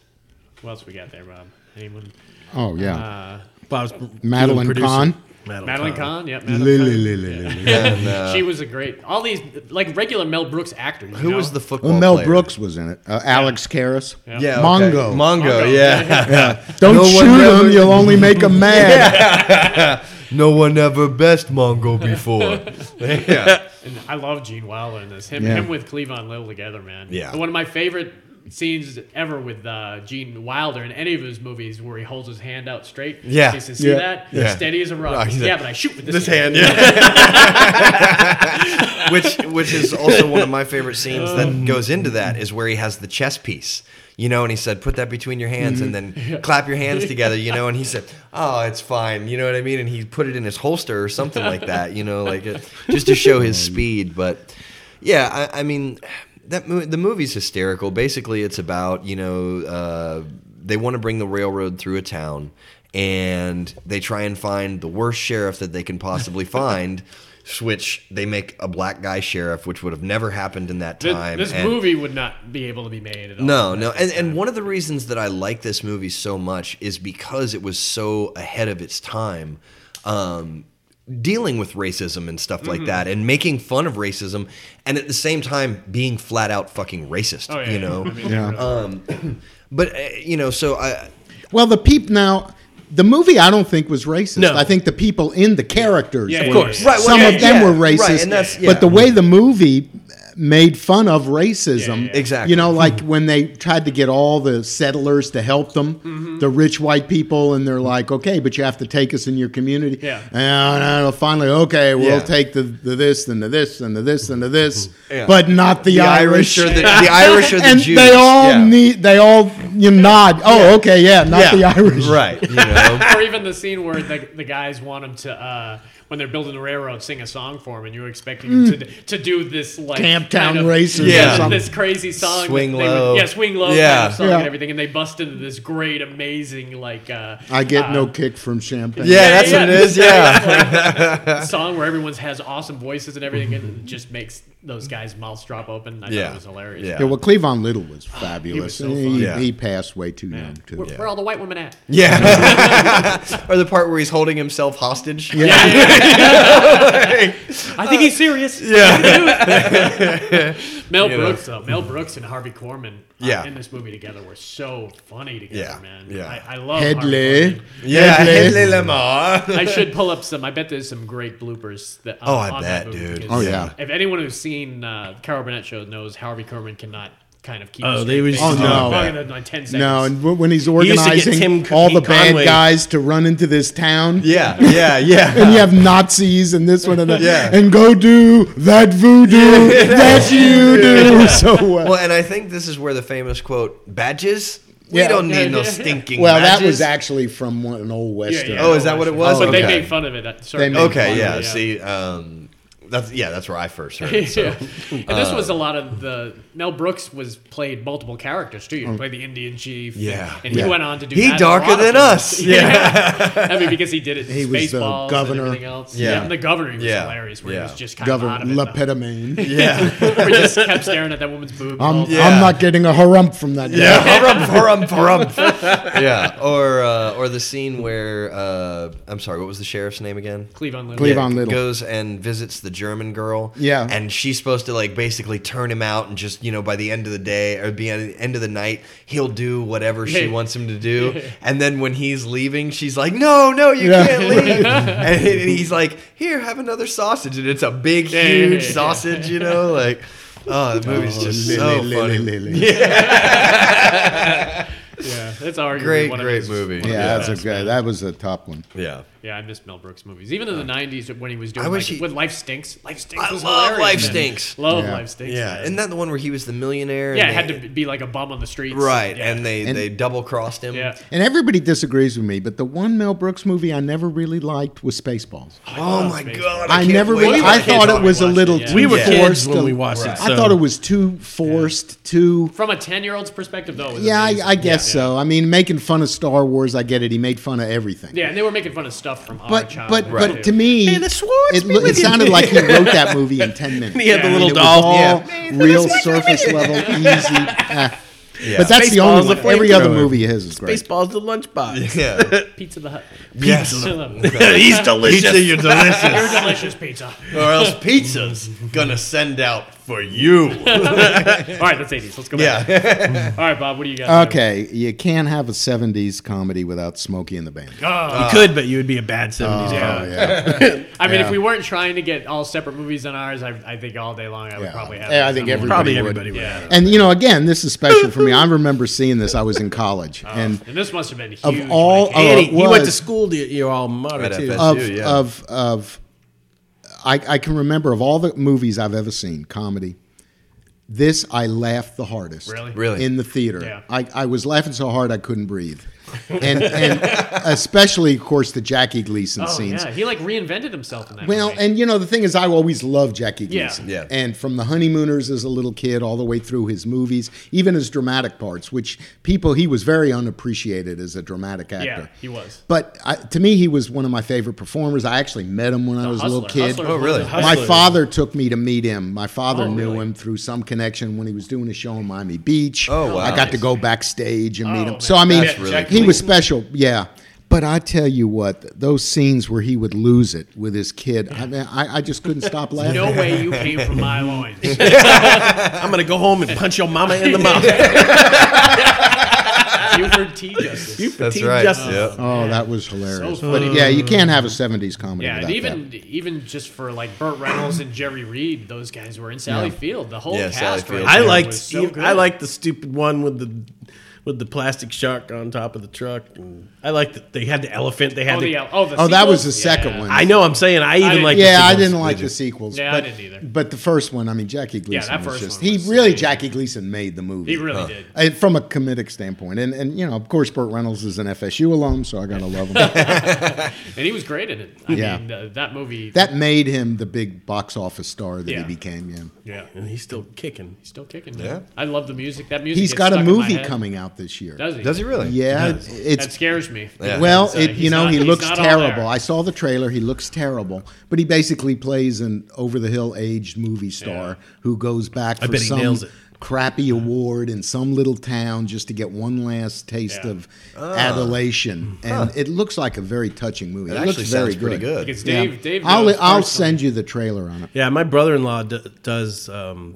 D: What else we got there, Bob? Anyone?
E: Oh yeah.
D: Uh,
B: Bob's
E: Madeline
B: doing producer.
E: Kahn?
B: Madeline,
D: Madeline
B: Kahn.
D: Kahn. Yep.
E: Li-
D: Madeline
E: li-
D: Kahn.
E: li- li- li- li.
D: She was a great. All these like regular Mel Brooks actors. you
C: Who
D: know?
C: was the football
E: Well, Mel
C: player?
E: Brooks was in it. Uh, Alex Karras.
C: Yeah, okay.
E: Mongo.
C: Mongo,
D: Mongo,
C: yeah.
D: <laughs>
C: <laughs>
E: Don't
C: No one
E: shoot
C: knows.
E: him; you'll only make
C: <laughs>
E: him mad.
C: no one ever best Mongo
D: <laughs>
C: before. yeah.
D: And I love Gene Wilder in this. Him,
E: Yeah.
D: him with Cleavon Little together, man.
C: Yeah.
D: One of my favorite scenes ever with uh, Gene Wilder in any of his movies where he holds his hand out straight.
C: Yeah.
D: He says, see
E: Yeah.
D: that?
C: Yeah.
D: Steady as a rock.
C: Rock, he's
D: yeah,
C: like,
D: but I shoot with
B: This
D: this, hand.
B: hand, yeah.
C: <laughs> which which is also one of my favorite scenes that goes into that is where he has the chess piece you know and he said put that between your hands and then clap your hands together you know and he said oh it's fine you know what i mean and he put it in his holster or something like that you know like it, just to show his speed but yeah i, I mean that mo- the movie's hysterical basically it's about you know uh, they want to bring the railroad through a town and they try and find the worst sheriff that they can
D: <laughs>
C: possibly find switch they make a black guy sheriff which would have never happened in that
D: Th-
C: time
D: This
C: and-
D: movie would not be able to be made at all.
C: no no and, and one of the reasons that i like this movie so much is because it was so ahead of its time um, dealing with racism and stuff
D: Mm-hmm.
C: like that and making fun of racism and at the same time being flat out fucking racist
D: Oh, yeah, yeah.
C: you
D: <laughs>
C: know
D: I mean,
E: Yeah.
C: um, <clears throat> but uh, you know so i
E: Well, the peep now. The movie I don't think was racist.
B: No.
E: I think the people in the characters
D: Yeah,
E: were.
D: of course.
C: Right, well,
E: some
C: yeah,
E: of them
C: yeah,
E: were racist.
C: right, and that's- yeah.
E: But the way the movie made fun of racism.
C: Exactly.
E: You know, like when they tried to get all the settlers to help them,
C: Mm-hmm.
E: the rich white people, and they're like, okay, but you have to take us in your community.
D: Yeah.
E: And uh, finally, okay, we'll
C: Yeah. Mm-hmm.
E: take the, the this and the this and the this and the this,
C: Yeah.
E: but not the,
C: the Irish
E: Irish.
C: or
E: <laughs>
C: the, the Irish or the
E: and
C: Jews.
E: they all
C: Yeah.
E: need, they all you nod. Oh, okay, yeah, not the Irish.
C: right?
D: <laughs>
C: You know,
D: or even the scene where the, the guys want him to uh, when they're building the railroad sing a song for him and you're expecting him to, to do this like
E: Mm. Camp Town
D: kind of-
E: Racers or
D: yeah,
C: something.
D: this crazy song that
C: Swing
D: they would-
C: Low.
D: yeah swing low
C: Yeah.
D: kind of song
E: Yeah.
D: and everything and they bust into this great amazing like uh,
E: I get
D: uh,
E: no kick from champagne.
C: yeah, that's what it
D: <laughs>
C: is. Yeah, <laughs>
D: like, song where everyone has awesome voices and everything and it just makes those guys mouths drop open I yeah.
C: Yeah.
D: thought it was hilarious
C: Yeah.
E: Yeah, well, Cleavon Little was fabulous. he,
D: so fun.
E: he,
C: Yeah.
E: passed way too young, too.
D: Where, where all the white women at?
C: yeah.
D: <laughs>
C: <laughs> or the part where he's holding himself hostage. Yeah, <laughs>
D: I think he's serious.
C: yeah.
D: Mel
C: know.
D: Brooks, though. Mel Brooks and Harvey Korman uh,
C: Yeah.
D: in this movie together were so funny together,
C: Yeah,
D: man.
C: yeah.
D: I, I love Harvey
E: Headley.
D: Korman.
C: yeah.
E: Headley.
C: Haley Lamar.
D: I should pull up some. I bet there's some great bloopers. That, uh,
C: Oh, I
D: on
C: bet,
D: that movie
C: dude.
D: because
E: Oh, yeah.
D: If anyone who's seen uh, Carol Burnett show knows Harvey Korman cannot kind of keep.
B: Oh,
D: a
B: they
D: straight
B: was-
D: face.
B: Oh,
E: no.
D: Longer than, like, 10 seconds.
E: No, and w- when he's
B: used to get
E: organizing
B: Tim C-
E: all the
B: Conway.
E: bad guys to run into this town,
C: <laughs> Yeah, yeah, yeah.
E: and you have Nazis and this one and that,
C: Yeah.
E: and go do that voodoo that you do so uh, well.
C: Well, and I think this is where the famous quote badges. We
E: Yeah.
C: don't
D: Yeah,
C: need no
D: yeah.
C: stinking.
E: Well, that
C: badges.
E: was actually from one- an old western.
D: yeah.
C: Oh, is that what it was?
D: but they
C: Okay.
D: made fun of it. At
E: They
D: certain
E: made
C: Okay,
E: fun
C: yeah.
D: of it,
C: See, um, that's yeah, that's where I
D: <laughs>
C: first heard.
D: yeah.
C: it. So.
D: and this
C: Uh,
D: was a lot of the Mel Brooks was played multiple characters too. You played the Indian chief, and-
C: Mm. Yeah.
D: and he
E: Yeah.
D: went on to do.
C: He
D: that in a lot
C: darker
D: of
C: than
D: things.
C: us.
D: <laughs> Yeah. I mean, because he did it.
E: He
D: In
E: was the
D: Spaceballs and
E: governor.
D: everything else.
C: Yeah.
D: and the governor was
C: Yeah.
D: hilarious. Where
C: Yeah.
D: he was just kind of out
E: Governor
D: of it.
E: Lepetamine.
C: Yeah.
D: though. <laughs> Where he just kept staring at that woman's boobs.
C: Um,
D: all
E: I'm,
D: the-
E: I'm not getting a harump from that
C: <laughs>
E: guy.
C: Yeah, harumph, harumph, harumph. yeah, or uh, or the scene where uh, I'm sorry, what was the sheriff's name again?
D: Cleavon Little.
E: Cleavon Little.
C: goes and visits the German girl.
E: Yeah.
C: and she's supposed to like basically turn him out, and just you know by the end of the day or the end- end of the night, he'll do whatever
D: <laughs>
C: she
D: Yeah.
C: wants him to do. And then when he's leaving, she's like, "No, no, you
E: Yeah.
C: can't
E: <laughs>
C: leave." and he's like, "Here, have another sausage," and it's a big,
D: Yeah, yeah, <laughs>
C: huge
D: yeah.
C: sausage. You know, like oh, the movie's just so funny.
D: Yeah, that's arguably
C: Great,
D: one of
C: great
D: his-
C: movie.
E: Yeah,
C: yeah.
E: that's a good. That was a top one.
C: yeah.
D: Yeah, I miss Mel Brooks movies. Even in the '90s when he was doing
C: I wish
D: like,
C: he-
D: when Life Stinks. Life Stinks.
C: I
D: was
C: love
D: hilarious,
C: Life
D: man.
C: Stinks.
D: Love
E: Yeah.
D: Life Stinks.
C: Yeah,
D: man.
C: isn't that the one where he was the millionaire?
D: yeah,
C: and
D: it had
C: they-
D: to be like a bum on the streets.
C: right,
D: Yeah.
C: and they
E: And-
C: they double crossed him.
D: yeah.
E: And everybody disagrees with me, but the one Mel Brooks movie I never really liked was Spaceballs.
C: Oh my
D: Spaceballs.
C: god!
E: I,
C: can't
E: never
C: wait
E: really.
C: for
E: I
C: kids
E: thought
C: to
E: it was a
D: watch it,
E: little
D: yeah.
E: too.
B: We were kids
E: forced
B: when
E: a-
B: we watched it.
E: I
B: so-
E: thought it was too forced, too.
D: From a ten-year-old's perspective, though. it was
E: Yeah, I,
D: amazing.
E: I guess so. I mean, making fun of Star Wars, I get it. He made fun of everything.
D: Yeah, and they were making fun of stuff from our
E: But
D: childhood.
E: but
D: too.
E: but to me, it, lo- it sounded like he wrote that movie in ten minutes.
B: He had the
E: I mean,
B: little
E: it was
B: doll.
E: all
C: Yeah.
E: real surface level, easy. eh.
C: Yeah.
E: But that's the
B: Spaceballs,
E: only
B: the
E: one. Every other
B: flamethrower.
E: movie of his is great.
B: Baseball's the lunchbox.
C: Yeah.
D: Pizza the Hut. <laughs>
C: yes.
B: He's delicious.
C: Pizza, you're
D: <laughs>
C: delicious.
D: Your delicious pizza.
C: or else pizza's gonna send out for
D: All
C: you.
D: right, that's 80s. Let's go back.
C: yeah.
D: All right, Bob, what do you got?
E: Okay, you can't have a '70s comedy without Smokey and the Bandit. Oh,
B: you could, but you would be a bad 70s guy.
E: yeah,
D: I mean, if
E: Yeah.
D: we weren't trying to get all separate movies on ours, I, I think all day long I would probably have.
E: Yeah, I think
D: some-
E: everybody
B: Probably
E: would.
B: everybody would.
D: Yeah.
E: And you know, again, this is special for me. I remember seeing this. I was in college, and
D: And this must have been huge.
E: Of
D: when
E: all-
D: it
E: Oh,
D: came.
E: it
B: Andy, he went to
E: was.
B: school to your alma mater,
C: Right,
B: too.
C: FSU.
E: of
C: too, yeah.
E: of of I, I can remember of all the movies I've ever seen comedy. This I laughed the hardest.
D: Really?
C: Really?
E: In the theater.
D: Yeah.
E: I, I was laughing so hard I couldn't breathe. And and especially of course the Jackie Gleason
D: oh,
E: scenes.
D: yeah. He like reinvented himself in that
E: Well,
D: movie.
E: and you know the thing is, I always loved Jackie
D: Yeah.
E: Gleason.
C: Yeah.
E: And from the Honeymooners as a little kid, all the way through his movies, even his dramatic parts, which people he was very unappreciated as a dramatic actor.
D: Yeah, he was.
E: But I, to me, he was one of my favorite performers. I actually met him when I was a little
D: Hustler.
E: kid.
D: Hustler
C: Oh,
D: was
C: really?
D: one of the-
B: Hustler.
E: My father took me to meet him. My father
D: Oh,
E: knew
D: really?
E: him through some connection when he was doing a show in Miami Beach.
C: Oh, wow.
E: I got to
D: Nice.
E: go backstage and meet
D: Oh,
E: him.
D: man.
E: So I mean,
C: That's really
E: he
C: cool.
E: was special, yeah. But I tell you what, th- those scenes where he would lose it with his kid, I mean, I, I just couldn't stop
D: <laughs>
E: laughing.
D: No way you came from my
E: <laughs>
D: loins.
B: I'm going to go home and punch your mama in the mouth.
D: Buford T. Justice.
C: That's
B: Team
C: right.
B: Justice.
C: yep.
E: Oh, that was hilarious.
D: So
E: but
D: funny.
E: yeah, you can't have a '70s comedy.
D: Yeah, and
E: without
D: even even just for like Burt Reynolds and Jerry Reed, those guys were in Sally Field. The whole
C: Yeah, Sally
D: cast.
C: Field.
D: right
B: I
D: there
B: liked
D: was so
B: you-
D: good.
B: I liked the stupid one with the with the plastic shark on top of the truck. And I liked that they had the elephant. They had
D: Oh,
B: the,
D: the, oh, the
E: Oh, that was the
D: sequels?
E: second
D: Yeah.
E: one.
B: I know. I'm saying I even
D: didn't-
B: like.
E: yeah, I didn't like the sequels.
D: Yeah, I
E: but,
D: didn't either.
E: But the first one, I mean, Jackie Gleason
D: that
E: was
D: first
E: just
D: one
E: he
D: was
E: really
D: insane.
E: Jackie Gleason made the movie.
D: He really did.
E: Uh, from a comedic standpoint, and and you know, of course, Burt Reynolds is an FSU alum, so I gotta
D: <laughs>
E: love him.
D: And he was great in it. I
E: Yeah.
D: mean, uh, that movie.
E: that made him the big box office star that
D: Yeah.
E: he became. Yeah,
D: yeah.
B: And he's still kicking.
D: He's still kicking. Man. I love the music. That music.
E: he's
D: gets
E: got a
D: stuck in my
E: movie
D: head.
E: coming out this year.
D: Does he?
C: Does he really?
E: yeah,
D: That
E: it's
D: scares me.
C: Yeah.
E: Well,
D: So
E: it, you
D: uh, he's
E: know,
D: not-
E: he
D: he's
E: looks
D: not all there.
E: terrible. I saw the trailer. He looks terrible, but he basically plays an over the hill aged movie star who goes back for
B: bet he
E: some
B: nails it.
E: crappy award in some little town just to get one last taste
D: Yeah.
E: of adulation. And it looks like a very touching movie.
C: Ah. It
E: It,
C: actually
E: looks
C: sounds
E: very
C: pretty
D: <laughs>
C: good.
E: good.
D: Because
E: Yeah.
D: Dave, Dave.
E: I'll,
D: knows
E: I'll
D: personally.
E: send you the trailer on it.
B: Yeah, my brother-in-law d- does um,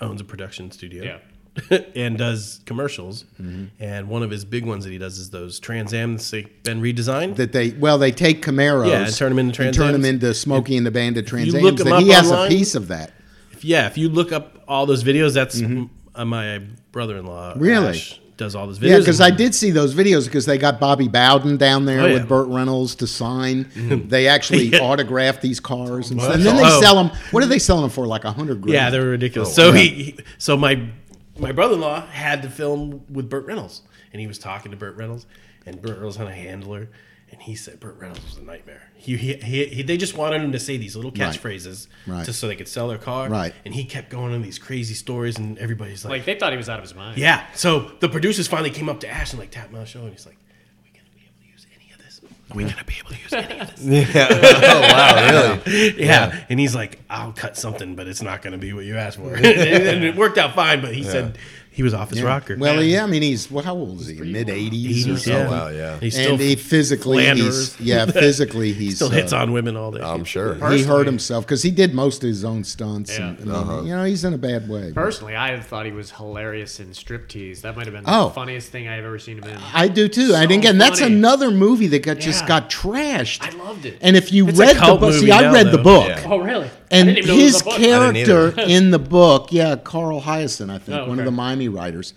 B: owns a production studio.
D: Yeah.
B: <laughs> and does commercials,
E: Mm-hmm.
B: and one of his big ones that he does is those Trans Am's they've been redesigned.
E: That they well they take Camaros
B: Yeah, and turn 'em into
E: and turn
B: Trans
E: 'em
B: Ams.
E: into Smokey and the Bandit Trans
B: you look
E: Ams.
B: 'em
E: That he
B: up
E: has a
B: online-
E: piece of that.
B: If- yeah, if you look up all those videos, that's m uh, my brother-in-law.
E: Mm-hmm. Really?
B: Ash, does all those videos?
E: Yeah, because
B: and-
E: I did see those videos because they got Bobby Bowden down there
B: Oh, yeah. Mm-hmm.
E: with Burt Reynolds to sign. They actually
B: <laughs> Yeah.
E: autographed these cars and, stuff. and then they
B: Oh.
E: sell them. What are they selling them for? Like a hundred grand.
B: Yeah, they were ridiculous. so he, he- so my my brother-in-law had to film with Burt Reynolds, and he was talking to Burt Reynolds, and Burt Reynolds had a handler, and he said Burt Reynolds was a nightmare. He, he, he, he they just wanted him to say these little catchphrases
E: Right.
B: just so they could sell their car,
E: Right.
B: And he kept going on these crazy stories, and everybody's like,
D: Like they thought he was out of his mind.
B: yeah. So the producers finally came up to Ash and like tapped my shoulder, and he's like, "Are we gonna be able to use any of this? <laughs> Are we gonna be able to use any of this?"
C: <laughs> Oh wow, really?
B: <laughs> yeah. And he's like, I'll cut something, but it's not going to be what you asked for.
E: <laughs>
B: and, <laughs> and it worked out fine, but he said he was off his rocker.
E: Well, yeah. I mean, he's well, how old is he? Mid eighties or
B: 80s,
E: so.
B: yeah.
C: Oh wow, yeah.
B: He's still,
E: And he physically, he's,
B: Flanders.
E: <laughs> yeah, physically, he's
B: still hits
E: uh,
B: on women all day.
C: I'm sure.
E: He hurt himself because he did most of his own stunts. And,
D: Yeah.
E: and, You know, he's in a bad way.
D: Personally, I thought he was hilarious in striptease. That might have been
E: Oh.
D: the funniest thing I've ever seen him in.
E: I do too. and
D: So
E: again, that's
D: funny.
E: another movie that got just
D: Yeah.
E: got trashed.
D: I loved it.
E: And if you
B: It's a
E: read the
B: cult
E: book, see,
B: movie
E: I
B: now,
E: read the
B: though.
E: book.
C: Yeah.
D: oh, really?
E: And
D: I didn't even know it was
E: his
D: a book.
E: character
B: <laughs>
C: I
E: in the book, yeah, Carl Hyacin, I think,
D: Oh,
E: one of
D: okay.
E: the Miami writers.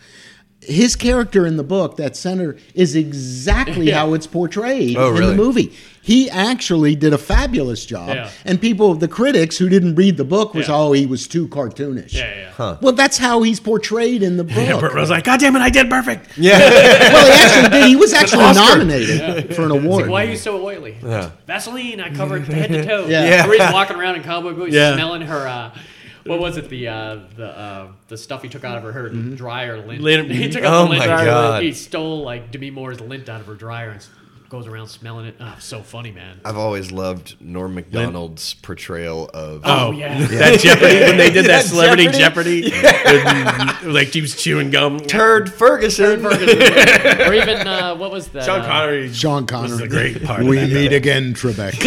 E: His character in the book, that center, is
D: <laughs>
E: exactly
D: Yeah.
E: how it's portrayed
C: Oh,
E: in the
C: really?
E: movie. He actually did a fabulous job.
D: Yeah.
E: And people, the critics who didn't read the book, was,
D: Yeah.
E: oh, he was too cartoonish.
D: Yeah, yeah.
E: Well, that's how he's portrayed in
B: <laughs>
E: the
B: <laughs>
E: book.
B: And Burt was like, God damn it, I did perfect.
C: <laughs>
E: <laughs> well, he actually did.
D: <laughs>
E: He was actually nominated for an award.
D: Why are you so oily?
C: Yeah.
D: Vaseline, I covered head to toe.
E: Yeah.
C: Yeah.
D: Everybody's walking around in cowboy boots,
B: Yeah.
D: smelling her. Uh, what was it? The uh, the uh, the stuff he took out of her, her dryer lint.
B: Lint.
D: <laughs> He took
C: Mm-hmm. Oh
D: out the lint
C: my
D: dryer.
C: God.
D: He stole like Demi Moore's lint out of her dryer and s- goes around smelling it. Oh, so funny,
C: <laughs>
D: man.
C: I've always loved Norm Macdonald's portrayal of
B: Oh,
D: yeah.
B: That Jeopardy, when they did that celebrity
C: Jeopardy?
B: Jeopardy, with, <laughs> like he was chewing gum.
E: Uh,
C: Turd Ferguson.
D: or even uh, what was that?
B: Sean
D: uh,
B: Connery.
E: Sean
B: was
E: Connery.
B: the great part. of
E: we
B: that.
E: meet again,
B: <laughs>
E: Trebek.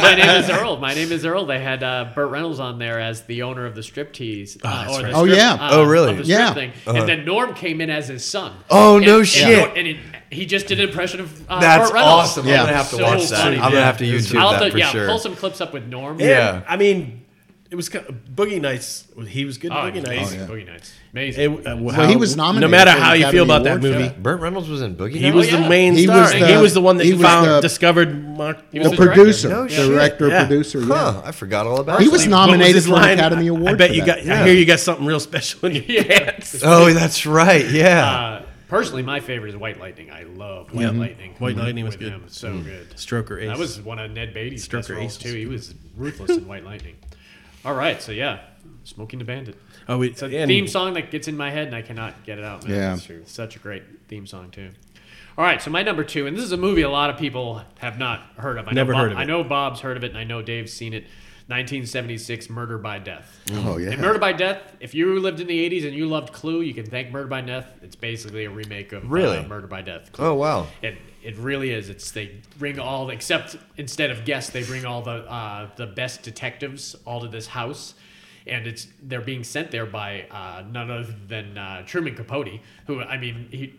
D: My name is Earl. My name is Earl. They had uh, Burt Reynolds on there as the owner of the striptease. Uh,
B: that's
D: or
B: right.
D: the
E: Oh, yeah.
C: Oh, really?
D: of the strip
E: Yeah.
D: Thing. And then Norm came in as his son.
C: Oh,
D: And-
C: no
D: and
C: shit.
D: Nor- And it, he just did an impression of uh,
C: <laughs> That's
D: Burt Reynolds.
C: awesome.
E: Yeah.
C: I'm gonna have to
D: So
C: watch that.
D: funny,
C: I'm gonna
D: man.
C: have to YouTube
D: I'll
C: that
D: have to-
C: for
D: yeah,
C: sure.
D: pull some clips up with Norm.
B: Yeah.
C: Yeah.
B: I mean, it was kind of- Boogie Nights. He was good
D: Oh,
B: at Boogie Nights.
D: amazing. Boogie Nights. Amazing.
B: It, uh, how-
E: he was nominated
B: No matter
E: for an
B: how you
E: Academy
B: feel about that
E: Award for
B: movie,
E: that.
C: Burt Reynolds was in Boogie
B: He
C: Nights?
B: was
D: Oh, yeah.
B: the main
E: He
B: star.
E: was
B: he
E: the-
B: was the one that
E: he
B: he
E: was
B: found
E: the-
B: discovered Mark.
D: He
E: The
D: was director.
E: producer,
C: No shit.
E: director,
B: Yeah.
E: producer. Yeah.
C: Huh, I forgot all about
E: He
C: that.
E: was
B: What
E: nominated
B: was his
E: for an
B: line?
E: Academy Award.
B: I bet
E: for
B: you
E: that.
B: got. I hear you got something real special in
D: <laughs>
B: your pants.
C: Oh, that's right. Yeah.
D: Uh, personally, my favorite is White Lightning. I love White Lightning.
B: White Lightning was
D: With
B: good.
D: Him. So good.
B: Stroker ace.
D: That was one of Ned Beatty's
B: Stroker
D: best roles
B: aces.
D: too. He was ruthless in White Lightning. All right, so yeah, Smoking the Bandit.
B: oh, wait,
D: It's a
B: and- <laughs>
D: theme song that gets in my head and I cannot get it out. Man.
E: Yeah.
D: It's such a great theme song too. All right, so my number two, and this is a movie a lot of people have not heard of. I
B: Never
D: know Bob-
B: heard of it.
D: I know Bob's heard of it, and I know Dave's seen it. 1976, Murder by Death.
E: Oh yeah.
D: And Murder by Death, if you lived in the 80s and you loved Clue, you can thank Murder by Death. It's basically a remake of uh,
C: Really?
D: Murder by Death. Clue.
C: Oh, wow.
D: It, it really is. It's they bring all except instead of guests, they bring all the uh, the best detectives all to this house, and it's they're being sent there by uh, none other than uh, Truman Capote, who I mean he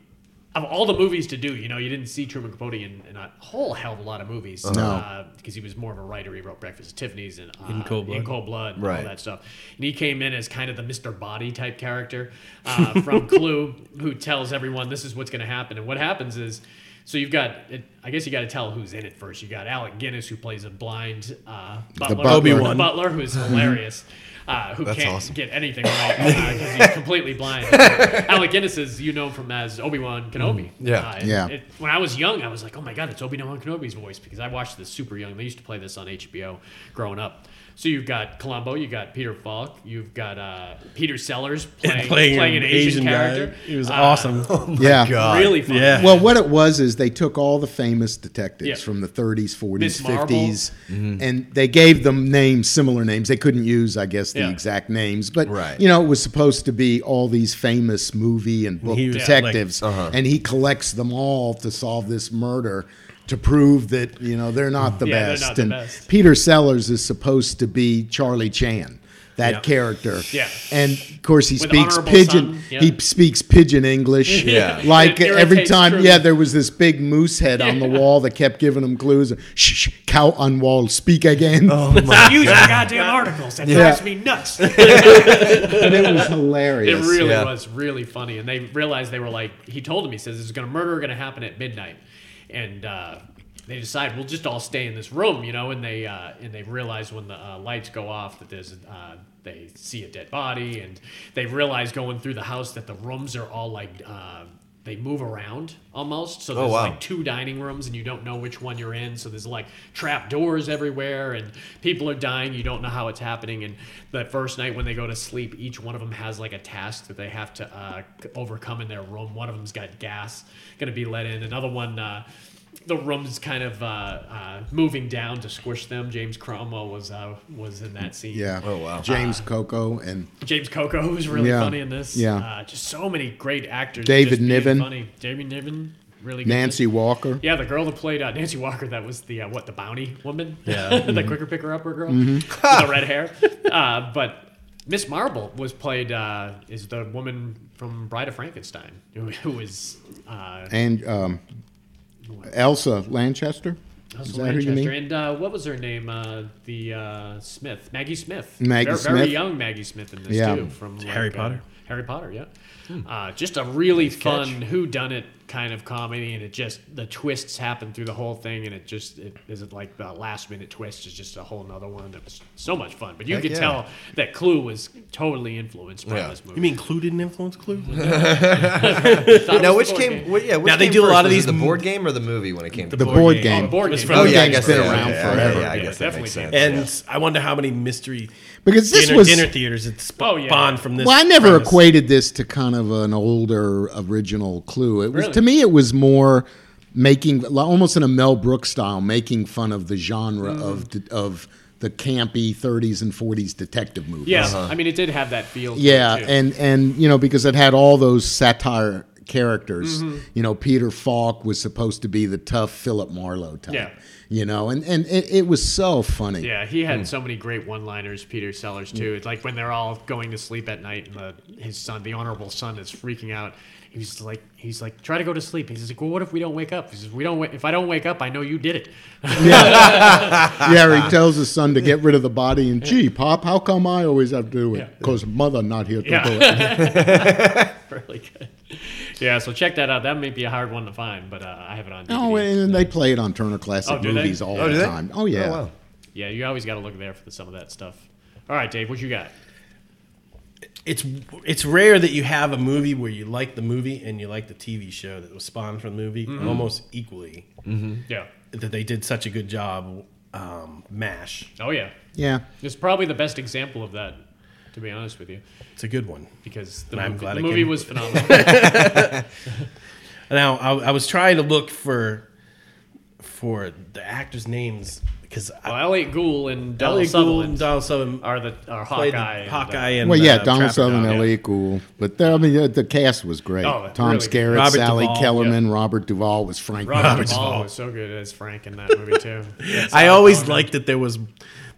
D: of all the movies to do, you know, you didn't see Truman Capote in, in a whole hell of a lot of movies.
B: Uh-huh.
D: No. Because he was more of a writer. He wrote Breakfast at Tiffany's and uh,
B: In Cold Blood.
D: In Cold Blood and
C: Right.
D: all that stuff. And he came in as kind of the Mr. Body type character uh, from Clue who tells everyone this is what's going to happen. And what happens is. So you've got, it- I guess you got to tell who's in it first. You got Alec Guinness who plays a blind uh, butler,
E: butler.
B: Obi-Wan.
D: butler
C: <laughs>
D: who's hilarious, uh, who
C: That's
D: can't
C: awesome.
D: get anything right because he's completely blind.
C: <laughs>
D: Alec Guinness is you know him from as Obi Wan Kenobi.
C: Yeah.
D: Uh,
E: Yeah.
D: it- when I was young, I was like, oh my god, it's Obi Wan Kenobi's voice because I watched this super young. They used to play this on HBO growing up. So you've got Columbo, you got Peter Falk, you've got uh, Peter Sellers playing, playing, an Asian, character.
B: It was
D: Uh, <laughs>
B: awesome.
E: yeah.
C: God.
D: Really fun.
B: Yeah.
E: Well, what it was is they took all the famous detectives
D: Yeah.
E: from the 30s, 40s,
D: Miss Marvel.
E: 50s,
B: Mm-hmm.
E: and they gave them names, similar names. They couldn't use, I guess, the
D: Yeah.
E: exact names, but
C: Right.
E: you know, it was supposed to be all these famous movie and book
B: he was Uh-huh.
E: detectives, and he collects them all to solve this murder to prove that you know they're not the
D: Yeah, they're
E: best.
D: not the
E: and
D: best.
E: Peter Sellers is supposed to be Charlie Chan. That
B: Yeah.
E: character,
D: Yeah.
E: and of course he
D: With
E: speaks
D: honorable
E: pigeon.
D: son, yeah.
E: He speaks pigeon English.
C: Yeah.
E: Like
D: It irritates
E: every time,
D: Truman.
E: yeah, there was this big moose head on the wall that kept giving him clues. Shh, shh, cow on wall, speak again.
C: Oh.
F: Use your goddamn articles. That drives me nuts.
E: <laughs> And it was
D: It
E: hilarious.
D: really
C: Yeah.
D: was really funny, and they realized they were like he told him. He says, "Is going to murder going to happen at midnight?" And uh, they decide we'll just all stay in this room, you know. And they uh, and they realize when the uh, lights go off that there's uh, they see a dead body, and they realize going through the house that the rooms are all like. Uh, they move around almost, so there's
C: Oh, wow.
D: like two dining rooms, and you don't know which one you're in. So there's like trap doors everywhere, and people are dying. You don't know how it's happening. And the first night when they go to sleep, each one of them has like a task that they have to uh, c- overcome in their room. One of them's got gas going to be let in. Another one, uh, the room's kind of uh, uh, moving down to squish them. James Cromwell was uh, was in that scene.
E: Yeah.
C: Oh, wow.
E: James Coco and
D: James Coco was really
E: Yeah.
D: funny in this.
E: Yeah.
D: Uh, just so many great actors.
E: David
D: just being
E: Niven.
D: Funny. David Niven. Really good.
E: Nancy Walker.
D: Yeah, the girl that played uh, Nancy Walker, that was the uh, what the bounty woman,
B: Yeah.
D: <laughs> the quicker picker upper girl <laughs> with the red hair. Uh, but Miss Marble was played uh, is the woman from Bride of Frankenstein, who, who was uh,
E: And um, Elsa Lanchester. Is
D: Elsa
E: that who you
D: Lanchester.
E: mean?
D: and uh, what was her name? Uh, the uh, Smith, Maggie Smith,
E: Maggie
D: very,
E: Smith.
D: very young Maggie Smith in this
E: Yeah.
D: too, from like,
B: Harry
D: uh,
B: Potter.
D: Harry Potter, yeah.
E: Hmm.
D: Uh, just a really fun who done it kind of comedy, and it just the twists happen through the whole thing, and it just it isn't like the last minute twist is just a whole nother one that was so much fun. But you
C: Heck
D: could
C: yeah.
D: tell that Clue was totally influenced by
C: Yeah.
D: this movie.
B: You mean Clue didn't influence Clue?
C: Now, which came? What, yeah, which
B: Now, they
C: came
B: do a
C: first?
B: lot of
C: Was it
B: these
C: the
B: m-
C: board game or the movie when it came. to
E: The board
B: game.
E: game.
D: Oh, the board
E: It's
D: game.
E: been-
D: Oh,
E: the
D: yeah, I
E: game's
D: guess
E: been
D: that-
E: around
D: yeah,
E: forever.
C: Yeah, I
D: Yeah,
C: guess that
D: definitely
C: makes
D: came
C: sense.
B: And I wonder how many mystery
E: Because this
B: dinner,
E: was
B: dinner theaters it's
D: Oh, yeah.
B: spawned from this.
E: Well, I never
B: premise.
E: equated this to kind of an older original clue. It was
D: Really?
E: to me, it was more making like, almost in a Mel Brooks style, making fun of the genre
D: Mm.
E: of de- of the campy 30s and 40s detective movies.
D: yeah, I mean it did have that feel. to it,
E: yeah,
D: too.
E: and and you know because it had all those satire characters.
D: Mm-hmm.
E: You know, Peter Falk was supposed to be the tough Philip Marlowe type.
D: Yeah.
E: You know, and and it, it was so funny.
D: Yeah, he
B: Hmm.
D: had so many great one-liners, Peter Sellers too. It's like when they're all going to sleep at night, and the, his son, the honorable son, is freaking out. He's like, he's like, try to go to sleep. He's like, well, what if we don't wake up? He says, we don't. Wa- if I don't wake up, I know you did it. <laughs>
E: Yeah,
D: Uh-huh.
E: he tells his son to get rid of the body, and gee, Pop, how come I always have to do it? Because mother not here to
D: Yeah.
E: do
D: <laughs>
E: it.
D: really good. Yeah, so check that out. That may be a hard one to find, but uh, I have it on. DVD.
E: Oh, and they play it on Turner Classic
D: Oh, do they?
E: Movies all
C: Oh, do
E: the
C: they?
E: time. Oh yeah,
C: Oh, wow.
D: yeah, you always got to look there for the, some of that stuff. All right, Dave, what you got?
B: It's it's rare that you have a movie where you like the movie and you like the TV show that was spawned from the movie
D: Mm-hmm.
B: almost equally.
D: Yeah.
B: That they did such a good job. Um, Mash,
D: Oh yeah,
E: yeah.
D: it's probably the best example of that. To be honest with you,
B: it's a good one.
D: because the
B: I'm
D: movie,
B: glad
D: the
B: I
D: movie
B: came.
D: was phenomenal.
B: <laughs> Now I, I was trying to look for for the actors' names because I,
D: Well, Elliot Gould
B: Elliot
D: and Donald
B: Gould
D: Sutherland
B: and Donald Sutherland
D: are the are
B: played
D: Hawkeye. and, uh,
B: Hawkeye and
E: Well, yeah,
B: uh,
E: Donald
B: Trapper
E: Sutherland,
B: John.
E: L.A. Cool, but the, I mean uh, the, the cast was great.
D: Oh,
E: Tom
D: really.
E: Skerritt,
B: Robert
E: Sally
B: Duvall,
E: Kellerman, Robert Duvall was Frank.
D: Robert
E: Roberts.
D: Duvall was so good as Frank in that movie
B: <laughs>
D: too.
B: I always liked that there was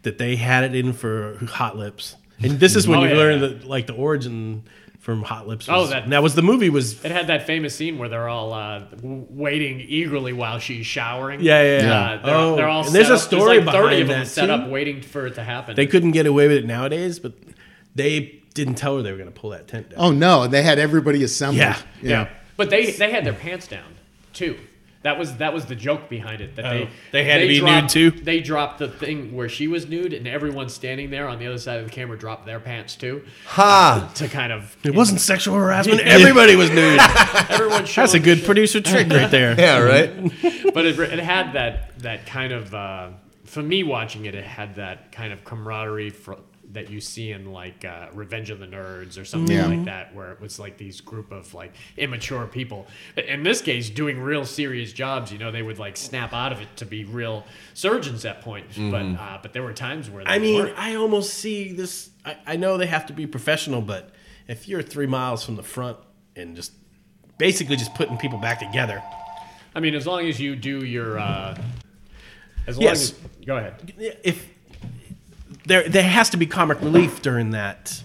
B: that they had it in for hot lips, and this is when
D: Oh,
B: you
D: yeah.
B: learn that like the origin from Hot Lips.
D: Oh,
B: was-
D: that-
B: and that was the movie was
D: It had that famous scene where they're all uh, w- waiting eagerly while she's showering.
B: Yeah, yeah, yeah.
D: Uh, they're,
B: Oh,
D: they're all
B: and there's
D: set
B: a
D: up-
B: story
D: there's like 30
B: behind
D: of them
B: that,
D: set
B: too.
D: up waiting for it to happen.
B: they couldn't get away with it nowadays, but they didn't tell her they were going to pull that tent down.
E: Oh no, they had everybody assembled.
B: Yeah,
D: yeah. But they they had their pants down too. That was that was the joke behind it. That
B: Oh,
D: they
B: they had to be nude,
D: dropped-
B: too?
D: They dropped the thing where she was nude, and everyone standing there on the other side of the camera dropped their pants too.
C: Ha!
D: To kind of
B: It wasn't sexual harassment. <laughs>
C: Everybody was nude.
D: everyone.
B: That's a
D: showing-
B: good producer trick right there.
C: yeah, right.
D: but it, it had that that kind of uh, for me watching it, it had that kind of camaraderie for, that you see in like uh, Revenge of the Nerds or something
E: Yeah.
D: like that, where it was like these group of like immature people. In this case, doing real serious jobs. You know, they would like snap out of it to be real surgeons at points. But uh, but there were times where they
B: I mean,
D: weren't.
B: I almost see this. I, I know they have to be professional, but if you're three miles from the front and just basically just putting people back together,
D: I mean, as long as you do your uh, as long
B: Yes.
D: as go ahead.
B: if there there has to be comic relief during that,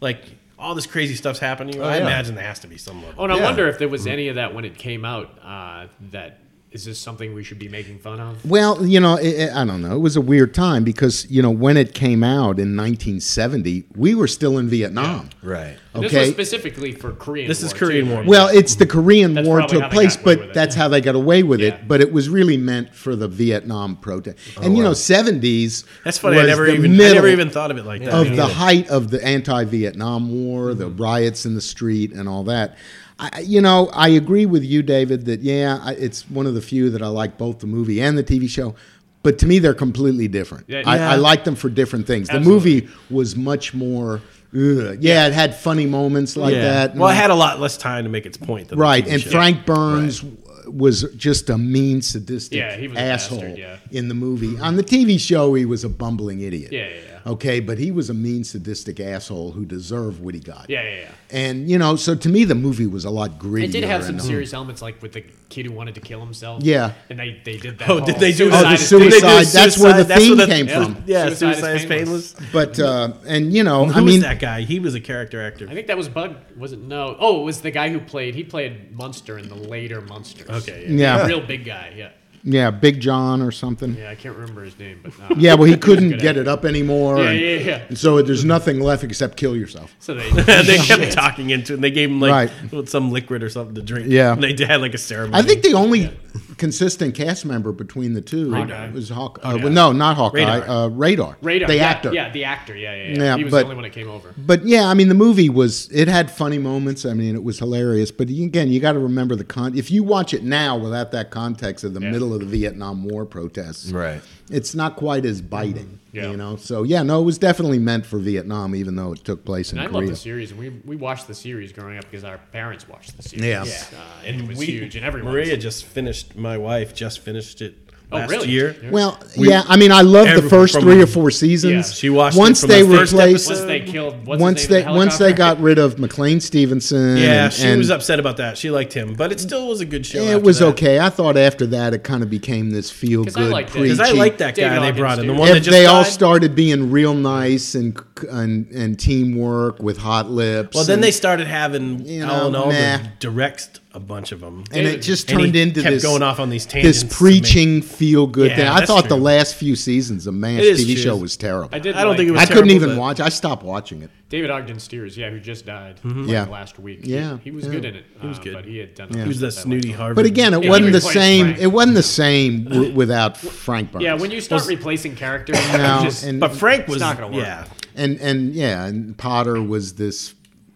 B: like all this crazy stuff's happening,
E: Oh,
B: I
C: yeah.
B: imagine there has to be some level.
D: Oh, and I
C: Yeah.
D: wonder if there was any of that when it came out. Uh, that is this something we should be making fun of?
E: Well, you know, it, it- I don't know. It was a weird time because you know when it came out in 1970, we were still in Vietnam.
C: Right.
E: Okay.
D: This was specifically for Korean.
B: This is
D: War,
B: Korean
D: too,
B: War.
D: right?
E: Well, it's the Korean
D: That's
E: War
D: probably how
E: took
D: they
E: place,
D: got away
E: but
D: with it.
E: that's how they got away with
D: Yeah. Oh,
E: it. But it was really meant for the Vietnam protest. and you know, seventies.
B: That's funny. I never even I never even thought of it like that.
E: of the height of the anti-Vietnam War, the
D: Mm-hmm.
E: riots in the street, and all that. I, I- you know, I agree with you, David. That yeah, I, it's one of the few that I like both the movie and the TV show. But to me, they're completely different.
D: Yeah,
E: I,
D: yeah.
E: I like them for different things.
D: Absolutely.
E: The movie was much more. Ugh. Yeah, it had funny moments like
B: Yeah.
E: that. and
B: well, it had a lot less time to make its point. Than the
E: Right,
B: TV
E: and
B: show.
E: Frank Burns w was just a mean, sadistic
D: Yeah, he was a
E: asshole
D: bastard, yeah.
E: in the movie. On the TV show, he was a bumbling idiot.
D: Yeah, yeah,
E: Okay, but he was a mean, sadistic asshole who deserved what he got.
D: yeah, yeah, yeah. yeah.
E: And you know, so to me, the movie was a lot grittier.
D: It did have some
E: and-
D: serious elements, like with the kid who wanted to kill himself.
E: Yeah.
D: and they they did that.
B: Oh,
D: whole
B: did they do
E: Oh,
B: that?
E: the
D: is painless.
E: suicide.
B: Did they do
E: That's where the
B: suicide? That's
E: theme
B: where the-
E: came
B: yeah.
E: from.
B: Yeah,
D: Suicide
B: suicide,
D: is
B: is painless.
D: painless.
E: But uh, and you know,
B: Who
E: I
B: was
E: mean,
B: that guy? He was a character <laughs> actor.
D: I think that was Bug. Was it no? Oh, it was the guy who played. He played Munster in the later Munsters.
B: Okay,
E: yeah.
D: real big guy. Yeah,
E: yeah, Big John or something. Yeah,
D: yeah. I can't remember his name, but uh, <laughs>
E: well, he
D: good
E: couldn't get
D: actor.
E: it up anymore.
D: yeah,
E: and,
D: yeah, yeah.
E: and so there's nothing left except kill yourself.
B: <laughs>
D: So they.
B: they kept talking into it. And they gave him like
E: Oh, Right.
B: some liquid or something to drink.
E: Yeah.
B: and they did- had like a ceremony.
E: I think the only consistent cast member between the two
D: Hawkeye.
E: was Hawk. Uh, well, no, not Hawkeye.
B: Radar.
E: Uh, Radar.
D: Radar,
E: The
D: yeah,
E: actor.
D: yeah, the actor, yeah, yeah, yeah.
E: Yeah,
D: he was
E: but-
D: the only one that came over.
E: But yeah, I mean, the movie was it had funny moments. I mean, it was hilarious. But you- again, you got to remember the con. If you watch it now without that context of the middle of the Vietnam War protests,
C: Right.
E: it's not quite as biting.
D: Yeah.
E: You know, so yeah, no, it was definitely meant for Vietnam, even though it took place in
D: And I love
E: Korea.
D: the series, and we we watched the series growing up because our parents watched the series.
E: Yeah.
D: uh, and it was
B: We-
D: huge, and everyone.
B: Maria just finished. My wife just finished it
D: Oh,
B: last
D: really?
B: year.
E: Well, yeah, I mean, I love the
B: Every-
E: first
B: from-
E: three or four seasons.
D: Yeah,
B: she watched it
E: once
B: from
E: they
B: the
E: were
B: first
E: replaced.
D: once they killed, what's
E: Once
D: his name
E: they
D: in the
E: once they
D: helicopter?
E: got rid of McLean Stevenson,
B: Yeah,
E: and-
B: she
E: and-
B: was upset about that. She liked him, but it still was a good show.
E: It
B: after
E: was
B: that.
E: okay. I thought after that it kind of became this feel
D: 'Cause I
E: good
D: liked it.
E: preachy.
B: 'Cause I like that guy
D: David
B: they
D: Hawkins,
B: brought in. The
D: dude.
B: one that
E: If
B: just
E: they all
B: died.
E: started being real nice and c- and and teamwork with hot lips.
B: Well, then
E: and-
B: they started having
E: You
B: you
E: know,
B: know, Alan Alda
E: meh.
B: directs a bunch of them.
E: and it just
B: And he
E: turned into
B: kept
E: this
B: going off on these tangents.
E: this
B: to make-
E: preaching feel good
B: Yeah,
E: thing. I
B: that's
E: thought the
B: true.
E: last few seasons of Mash
B: It is
E: TV
B: true.
E: show was terrible.
D: I
E: I,
D: did.
B: I don't think it was.
E: couldn't
B: terrible,
E: even
B: but-
E: watch. I stopped watching it.
D: David Ogden Steers, yeah, who just died like,
E: Yeah.
D: last week.
E: Yeah,
D: he, he was
E: yeah.
D: good in it. He
B: Mm-hmm. was good.
D: but he had done.
B: He was the snooty Harvard.
E: But again, it
D: Yeah,
E: wasn't
D: he
E: the
D: replaced
E: same.
D: Frank.
E: It wasn't the same w- without Frank Burns.
D: Yeah, when you start replacing characters,
E: No,
D: you just,
E: and-
B: but Frank was
D: not gonna work.
B: Yeah,
E: and and yeah, and Potter was this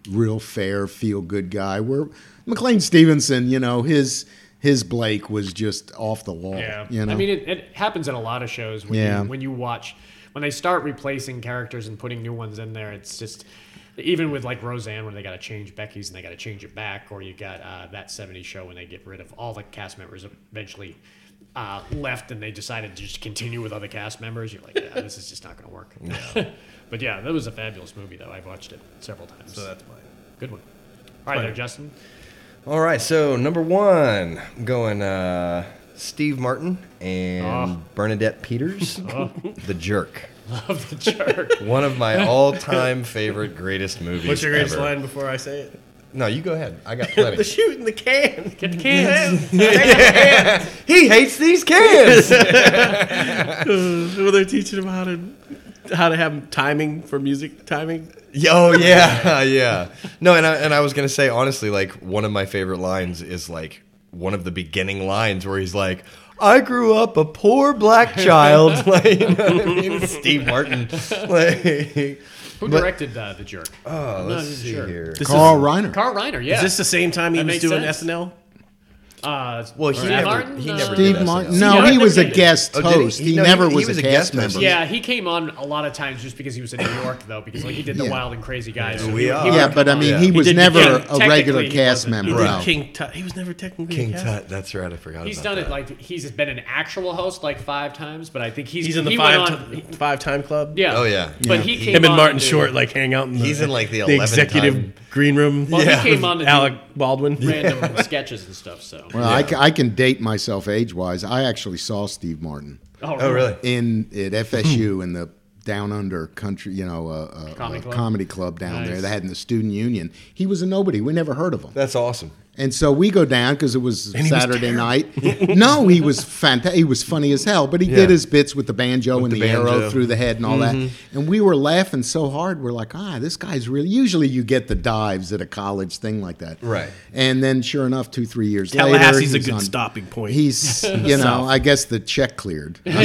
E: real fair, feel good guy. Where McLean Stevenson, you know, his his Blake was just off the wall.
D: yeah.
E: you know,
D: I mean, it, it happens in a lot of shows when
E: Yeah.
D: you when you watch when they start replacing characters and putting new ones in there. It's just even with like Roseanne when they got to change Becky's and they got to change it back, or you got uh, that '70s show when they get rid of all the cast members eventually. Uh, left and they decided to just continue with other cast members. You're like, yeah, this is just not going to work. <laughs> but yeah, that was a fabulous movie, though. I've watched it several times.
B: so that's mine.
D: Good one. All right, there, Justin.
C: All right. So number one, I'm going
B: Ah. <laughs>
C: uh, Steve Martin and Bernadette Peters, The Jerk.
D: Love the jerk.
C: <laughs> One of my all-time favorite greatest movies.
B: What's your greatest
C: ever.
B: line before I say it?
C: No, you go ahead. I got plenty.
B: The <laughs> shoot in the <laughs> can.
D: Get the cans.
C: he hates these <laughs> cans.
B: Well, they're teaching them how to how to have timing for music timing.
C: Oh yeah, <laughs> yeah. No, and I, and I was gonna say honestly, like one of my favorite lines is like one of the beginning lines where he's like, "I grew up a poor black child." <laughs> like you know what I mean? Steve Martin. <laughs> Like,
D: Who
C: But-
D: directed uh, the jerk?
C: oh,
D: not
C: let's
D: even
C: see
D: sure.
C: here.
B: This
E: Carl
B: is,
E: Reiner.
D: Carl Reiner. Yeah.
B: Is this the same time he
D: That
B: was
D: makes
B: doing
D: sense.
B: SNL?
D: uh,
C: Well, he
D: Steve
C: never-
D: Martin,
C: he never
D: uh,
C: did
E: Steve Martin.
C: SNL.
E: No,
D: Yeah, I
E: he was a
D: think he did.
E: guest
C: Oh, did he?
E: host.
C: He-
E: He
C: no,
E: never
C: he- he
E: was,
C: was
E: a
C: a
E: cast
C: guest
E: member.
C: member.
D: Yeah, he came on a lot of times just because he was in New York, though, because like he did the
E: Yeah.
D: Wild and Crazy Guys. so
C: We
D: he-
C: are.
D: he would
C: Yeah,
D: come
E: but um, I
D: on.
E: mean, he was
B: did
E: never
B: King-
E: a
D: technically
E: regular
D: he
E: cast
D: wasn't.
E: member.
B: He
E: no.
B: did King Tut. He was never technically
C: King
B: a cast.
C: Tut. That's right. I forgot.
D: He's
C: about
D: done it
C: that.
D: like he's been an actual host like five times, but I think he's
B: He's in the
D: he went
B: five
D: on-
B: ti- five time club.
D: yeah.
C: Oh yeah.
D: But he came
B: Him and
D: on
B: Martin
D: to-
B: Short like hang out in the,
C: He's in, like, the 11
B: executive
C: time.
B: green room.
D: Well, he Yeah. came on to do-
B: Alec Baldwin.
D: <laughs> random sketches and stuff. So.
E: Well, I, ca- I can date myself age wise. I actually saw Steve Martin
C: Oh really?
E: in at FSU in the down under country, you know, uh, uh,
D: Comedy
E: uh,
D: club?
E: comedy club down there.
D: Nice.
E: They had in the student union. He was a nobody. We never heard of him.
D: <laughs>
C: That's awesome.
E: And so we go down because it was
B: he was
E: Saturday night. no, he was fantastic. He was funny as hell, but he did
C: Yeah.
E: his bits with the banjo and
C: the
E: the, arrow
C: banjo.
E: through the head and all that. And we were laughing so hard. We're like, ah, this guy's really. Usually you get the dives at a college thing like that.
C: Right.
E: And then sure enough, two, three years later.
B: Tallahassee's a
E: he's
B: good
E: on-
B: stopping point.
E: He's, you know, I guess the check cleared. I mean,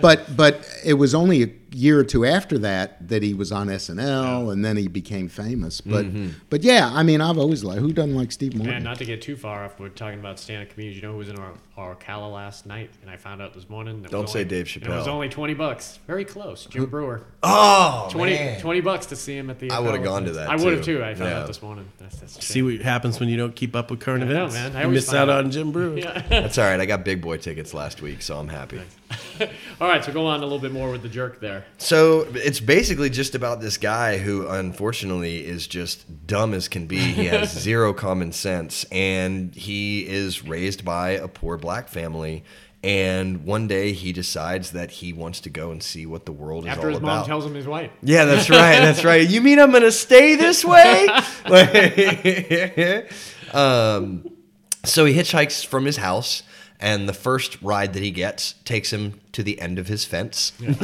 E: but but it was only a year or two after that that he was on SNL, and then he became famous. But but yeah, I mean, I've always liked who doesn't like Steve
D: Mm-hmm. Man,
E: Martin.
D: not to get too far off, we're talking about stand-up comedians. You know who was in our Ocala last night, and I found out this morning. that it
C: Don't
D: was
C: say
D: only-
C: Dave
D: It was
C: Chappelle.
D: only twenty bucks. Very close. Jim Brewer.
C: Oh
D: 20,
C: man.
D: 20 bucks to see him at the.
C: I would've
D: Ocala.
C: gone to that,
D: I would have
C: too.
D: too. I found
C: Yeah.
D: out this morning. That's, that's a
B: See
D: shame.
B: what happens when you don't keep up with current
D: know,
B: events.
D: man. I
B: you
D: always
B: miss out
D: find out.
B: on Jim Brewer.
D: Yeah.
C: That's all right. I got big boy tickets last week, so I'm happy.
D: All right, so go on a little bit more with the jerk there.
C: So it's basically just about this guy who, unfortunately, is just dumb as can be. He has
D: <laughs>
C: zero common sense, and he is raised by a poor black family. And one day he decides that he wants to go and see what the world is
D: After
C: all
D: his mom
C: about.
D: tells him he's
C: <laughs>
D: white.
C: Yeah, that's right. That's right. You mean I'm gonna stay this way? Like, <laughs> um, so he hitchhikes from his house, and the first ride that he gets takes him to the end of his fence. <laughs>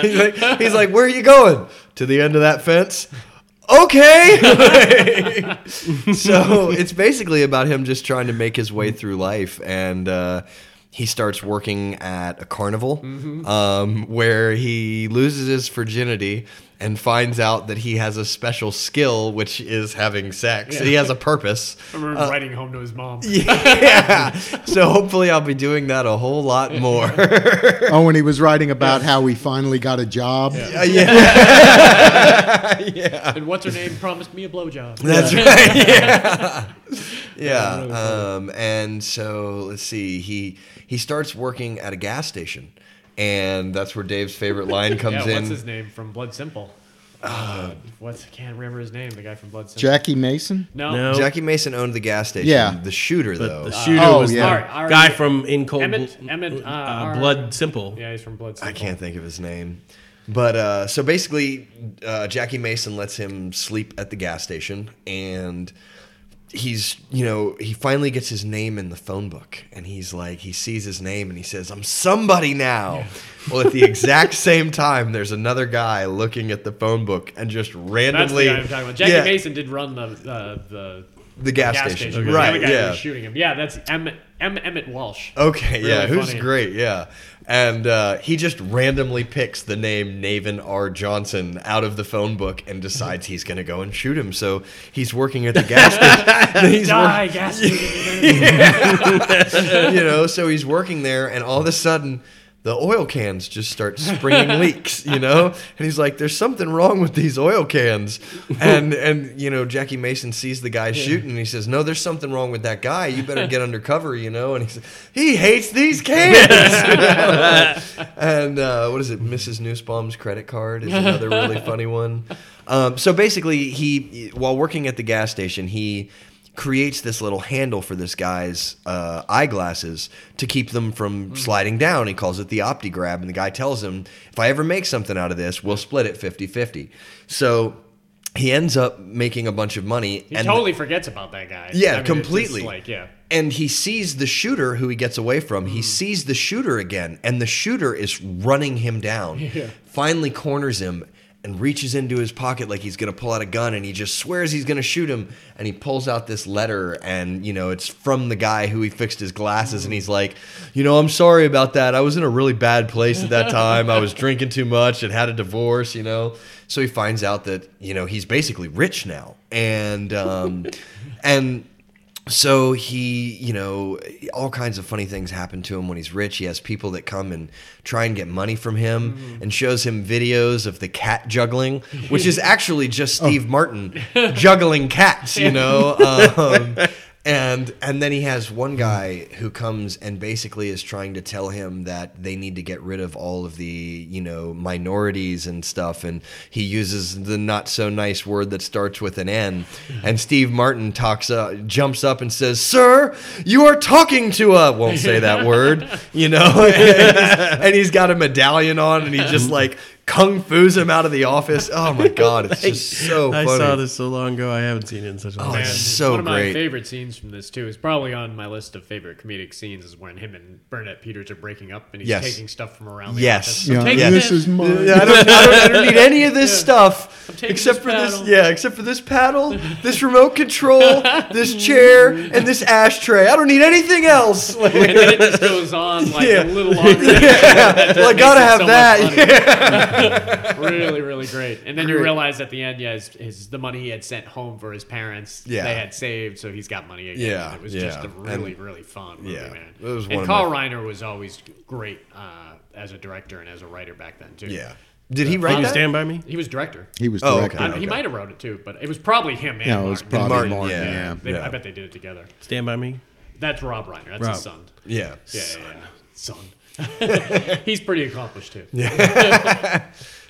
C: he's, like, he's like, "Where are you going?" To the end of that fence. <laughs> Okay. so it's basically about him just trying to make his way through life and uh, he starts working at a carnival um, where he loses his virginity and finds out that he has a special skill which is having sex he has a purpose <laughs>
D: I remember writing home to his mom.
C: Uh, yeah so hopefully i'll be doing that a whole lot more
E: Oh, when he was writing about how he finally got a job.
C: Uh, yeah
D: And what's her name promised me a blowjob.
C: <laughs> That's right. Yeah. <laughs> yeah. Um, and so let's see. He he starts working at a gas station, and that's where Dave's favorite line
D: Yeah,
C: comes in.
D: what's his name from Blood Simple? Uh, what's I can't remember his name. The guy from Blood Simple.
E: Jackie Mason.
D: No.
B: No.
C: Jackie Mason owned the gas station.
E: Yeah.
C: The shooter
B: But
C: though.
B: the shooter
E: Oh,
B: was
E: yeah.
B: the
E: All
D: right, all
B: guy
D: right.
B: from In Cold
D: Emmett-
B: Bl-
D: Emmett, uh,
B: uh,
D: our-
B: Blood Simple.
D: Yeah, he's from Blood Simple.
C: Ah. I can't think of his name. But uh, so basically, uh, Jackie Mason lets him sleep at the gas station, and he's you know he finally gets his name in the phone book, and he's like he sees his name and he says, "I'm somebody
D: <laughs>
C: now." well, at the exact same time, there's another guy looking at the phone book and just
D: That's
C: randomly
D: the guy I'm talking about. Jackie
C: Yeah,
D: Mason did run the uh, the
C: the gas,
D: gas
C: station,
D: station,
B: Okay.
D: The other
C: right?
D: guy who
C: Yeah,
D: was shooting him. Yeah, that's M. M. Emmett Walsh.
C: Okay, yeah,
D: Really
C: who's
D: funny.
C: great, yeah. And uh, he just randomly picks the name Navin R. Johnson out of the phone book and decides he's going to go and shoot him. So he's working at the
D: <laughs>
C: gas station. <laughs> He's wor-
F: Die, gas station.
C: you know, so he's working there, and all of a sudden, the oil cans just start
D: <laughs>
C: springing leaks, you know? And he's like, there's something wrong with these oil cans. And, and you know, Jackie Mason sees the guy shooting, and he says, no, there's something wrong with that guy. You better get under cover, you know? And he says, he hates
D: <laughs>
C: these cans. <laughs> and uh, what is it? Mrs. Newsbaum's credit card is
D: <laughs>
C: another really funny one. Um, so basically, he, while working at the gas station, he creates this little handle for this guy's uh, eyeglasses to keep them
D: Mm.
C: from sliding down. He calls it the opti grab, and the guy tells him, if I ever make something out of this, we'll split it 50 50. So he ends up making a bunch of money.
D: He totally forgets about that guy.
C: Yeah,
D: I mean, it's just
C: completely.
D: Like, yeah.
C: And he sees the shooter who he gets away from. He sees the shooter again, and the shooter is running him down. Finally corners him and reaches into his pocket like he's going to pull out a gun and he just swears he's going to shoot him and he pulls out this letter and you know it's from the guy who he fixed his glasses and he's like you know I'm sorry about that I was in a really bad place at that time I was drinking too much and had a divorce you know so he finds out that you know he's basically rich now and um and so he, you know, all kinds of funny things happen to him when he's rich. He has people that come and try and get money from him and shows him videos of the cat juggling, which is actually just Steve Martin juggling cats, you know. Um, and and then he has one guy who comes and basically is trying to tell him that they need to get rid of all of the, you know, minorities and stuff and he uses the not so nice word that starts with an N. And Steve Martin talks uh, jumps up and says, "Sir, you are talking to a won't
B: <laughs>
C: say that word, you know." <laughs> and, he's, and he's got a medallion on, and he just like kung fu's him out of the office. Oh my god,
B: <laughs>
C: it's just so
B: I
C: funny. Oh,
B: saw this so long ago. I haven't seen it in such a long
C: Man.
B: time.
C: It's so
D: one of my
C: great.
D: favorite scenes from this too is probably on my list of favorite comedic scenes is when him and Burnett Peters are breaking up and he's
C: Yes.
D: taking stuff from around the
C: Yes.
D: office.
E: Yeah,
D: I'm taking
E: this
D: this,
E: is mine.
C: Yeah, I, don't, I, don't, I
D: <laughs>
C: don't need any of this stuff
D: taking
C: except
D: this
C: for this.
D: paddle.
C: Yeah, except for
D: <laughs>
C: this paddle, this remote control, this chair, and this ashtray. I don't need
D: <laughs>
C: anything else. Like,
D: and then it just goes on like
C: <laughs> Yeah.
D: a little longer.
C: well, I gotta have
D: so much
C: that.
D: funnier.
C: <laughs>
D: really, really great. And then you realize at the end, yeah, his, his the money he had sent home for his parents,
C: Yeah.
D: they had saved, so he's got money again.
C: Yeah,
D: And it was
C: yeah.
D: just a really, really fun movie,
C: yeah,
D: man.
C: it was one
D: and
C: of
D: Carl
C: my-
D: Reiner was always great uh, as a director and as a writer back then too.
C: <laughs> Yeah. Did he write
B: Can you
C: that?
B: stand by me?
D: he was director.
E: He was
C: Oh,
E: directed.
C: okay.
D: I- He might have wrote it too, but it was probably him. And
E: Yeah,
D: Martin.
E: it was probably Martin,
C: Martin, yeah.
E: yeah.
D: They-
C: yeah.
D: I bet they did it together.
B: Stand by me.
D: That's Rob Reiner. That's
B: Rob.
D: his son.
C: Yeah.
D: Yeah, yeah, yeah. son. <laughs> He's pretty accomplished too.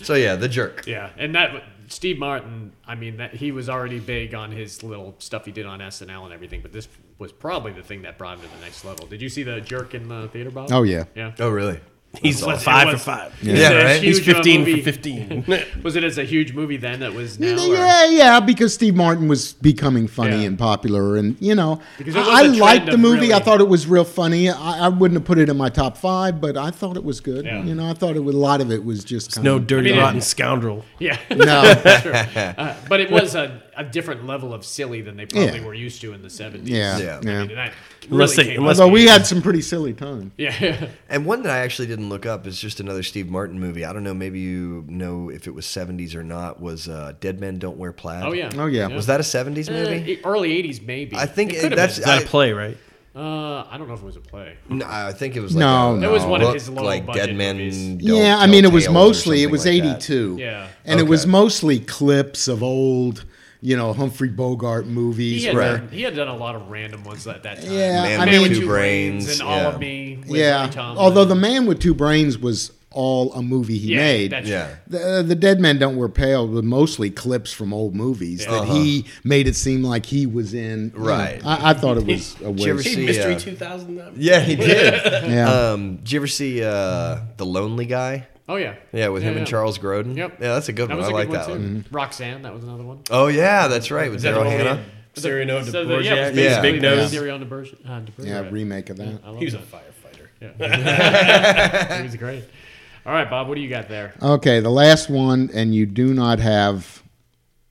C: So yeah, the jerk.
D: Yeah, and that Steve Martin, I mean, that he was already big on his little stuff he did on SNL and everything, but this was probably the thing that brought him to the next level. Did you see the jerk in the theater, Bob?
E: Oh, yeah.
D: yeah.
C: Oh really?
B: He's
D: awesome.
B: five
D: It
B: for
D: was-
B: five.
C: Yeah,
D: It's a
C: right?
B: He's
D: huge, uh,
B: 15
D: movie.
B: for 15.
D: <laughs> Was it as a huge movie then that was now? or-
E: Yeah, yeah, because Steve Martin was becoming funny
D: Yeah.
E: and popular, and you know,
D: Because there was
E: I
D: a
E: liked
D: trend
E: the
D: of
E: movie. I
D: really-
E: thought it was real funny. I, I wouldn't have put it in my top five, but I thought it was good.
D: Yeah.
E: You know, I thought it was, a lot of it was just
B: <laughs>
E: kind
B: No
E: of,
B: dirty,
D: I mean, it-
B: rotten scoundrel.
D: Yeah. <laughs>
E: no,
C: <laughs>
D: Sure. Uh, but it was a, a different level of silly than they probably
E: Yeah.
D: were used to in the 70s.
E: yeah,
C: Yeah.
E: yeah.
C: I mean,
D: And that really
B: Unless they-
D: came
B: unless-
D: up.
E: Although we had some pretty silly times.
D: <laughs> Yeah.
C: And one that I actually didn't look up is just another Steve Martin movie. I don't know. Maybe you know if it was '70s or not. Was uh, Dead Men Don't Wear Plaid?
D: Oh, yeah.
E: Oh yeah,
C: Was that a '70s
D: Uh,
C: movie?
D: early 80s, maybe.
C: I think
D: could have
C: that's.
D: been.
B: Is that
C: I,
B: a play, right?
D: Uh, I don't know if it was a play.
C: No, I think it was like
E: No,
C: a,
E: That was
D: one of
C: look
D: his low
C: like
D: budget
C: Dead Men.
D: movies.
C: Don't
E: yeah, I
C: Tell
E: mean, it was
C: Tales or
E: mostly it
C: something
E: was
C: like that.
E: '82,
D: Yeah.
E: and it
C: Okay.
E: was mostly clips of old, you know, Humphrey Bogart movies.
D: He had,
E: where,
D: done, he had done a lot of random ones at that time.
E: Yeah,
C: Man
E: I
C: with
E: mean,
C: Two Brains,
D: and all
C: yeah.
D: of me. With
E: yeah.
D: Ray Tomlin.
E: Although the Man with Two Brains was all a movie he
D: yeah,
E: made.
D: that's-
C: Yeah.
E: The, the Dead Men Don't Wear Pale were mostly clips from old movies that he made it seem like he was in. You know,
C: Uh-huh. Right.
E: I, I thought it was a
C: you ever
E: waste.
C: see,
B: Mystery
C: uh,
B: 2000.
C: Yeah,
D: <laughs>
C: he did.
E: Yeah.
C: um, did you ever see uh, the Lonely Guy?
D: Oh yeah.
C: Yeah, with him
D: yeah.
C: and Charles Grodin.
D: Yep.
C: Yeah, that's a good
D: That
C: one.
D: was
C: I
D: a
C: like
D: good
C: that
D: one,
C: one.
D: too. Roxanne, that was another one.
C: Oh yeah, that's right with Daryl Hannah.
B: Cyrano de
D: So the,
B: Bergerac,
D: yeah, it was
B: big-
C: Yeah.
D: basically
B: big nose.
D: the theory on DeBerge, uh, DeBergerac.
E: yeah, remake of that.
D: I love
B: He was a
D: that.
B: firefighter.
D: Yeah. <laughs> he was great. All right, Bob, what do you got there?
E: Okay, the last one, and you do not have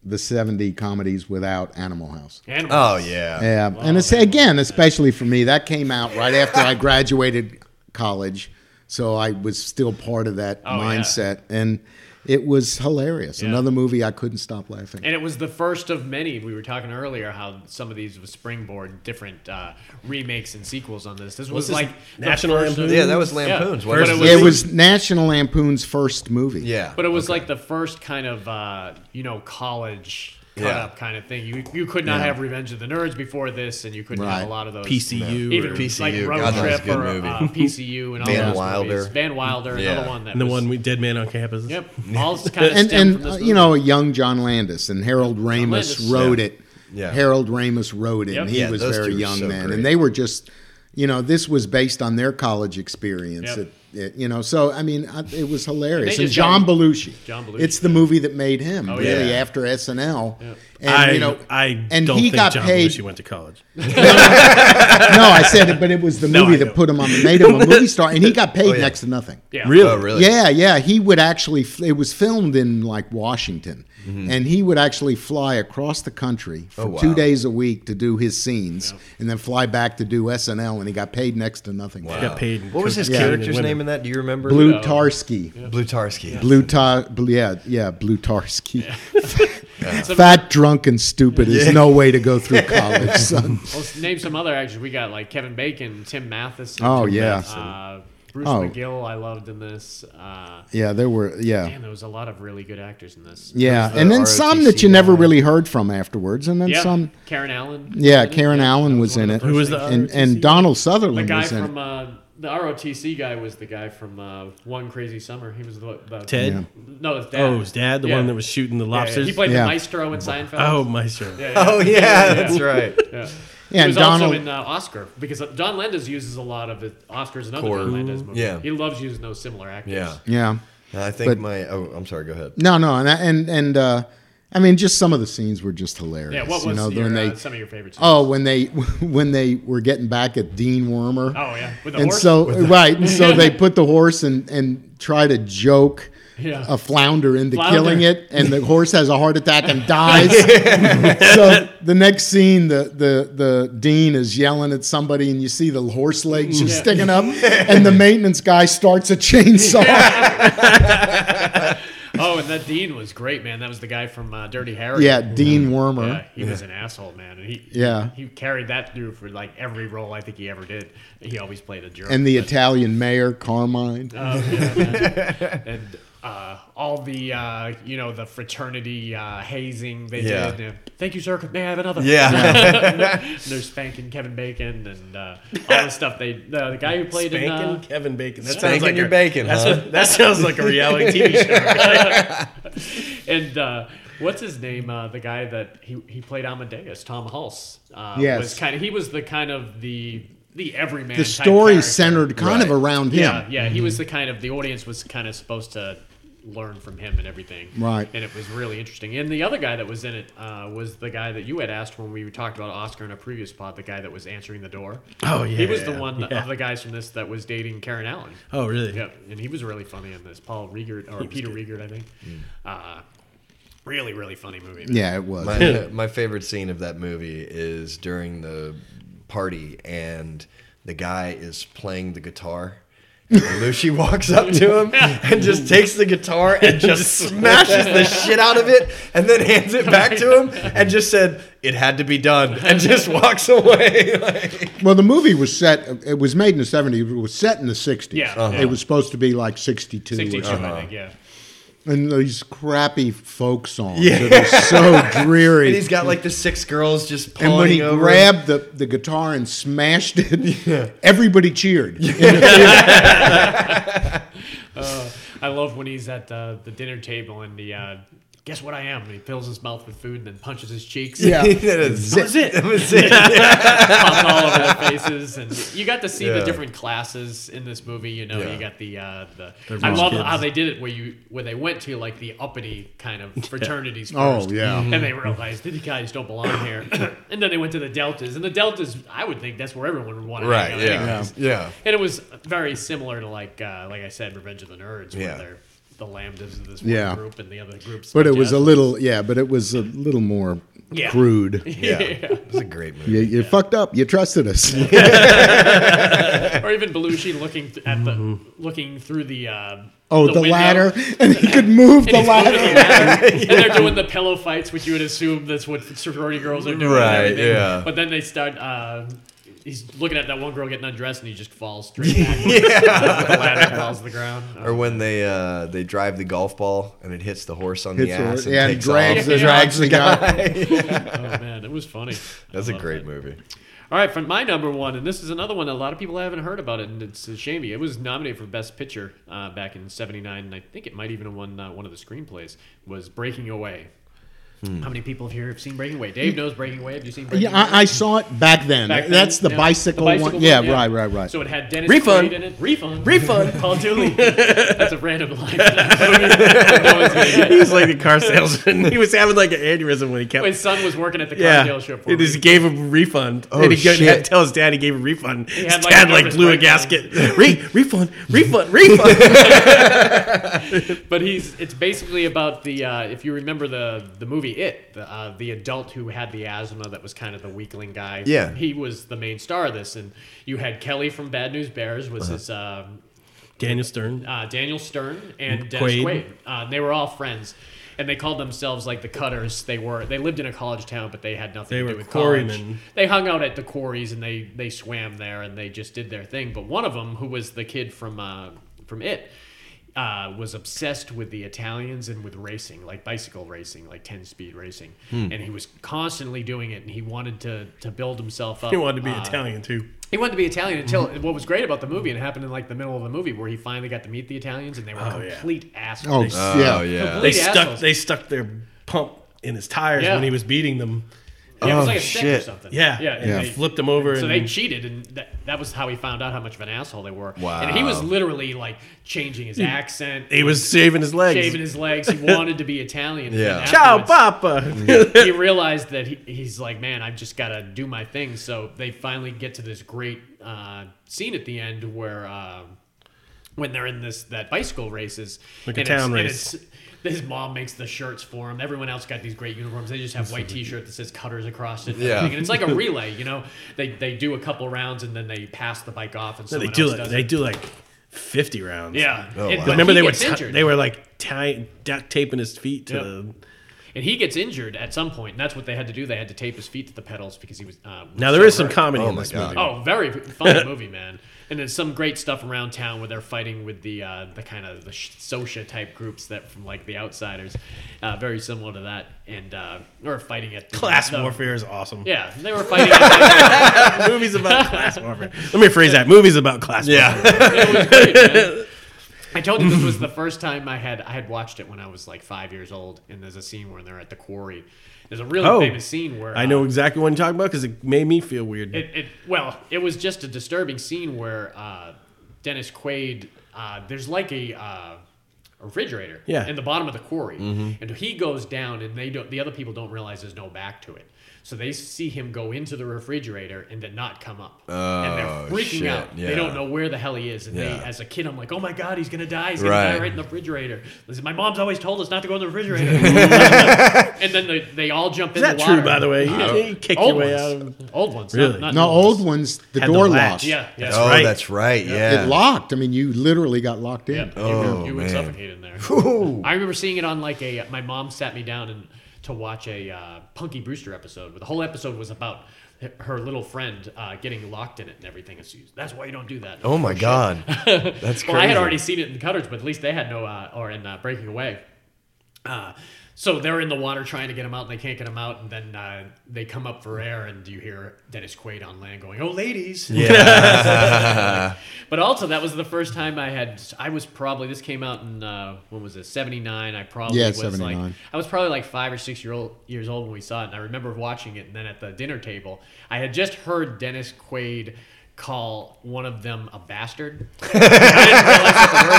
E: the 70 comedies without Animal House.
D: Animals.
C: Oh yeah.
E: Yeah, and it's again, especially for me, that came out right after I graduated college, so I was still part of that
D: Oh, yeah.
E: mindset, and it was hilarious. Another movie I couldn't stop laughing.
D: And it was the first of many. We were talking earlier how some of these was springboard different uh, remakes and sequels on this. This was,
B: this
D: like the
B: National
D: first of-
B: Lampoon?
C: Yeah, that was Lampoons.
D: Yeah.
C: What
D: But
C: is
D: it
C: this?
E: It was National Lampoon's first movie.
C: yeah.
D: But it was like the first kind of uh, you know college cut
C: Yeah.
D: up kind of thing. You you could not have Revenge of the Nerds before this, and you couldn't
E: Right.
D: have a lot of those
B: PCU.
D: Even
B: or-
C: PC.
D: like
C: PCU,
D: Road
C: God, that was a
D: Trip
C: good
D: or uh,
C: movie.
D: PCU and all
C: Van
D: those
C: Wilder.
D: movies. Van Wilder,
C: Yeah.
D: another one that
B: and the
D: was,
B: one we Dead Man on Campus.
C: <laughs>
D: Yep, all kind of
E: and
D: stemmed
E: and
D: from this
E: uh,
D: movie.
E: you know, a young John Landis and Harold Ramis
D: Landis,
E: wrote it.
C: Yeah.
E: Harold Ramis wrote it.
D: Yep.
E: and he
C: Yeah,
E: was
C: those
E: very
C: two are
E: young
C: so
E: then,
C: great.
E: and they were just, you know, this was based on their college experience.
D: Yep.
E: At, at- you know, so I mean, I, it was hilarious.
D: they
E: And
D: just
E: John
D: got-
E: Belushi,
D: John Belushi, Oh,
E: it's the movie that made him really
C: yeah.
E: after SNL. And
B: I,
E: you know,
B: I
E: and
B: don't
E: he
B: think
E: got
B: John
E: paid. <laughs>
B: Belushi went to college.
E: no, I said it, but it was
B: <laughs>
E: the
B: No,
E: movie
B: I
E: that
B: know.
E: put him on, the
B: <laughs>
E: made him a movie star, and he got paid
C: yeah.
E: next to nothing.
D: Yeah.
C: Oh, really?
E: Yeah, yeah. He would actually, it was filmed in like Washington, and he would actually fly across the country for
C: Mm-hmm. Oh, wow.
E: two days a week to do his scenes and then fly back to do SNL, and he got paid next to nothing.
B: He got paid. in
C: What was his
B: cocaine and
C: character's
B: women.
C: name in that? Do you remember?
E: Blutarsky.
C: Blutarsky.
E: Bluta, bl- yeah, yeah, Blutarsky. <laughs> Fat, drunk, and stupid is no way to
C: <laughs>
E: go through college, son.
D: Well, let's name some other actors. We got like Kevin Bacon, Tim Mathis.
E: Oh, yeah.
D: Uh, Bruce
E: Oh.
D: McGill, I loved in this. Uh,
E: Yeah, there were, yeah.
D: man, there was a lot of really good actors in this.
E: Yeah,
C: the
E: and then some that
C: ROTC
E: you never
C: guy.
E: really heard from afterwards, and then
D: Yeah.
E: some.
D: Karen Allen.
E: Yeah,
D: was in it.
E: Karen Allen
D: that
E: was
D: one
E: in
D: of
E: it.
D: first
B: Who was
D: things.
B: the
E: and
B: ROTC?
E: and Donald
D: The
E: Sutherland
D: guy
E: was in
D: from
E: it.
D: uh, the ROTC guy was the guy from uh, One Crazy Summer. He was the, the
B: Ted?
D: No, his dad.
B: Oh, his dad, the
D: Yeah.
B: one that was shooting the
D: Yeah, yeah.
B: lobsters.
D: He played
E: Yeah.
D: the maestro in Seinfeld.
B: Oh, my sir.
D: Yeah, yeah.
C: <laughs> Oh yeah, that's right.
D: <laughs> Yeah.
E: Yeah,
D: he was
E: and Donald.
D: also in uh, Oscar because John Landis uses a lot of it, Oscars and other
C: Core.
D: John Landis movies.
C: Yeah.
D: he loves using those similar actors.
C: Yeah.
E: yeah.
C: I think
E: But-
C: my. Oh, I'm sorry. Go ahead.
E: No, no, and I- and and uh, I mean, just some of the scenes were just hilarious.
D: yeah. What was
E: you know,
D: your,
E: when
D: uh,
E: they
D: some of your favorite? scenes?
E: oh when they <laughs> when they were getting back at Dean Wormer.
D: oh yeah, with the
E: and
D: horse.
E: so right, and
D: <laughs>
E: so they put the horse and and try to joke.
D: Yeah.
E: A flounder into
D: Flounder.
E: killing it, and the horse has a heart attack
D: <laughs>
E: and dies. so the next scene, the the the dean is yelling at somebody, and you see the horse legs just
D: Yeah. <laughs>
E: sticking up, and the maintenance guy starts a chainsaw.
D: oh, and that Dean was great, man. That was the guy from uh, Dirty Harry.
E: Yeah,
D: Mm-hmm.
E: Dean
B: Mm-hmm.
E: Wormer.
D: Yeah, he was an asshole, man. And he
E: Yeah.
D: he, he carried that through for like every role I think he ever did. He always played a jerk.
E: And the Italian mayor,
D: Oh,
E: Carmine.
D: and uh, all the uh, you know the fraternity uh, hazing they
C: Yeah.
D: did. And, Thank you, sir. May I have another?
C: Yeah.
D: <laughs>
C: <laughs>
D: and they're spanking Kevin Bacon and uh, all the stuff they the, the guy who played
B: Spanking
D: in uh,
B: Kevin Bacon. That
C: Spanking
B: sounds like
C: your
B: a,
C: bacon,
B: That's
C: huh?
B: what, that sounds like a reality
C: <laughs>
B: TV show.
D: <laughs> and uh, what's his name? Uh, the guy that he, he played Amadeus, Tom Hulse. Uh,
E: Yes.
D: was kind of he was the kind of the the everyman.
E: the
D: type
E: story
D: character.
E: centered kind of
C: Right.
E: around him.
D: Yeah, yeah. He was the kind of the audience was kind of supposed to learn from him and everything.
E: Right.
D: And it was really interesting. And the other guy that was in it uh, was the guy that you had asked when we talked about Oscar in a previous pod. The guy that was answering the door.
B: Oh,
D: He
B: yeah,
D: was the
B: yeah,
D: one
B: yeah.
D: of the guys from this that was dating Karen Allen.
B: Oh, really?
D: Yeah, and he was really funny in this. Paul Riegert or Peter Riegert, I think. Uh, really, really funny movie.
E: <laughs>
D: man.
E: Yeah, it was.
C: my, <laughs> my favorite scene of that movie is during the party and the guy is playing the guitar. And Belushi walks up to
D: <laughs>
C: him and just takes the guitar and <laughs> just smashes <laughs> the shit out of it and then hands it back to him and just said, It had to be done and just walks away. <laughs> Like,
E: well, the movie was set, it was made in the 70s, it was set in the 60s.
D: Yeah, Uh-huh.
E: It was supposed to be like 62. or <laughs>
D: 62,
E: something.
D: I think. Yeah.
E: And these crappy folk songs that are
C: <laughs>
E: so dreary.
C: and he's got like the six girls just pawning
E: And when he
C: over. him.
E: grabbed the, the guitar and
C: <laughs>
E: smashed it, everybody cheered.
D: I love when he's at uh, the dinner table and the. Uh, Guess what I am? And he fills his mouth with food and then punches his cheeks.
C: <laughs>
E: Yeah.
C: that is
E: That was
C: it. That was <laughs> it.
D: popped all over their faces, and you got to see
C: Yeah.
D: the different classes in this movie. You know,
C: Yeah.
D: you got the uh, the.
B: They're
D: I
B: rich
D: love
B: kids.
D: how they did it where you where they went to like the uppity kind of fraternities.
E: Oh,
D: first,
E: yeah.
D: and they realized these guys don't belong here, <coughs> and then they went to the deltas, and the deltas. I would think that's where everyone would want to
C: Right,
D: Hang out
C: yeah.
D: anyways.
C: Yeah.
D: And it was very similar to like uh, like I said, Revenge of the Nerds, where
C: Yeah.
D: they're the lambdas of this one
E: Yeah.
D: group and the other groups.
E: But it was a
D: jazz.
E: little, yeah, but it was a little more
D: Yeah.
E: crude.
C: <laughs> Yeah. It was a great movie.
E: You, you fucked up. You trusted us.
D: or even Belushi looking th- at the looking through the. Uh,
E: Oh, the,
D: window.
E: ladder. And he could move the ladder.
D: <laughs> and they're doing the pillow fights, which you would assume that's what sorority girls are doing. and
C: Right,
D: everything.
C: yeah.
D: But then they start. Uh, he's looking at that one girl getting undressed, and he just falls straight
E: <laughs>
D: back. the ladder falls to the ground. Oh,
C: Or when they uh, they drive the golf ball and it hits the horse on the
E: Hits the
C: ass
E: horse-
C: and,
E: yeah, and
C: takes
E: drags
C: off.
E: the- drags the
D: Oh man, it was funny.
C: That's
D: I
C: a
D: love
C: great
D: it.
C: movie.
D: All right, for my number one, and this is another one that a lot of people haven't heard about it, and it's a shame. It was nominated for Best Picture uh, back in '79, and I think it might even have won uh, one of the screenplays. Was Breaking Away. How many people here have seen Breaking Wave? Dave knows Breaking Wave. Have you seen Breaking
E: Hmm. Yeah, I, I
D: Wave?
E: saw it back then.
D: Back then,
E: That's the,
D: yeah.
E: bicycle
D: The bicycle
E: one. Yeah, right, right, right.
D: So it had Dennis
B: Refund.
D: Quaid in it. Refund.
B: Refund.
E: <laughs>
D: Paul Dooley. That's a random line. <laughs> No one's gonna get it.
B: He was like a
D: <laughs>
B: car salesman. He was having like an aneurysm when he kept.
D: His son was working at the car
B: yeah,
D: dealership. For
B: he
D: me.
B: just gave him a refund.
C: Oh,
B: and he go-
C: shit.
B: had to tell his dad he gave a refund. His
D: had, like,
B: dad
D: a
B: like
D: nervous
B: blew a
D: breakdown.
B: gasket.
D: <laughs>
B: Re- refund, refund, refund.
D: But he's it's basically about the uh, if you remember the the movie It, the, uh, the adult who had the asthma that was kind of the weakling guy.
C: Yeah.
D: he was the main star of this, and you had Kelly from Bad News Bears was his um,
B: Daniel Stern.
D: uh, Daniel Stern and Dennis
B: Quaid.
D: Quaid. Uh, they were all friends, and they called themselves like the Cutters. They were they lived in a college town, but they had nothing
B: They
D: to
B: were
D: do with college.
B: quarrymen.
D: They hung out at the quarries and they they swam there and they just did their thing. But one of them, who was the kid from uh, from it. Uh, was obsessed with the Italians and with racing, like bicycle racing, like ten speed racing,
B: Hmm.
D: and he was constantly doing it. And he wanted to to build himself up.
B: He wanted to be
D: uh,
B: Italian too.
D: he wanted to be Italian
B: Mm-hmm.
D: until what was great about the movie and it happened in like the middle of the movie where he finally got to meet the Italians and they were
B: yeah.
D: complete assholes.
E: oh,
D: They-
E: yeah.
C: Oh yeah.
B: They
D: Complete
B: stuck.
D: assholes.
B: They stuck their pump in his tires
D: Yeah.
B: when he was beating them.
D: yeah, it was
C: Oh,
D: like a stick or
C: shit.
D: something.
B: Yeah,
D: yeah.
B: And
D: and
B: They
D: they-
B: flipped him over.
D: so
B: and
D: they cheated, and that, that was how he found out how much of an asshole they were.
C: Wow.
D: And he was literally like changing his accent.
B: he was shaving his legs.
D: shaving his legs.
B: <laughs>
D: He wanted to be Italian. and
C: Yeah.
D: then
B: Ciao,
D: afterwards-
B: Papa. <laughs>
D: he realized that he, he's like, man, I've just got to do my thing. So they finally get to this great uh, scene at the end where uh, when they're in this that bicycle races,
B: Like a
D: and it's-
B: town
D: and
B: race.
D: it's- His mom makes the shirts for him. Everyone else got these great uniforms. They just have white T-shirt that says "Cutters" across it. And
C: Yeah.
D: everything. and it's like
C: <laughs>
D: a relay. You know, they they do a couple rounds and then they pass the bike off, and
B: No,
D: someone
B: they do
D: else
B: like
D: does
B: they
D: it.
B: do like fifty rounds.
D: Yeah,
C: Oh,
D: And-
C: wow.
D: but
B: remember
D: he
B: they were
D: gets
B: ti-
D: injured.
B: they were like tie, duct taping his feet to
D: Yep.
B: the.
D: and he gets injured at some point, and that's what they had to do. They had to tape his feet to the pedals because he was. Uh,
B: Now there is some
D: hurt.
B: comedy
C: Oh
B: in
C: my
B: this
C: God.
B: movie.
D: Oh,
B: <laughs>
D: very fun movie, man. And there's some great stuff around town where they're fighting with the uh, the kind of the sh- Socia type groups that from like the outsiders, uh, very similar to that, and uh, or fighting at the-
B: Class
D: the-
B: warfare is awesome.
D: Yeah, they were fighting. At
B: <laughs> movies
D: <laughs>
B: about class warfare. Let me rephrase that. Movies about class warfare.
D: it was great, man. I told you this was the first time I had I had watched it when I was like five years old, and there's a scene where they're at the quarry. There's a really
B: Oh.
D: famous scene where
B: I
D: uh,
B: know exactly what you're talking about because it made me feel weird.
D: It, it well, it was just a disturbing scene where uh, Dennis Quaid. Uh, there's like a uh, a refrigerator
B: Yeah. Mm-hmm.
D: in the bottom of the quarry, and he goes down, and they don't. The other people don't realize there's no back to it, so they see him go into the refrigerator and then not come up, and
C: Oh,
D: they're freaking
C: shit,
D: out.
C: yeah.
D: They don't know where the hell he is, and
C: Yeah.
D: they, as a kid, I'm like, oh my god, he's gonna die. He's gonna
C: Right.
D: die right in the refrigerator. Listen, my mom's always told us not to go in the
B: <laughs>
D: refrigerator, <laughs> and then they, they all jump
B: is
D: in.
B: that
D: the
B: true,
D: water.
B: by the way? You, you kick your
D: Old
B: way
D: ones.
B: out of
D: Old ones.
B: Really?
D: Not, not
E: No,
D: new ones.
E: old ones, the
B: Had the
E: door
B: latch.
E: locked.
D: Yeah, yeah.
C: Oh,
B: right.
C: that's right. Yeah.
E: It locked. I mean, you literally got locked in.
D: Yeah,
C: Oh,
D: you, you would
C: man.
D: suffocate in there. I remember seeing it on like a. My mom sat me down and to watch a uh, Punky Brewster episode. Where the whole episode was about h- her little friend uh, getting locked in it and everything. And she's, That's why you don't do that.
C: Oh
D: <laughs>
C: my god. That's crazy.
D: Well, I had already seen it in Cutters, but at least they had no, uh, or in uh, Breaking Away. Uh, so they're in the water trying to get him out, and they can't get him out. And then uh, they come up for air, and you hear Dennis Quaid on land going, "Oh, ladies!" <laughs> but also, that was the first time I had. I was probably this came out in uh, when was it? Seventy nine. I probably
E: Yeah,
D: was
E: 79.
D: like I was probably like five or six year old years old when we saw it, and I remember watching it. And then at the dinner table, I had just heard Dennis Quaid call one of them a bastard. <laughs>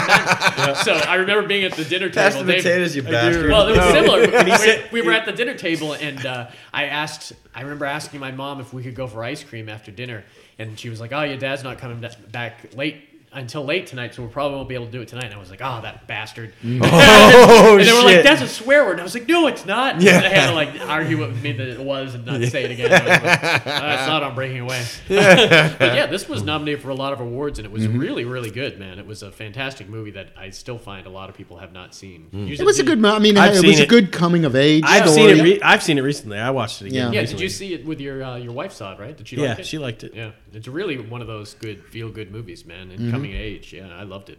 D: So I remember being at the dinner table.
C: Pass the
D: Dave-
C: potatoes, you bastard.
B: <laughs>
D: Well, it was
B: No.
D: similar. we, we were at the dinner table, and uh, I asked. I remember asking my mom if we could go for ice cream after dinner, and she was like, "Oh, your dad's not coming da- back late." Until late tonight, so we probably won't be able to do it tonight. And I was like, "Oh, that bastard!"
C: Mm.
D: <laughs>
C: Oh
D: and they were like,
C: shit.
D: "That's a swear word." And I was like, "No, it's not." And
C: Yeah.
D: they had to like argue with me that it was and not say it again. I was like, "Oh, That's not on Breaking
C: <laughs>
D: Away. but yeah, this was nominated for a lot of awards, and it
C: Mm-hmm.
D: was really, really good, man. It was a fantastic movie that I still find a lot of people have not seen.
C: Mm.
D: Usually-
E: It was a good. mo- I mean,
B: I've
E: it
B: seen
E: was a
B: it.
E: good coming of age.
B: I've
E: story.
B: seen it. Re- I've seen it recently. I watched it again.
E: Yeah.
D: Yeah, did
B: recently.
D: you see it with your uh, your wife? Saw it, right? Did she?
B: Yeah,
D: like it?
B: she liked it. Mm-hmm.
D: Yeah, it's really one of those good feel good movies, man. And coming of age, yeah, I loved it.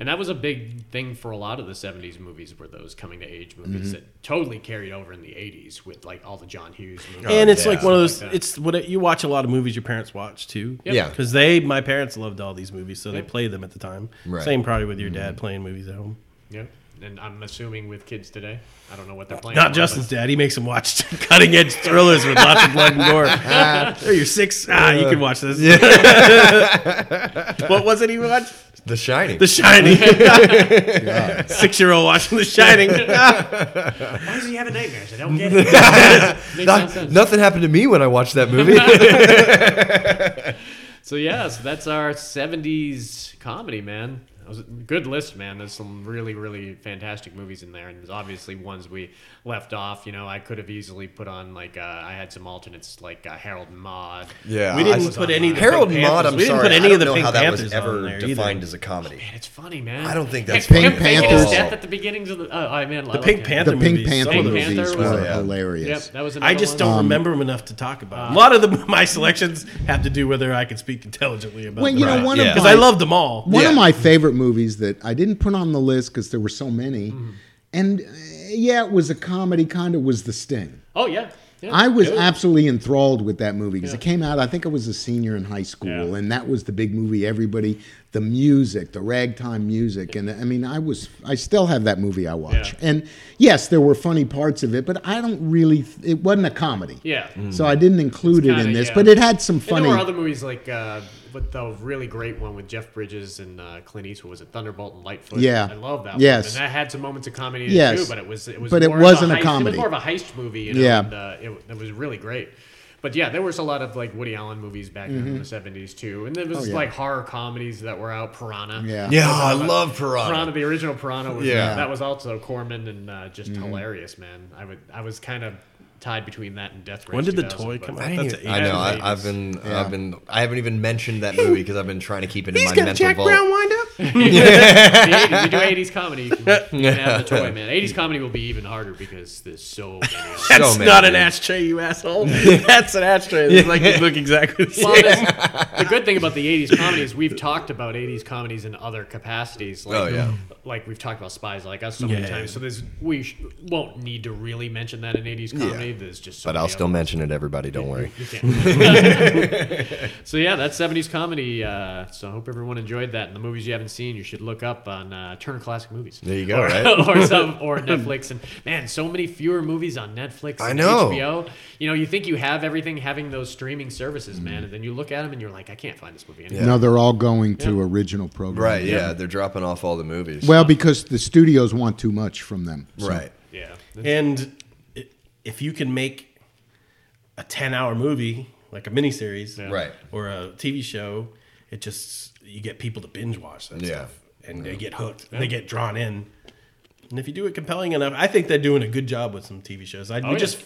D: And that was a big thing for a lot of the '70s movies, were those coming to age
B: Mm-hmm.
D: movies that totally carried over in the '80s with like all the John Hughes movies.
B: And it's
C: yeah.
B: like one of those.
D: Like that.
B: it's what you watch a lot of movies your parents watch too.
C: Yeah.
B: Because they, my parents loved all these movies, so they played them at the time.
C: Right.
D: Mm-hmm.
B: Same probably with your dad playing movies at home.
D: yeah. and I'm assuming with kids today. I don't know what they're playing.
B: Not
D: for,
B: Justin's
D: but-
B: dad. He makes him watch <laughs> cutting edge thrillers with lots of
D: <laughs>
B: blood and gore. oh, you're six. Ah, you can watch this. <laughs> what was it he watched?
C: The Shining.
B: The
E: <laughs>
B: Shining. <laughs> six year old watching The
D: <laughs>
B: Shining.
F: Why does he have nightmares? I
B: <laughs>
F: don't get it.
D: Makes no
C: Not-
D: sense.
C: nothing happened to me when I watched that
D: <laughs>
C: movie. <laughs>
D: So yeah, so that's our '70s comedy, man. That was a good list, man. There's some really, really fantastic movies in there, and there's obviously ones we left off. You know, I could have easily put on like uh, I had some alternates like uh, Harold and Maude.
C: yeah,
B: we
C: I-
B: didn't put any. Of the
C: Harold
B: Pink
C: Maude.
B: Panthers-
C: I'm
B: we didn't
C: sorry,
B: put any
C: I don't
B: of the
C: know
B: Pink
C: how that
B: Panthers
C: was ever
B: on there
C: defined
B: either.
C: as a comedy.
D: Man, it's funny, man.
C: I don't think
D: Heck,
C: that's
D: Pink
C: funny.
D: Panther's
E: Oh.
D: death at the beginnings of the. Oh, I mean,
B: The Pink Panther.
E: the Pink
B: movies, some
E: Panther
B: of
D: those.
E: movies
D: Panther was-
E: were
C: yeah.
D: Yep,
E: hilarious.
D: that was. Another
B: I just
D: one.
E: Um,
B: don't remember them enough to talk about. 'em. a
D: uh,
B: lot of the, <laughs> my selections have to do whether I can speak intelligently about.
E: Well,
B: them
E: you
B: or
E: know,
B: not.
E: one of
B: because
E: my-
B: I love them all.
E: One
C: Yeah.
E: of my favorite movies that I didn't put on the list because there were so many,
D: Mm-hmm.
E: and uh, yeah, it was a comedy kind of was The Sting.
D: Oh yeah. yeah.
E: I was
D: It
E: absolutely enthralled with that movie because it came out. I think I was a senior in high school,
D: Yeah.
E: and that was the big movie. Everybody, the music, the ragtime music, and I mean, I was, I still have that movie I watch.
D: Yeah.
E: And yes, there were funny parts of it, but I don't really. It wasn't a comedy,
D: Yeah.
E: So I didn't include it
D: kinda-
E: in this,
D: yeah.
E: but it had some
D: And
E: funny.
D: there were other movies like, uh, but the really great one with Jeff Bridges and uh, Clint Eastwood was it Thunderbolt and Lightfoot?
E: Yeah.
D: I love that.
E: Yes.
D: one. and that had some moments of comedy in it
E: Yes.
D: too, but it was it was
E: But it
D: more of a
E: wasn't a
D: heist- It was
E: comedy.
D: more of a heist movie, you know.
E: Yeah.
D: and, uh, it, it was really great. But yeah, there was a lot of like Woody Allen movies back then in the seventies too, and there was
E: Mm-hmm. Oh, yeah.
D: like horror comedies that were out. Piranha,
E: yeah.
C: Yeah, Ah, I love Piranha.
D: Piranha, the original Piranha was
C: Yeah.
D: that was also Corman and uh, just
E: Mm-hmm.
D: hilarious, man. I would I was kind of tied between that and Death Race.
B: When did the
D: 2000,
B: toy
D: but-
B: come out?
C: I, didn't
B: That's
C: even-
B: an
C: I know.
B: 80s.
C: I, I've been.
E: Yeah.
C: I've been. I haven't even mentioned that movie because I've been trying to keep it in my mental vault.
B: wind up.
C: <laughs>
D: The 80s, you do 80s comedy, you can, you can have the toy, man. 80s comedy will be even harder because there's so
C: <laughs>
D: many. of them.
B: That's
C: So many
B: not an
C: things.
B: ashtray, you asshole. <laughs> That's an ashtray. It's like they look exactly the
D: Well,
B: same.
D: that's- the good thing about the 80s comedy is we've talked about 80s comedies in other capacites. Like,
C: Oh, yeah.
D: Like we've talked about Spies Like Us so many
B: Yeah.
D: times. So there's, we sh- won't need to really mention that in 80s comedy. There's just so
C: But
D: many
C: I'll
D: of
C: still mention it. Everybody, don't worry.
D: So yeah, that's '70s comedy. Uh, so I hope everyone enjoyed that. And the movies you haven't seen, you should look up on uh, Turner Classic Movies.
C: There you go,
D: Or- <laughs>
C: right?
D: or some, or Netflix. And man, so many fewer movies on Netflix.
C: I
D: and
C: know.
D: HBO. You know, you think you have everything, having those streaming services, man, and then you look at them and you're like, I can't find this movie anymore.
E: No, they're all going to original programming.
C: Right? Yeah, they're dropping off all the movies.
E: Well, because the studios want too much from them. so-
C: right.
D: Yeah.
B: And i- if you can make a 10 hour movie, like a miniseries,
C: Right.
B: or a TV show, it just, you get people to binge watch that
C: Yeah.
B: stuff. And they get hooked and they get drawn in. And if you do it compelling enough, I think they're doing a good job with some TV shows. I we
D: yeah.
B: just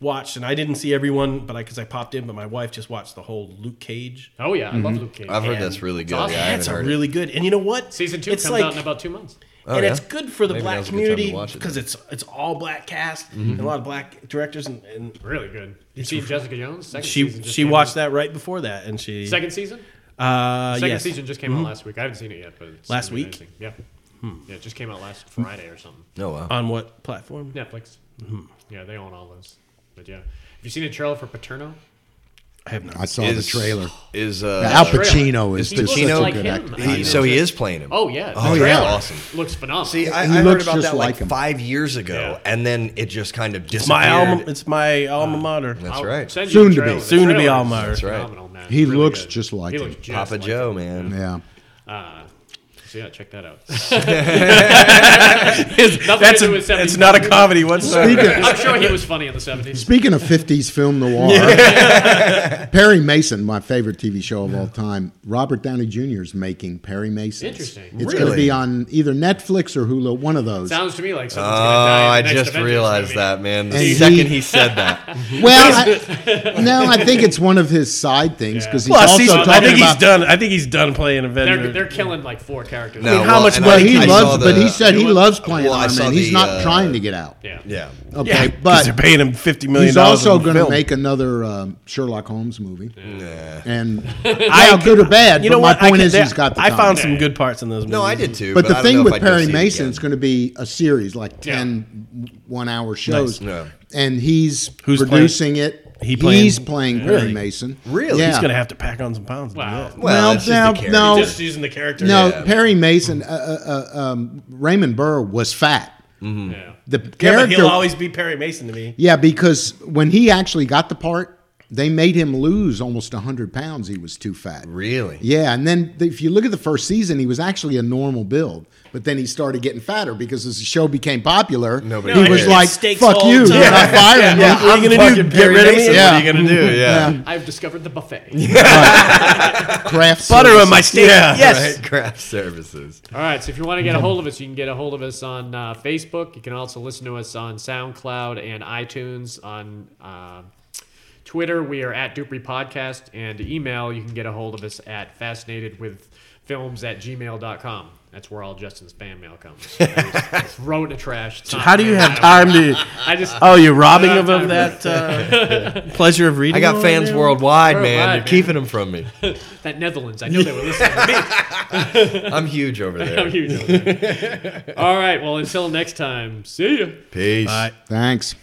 B: watched, and I didn't see everyone, but I because I popped in, but my wife just watched the whole Luke Cage.
D: Oh yeah, I love Luke Cage.
C: I've heard that's really good.
D: awesome.
C: Yeah, I
D: Yeah,
C: haven't
B: That's a
C: heard it.
B: really good. And you know what?
D: Season two
B: It's
D: comes
B: like-
D: out in about two months.
C: Oh,
B: and
C: yeah?
B: it's good for the
C: Maybe
B: black
C: now's a good time to
B: community
C: watch it
B: because
C: then.
B: it's it's all black cast and a lot of black directors and, and
D: Really good. You see Jessica Jones? Second
B: she
D: season just
B: she
D: came
B: watched
D: out.
B: that right before that and she
D: Second season?
B: uh
D: Second
B: yes.
D: season just came out last week. I haven't seen it yet, but it's
B: Last
D: gonna be
B: week?
D: amazing. Yeah. Yeah, it just came out last Friday or something.
E: oh,
C: No, wow.
B: on what platform?
D: Netflix. Yeah, they own all those. But yeah, have you seen a trailer for Paterno?
B: I have not.
E: I saw the
C: Is-
E: trailer.
C: Is uh,
E: Al Pacino is
C: Is
E: just
C: Pacino
E: such
C: like
E: a good
D: him? He-
E: actor. I know.
C: so he is playing him.
D: Oh yeah, the
C: Oh, yeah.
D: trailer
C: Awesome.
D: Looks phenomenal.
C: See, I, I
E: He
C: heard
E: looks
C: about
E: just
C: that like
E: like him.
C: five years ago,
D: Yeah.
C: and then it just kind of disappeared.
B: my alma it's Uh, my alma mater.
C: That's
D: I'll
C: right.
D: send you
E: Soon
D: the
E: to be.
D: trailer. The
B: Soon to be
D: trailer
B: all
D: is
B: mine. That's
C: right.
D: phenomenal, man.
E: He
D: It's really
E: looks
D: good.
E: just like
D: He
E: him.
D: looks just
C: Papa
D: like
C: Joe,
D: him.
C: man.
E: Yeah.
D: Uh, so yeah, check that out. <laughs>
B: <laughs> That's a, it's not a comedy whatsoever.
E: Speaking,
D: I'm sure he was funny in the '70s.
E: Speaking of 50s film noir, <laughs> Perry Mason, my favorite TV show of all time, Robert Downey Jr. is making Perry Mason.
D: Interesting.
E: It's going to
C: Really?
E: be on either Netflix or Hulu, one of those.
D: Sounds to me like
C: Oh,
D: someone's gonna die. in
C: I
D: the next
C: just
D: Avengers
C: realized
D: movie.
C: that, man. The
E: And he-
C: second he said that, <laughs>
E: well, I, no, I think it's one of his side things because he's
B: Plus,
E: also
B: he's,
E: talking
B: I think
E: about.
B: he's done. I think he's done playing
D: They're,
B: Avenger.
D: they're killing like four characters.
C: Mm. No.
B: how
C: well,
B: much
C: and
E: But
B: money?
E: he
C: I saw
E: loves, but
C: the-
E: he said he
D: Well,
E: loves playing
C: I
E: Iron
C: saw
E: Man. He's
C: the,
E: not
C: uh,
E: trying to get out.
D: Yeah.
E: <laughs>
C: yeah.
B: yeah,
E: Okay,
B: 'cause
E: but
B: they're paying him fifty million.
E: He's also
B: going
E: going to make another um, Sherlock Holmes movie,
C: Nah.
E: and how good or bad.
B: You know
E: but
B: what?
E: My point
B: can-
E: is,
B: there-
E: he's got. The
B: I
E: talent.
B: found some good parts in those.
C: No, I
B: movies.
C: did too.
E: But the
C: I don't know
E: thing
C: if
E: with
C: I'd go
E: Perry
C: see it
E: Mason
C: again.
E: is going to be a series, like
D: Yeah.
E: 10 one hour shows.
C: Yeah.
E: And he's
B: Who's
E: producing it.
B: He playing-
E: He's playing Perry
B: Really?
E: Mason.
C: Really?
E: Yeah.
B: He's gonna have to pack on some pounds. to do
D: Wow.
B: that.
C: Well,
E: No,
C: that's just the
E: no,
C: character.
E: no.
B: Just using the character.
E: no,
C: Yeah.
E: Perry Mason. Uh, uh, uh, um, Raymond Burr was fat.
D: Yeah.
E: The
B: Yeah, but
E: character.
B: he'll always be Perry Mason to me.
E: yeah, because when he actually got the part, they made him lose almost hundred pounds. He was too fat.
C: Really?
E: Yeah, and then if you look at the first season, he was actually a normal build, but then he started getting fatter because as the show became popular,
C: Nobody
E: he was
C: cares.
E: like,
B: Steaks
E: "Fuck
B: all
E: you,
B: the time.
E: you're not firing me."
B: Yeah, what are you gonna do?
C: fucking
B: Get rid of me?
C: Mason,
E: Yeah.
C: What are you
B: <laughs>
C: gonna do? Yeah.
D: I've discovered the buffet.
E: Craft
B: Butter on
E: services.
B: my steak. <laughs>
C: Yes. Right? Craft services.
D: All right, so if you want to get a hold of us, you can get a hold of us on uh, Facebook. You can also listen to us on SoundCloud and iTunes. On uh, Twitter, we are at Dupree Podcast. And email, you can get a hold of us at fascinatedwithfilms at gmail.com. That's where all Justin's fan mail
B: <laughs>
D: comes. I just Throw it in the trash. It's not
B: How do you
D: fan
B: have
D: mail.
B: time to?
D: I just.
B: Oh, you're robbing of, of that uh, <laughs> pleasure of reading.
C: I got
B: all
C: fans
B: now?
C: worldwide,
D: Worldwide,
C: man. You're
D: man.
C: keeping them from me.
D: That Netherlands. I know they were listening to me.
C: I'm huge over
D: How <laughs>
C: there.
B: <laughs>
D: you doing? All right. Well, until next time. See ya.
C: Peace.
B: All right.
E: Thanks.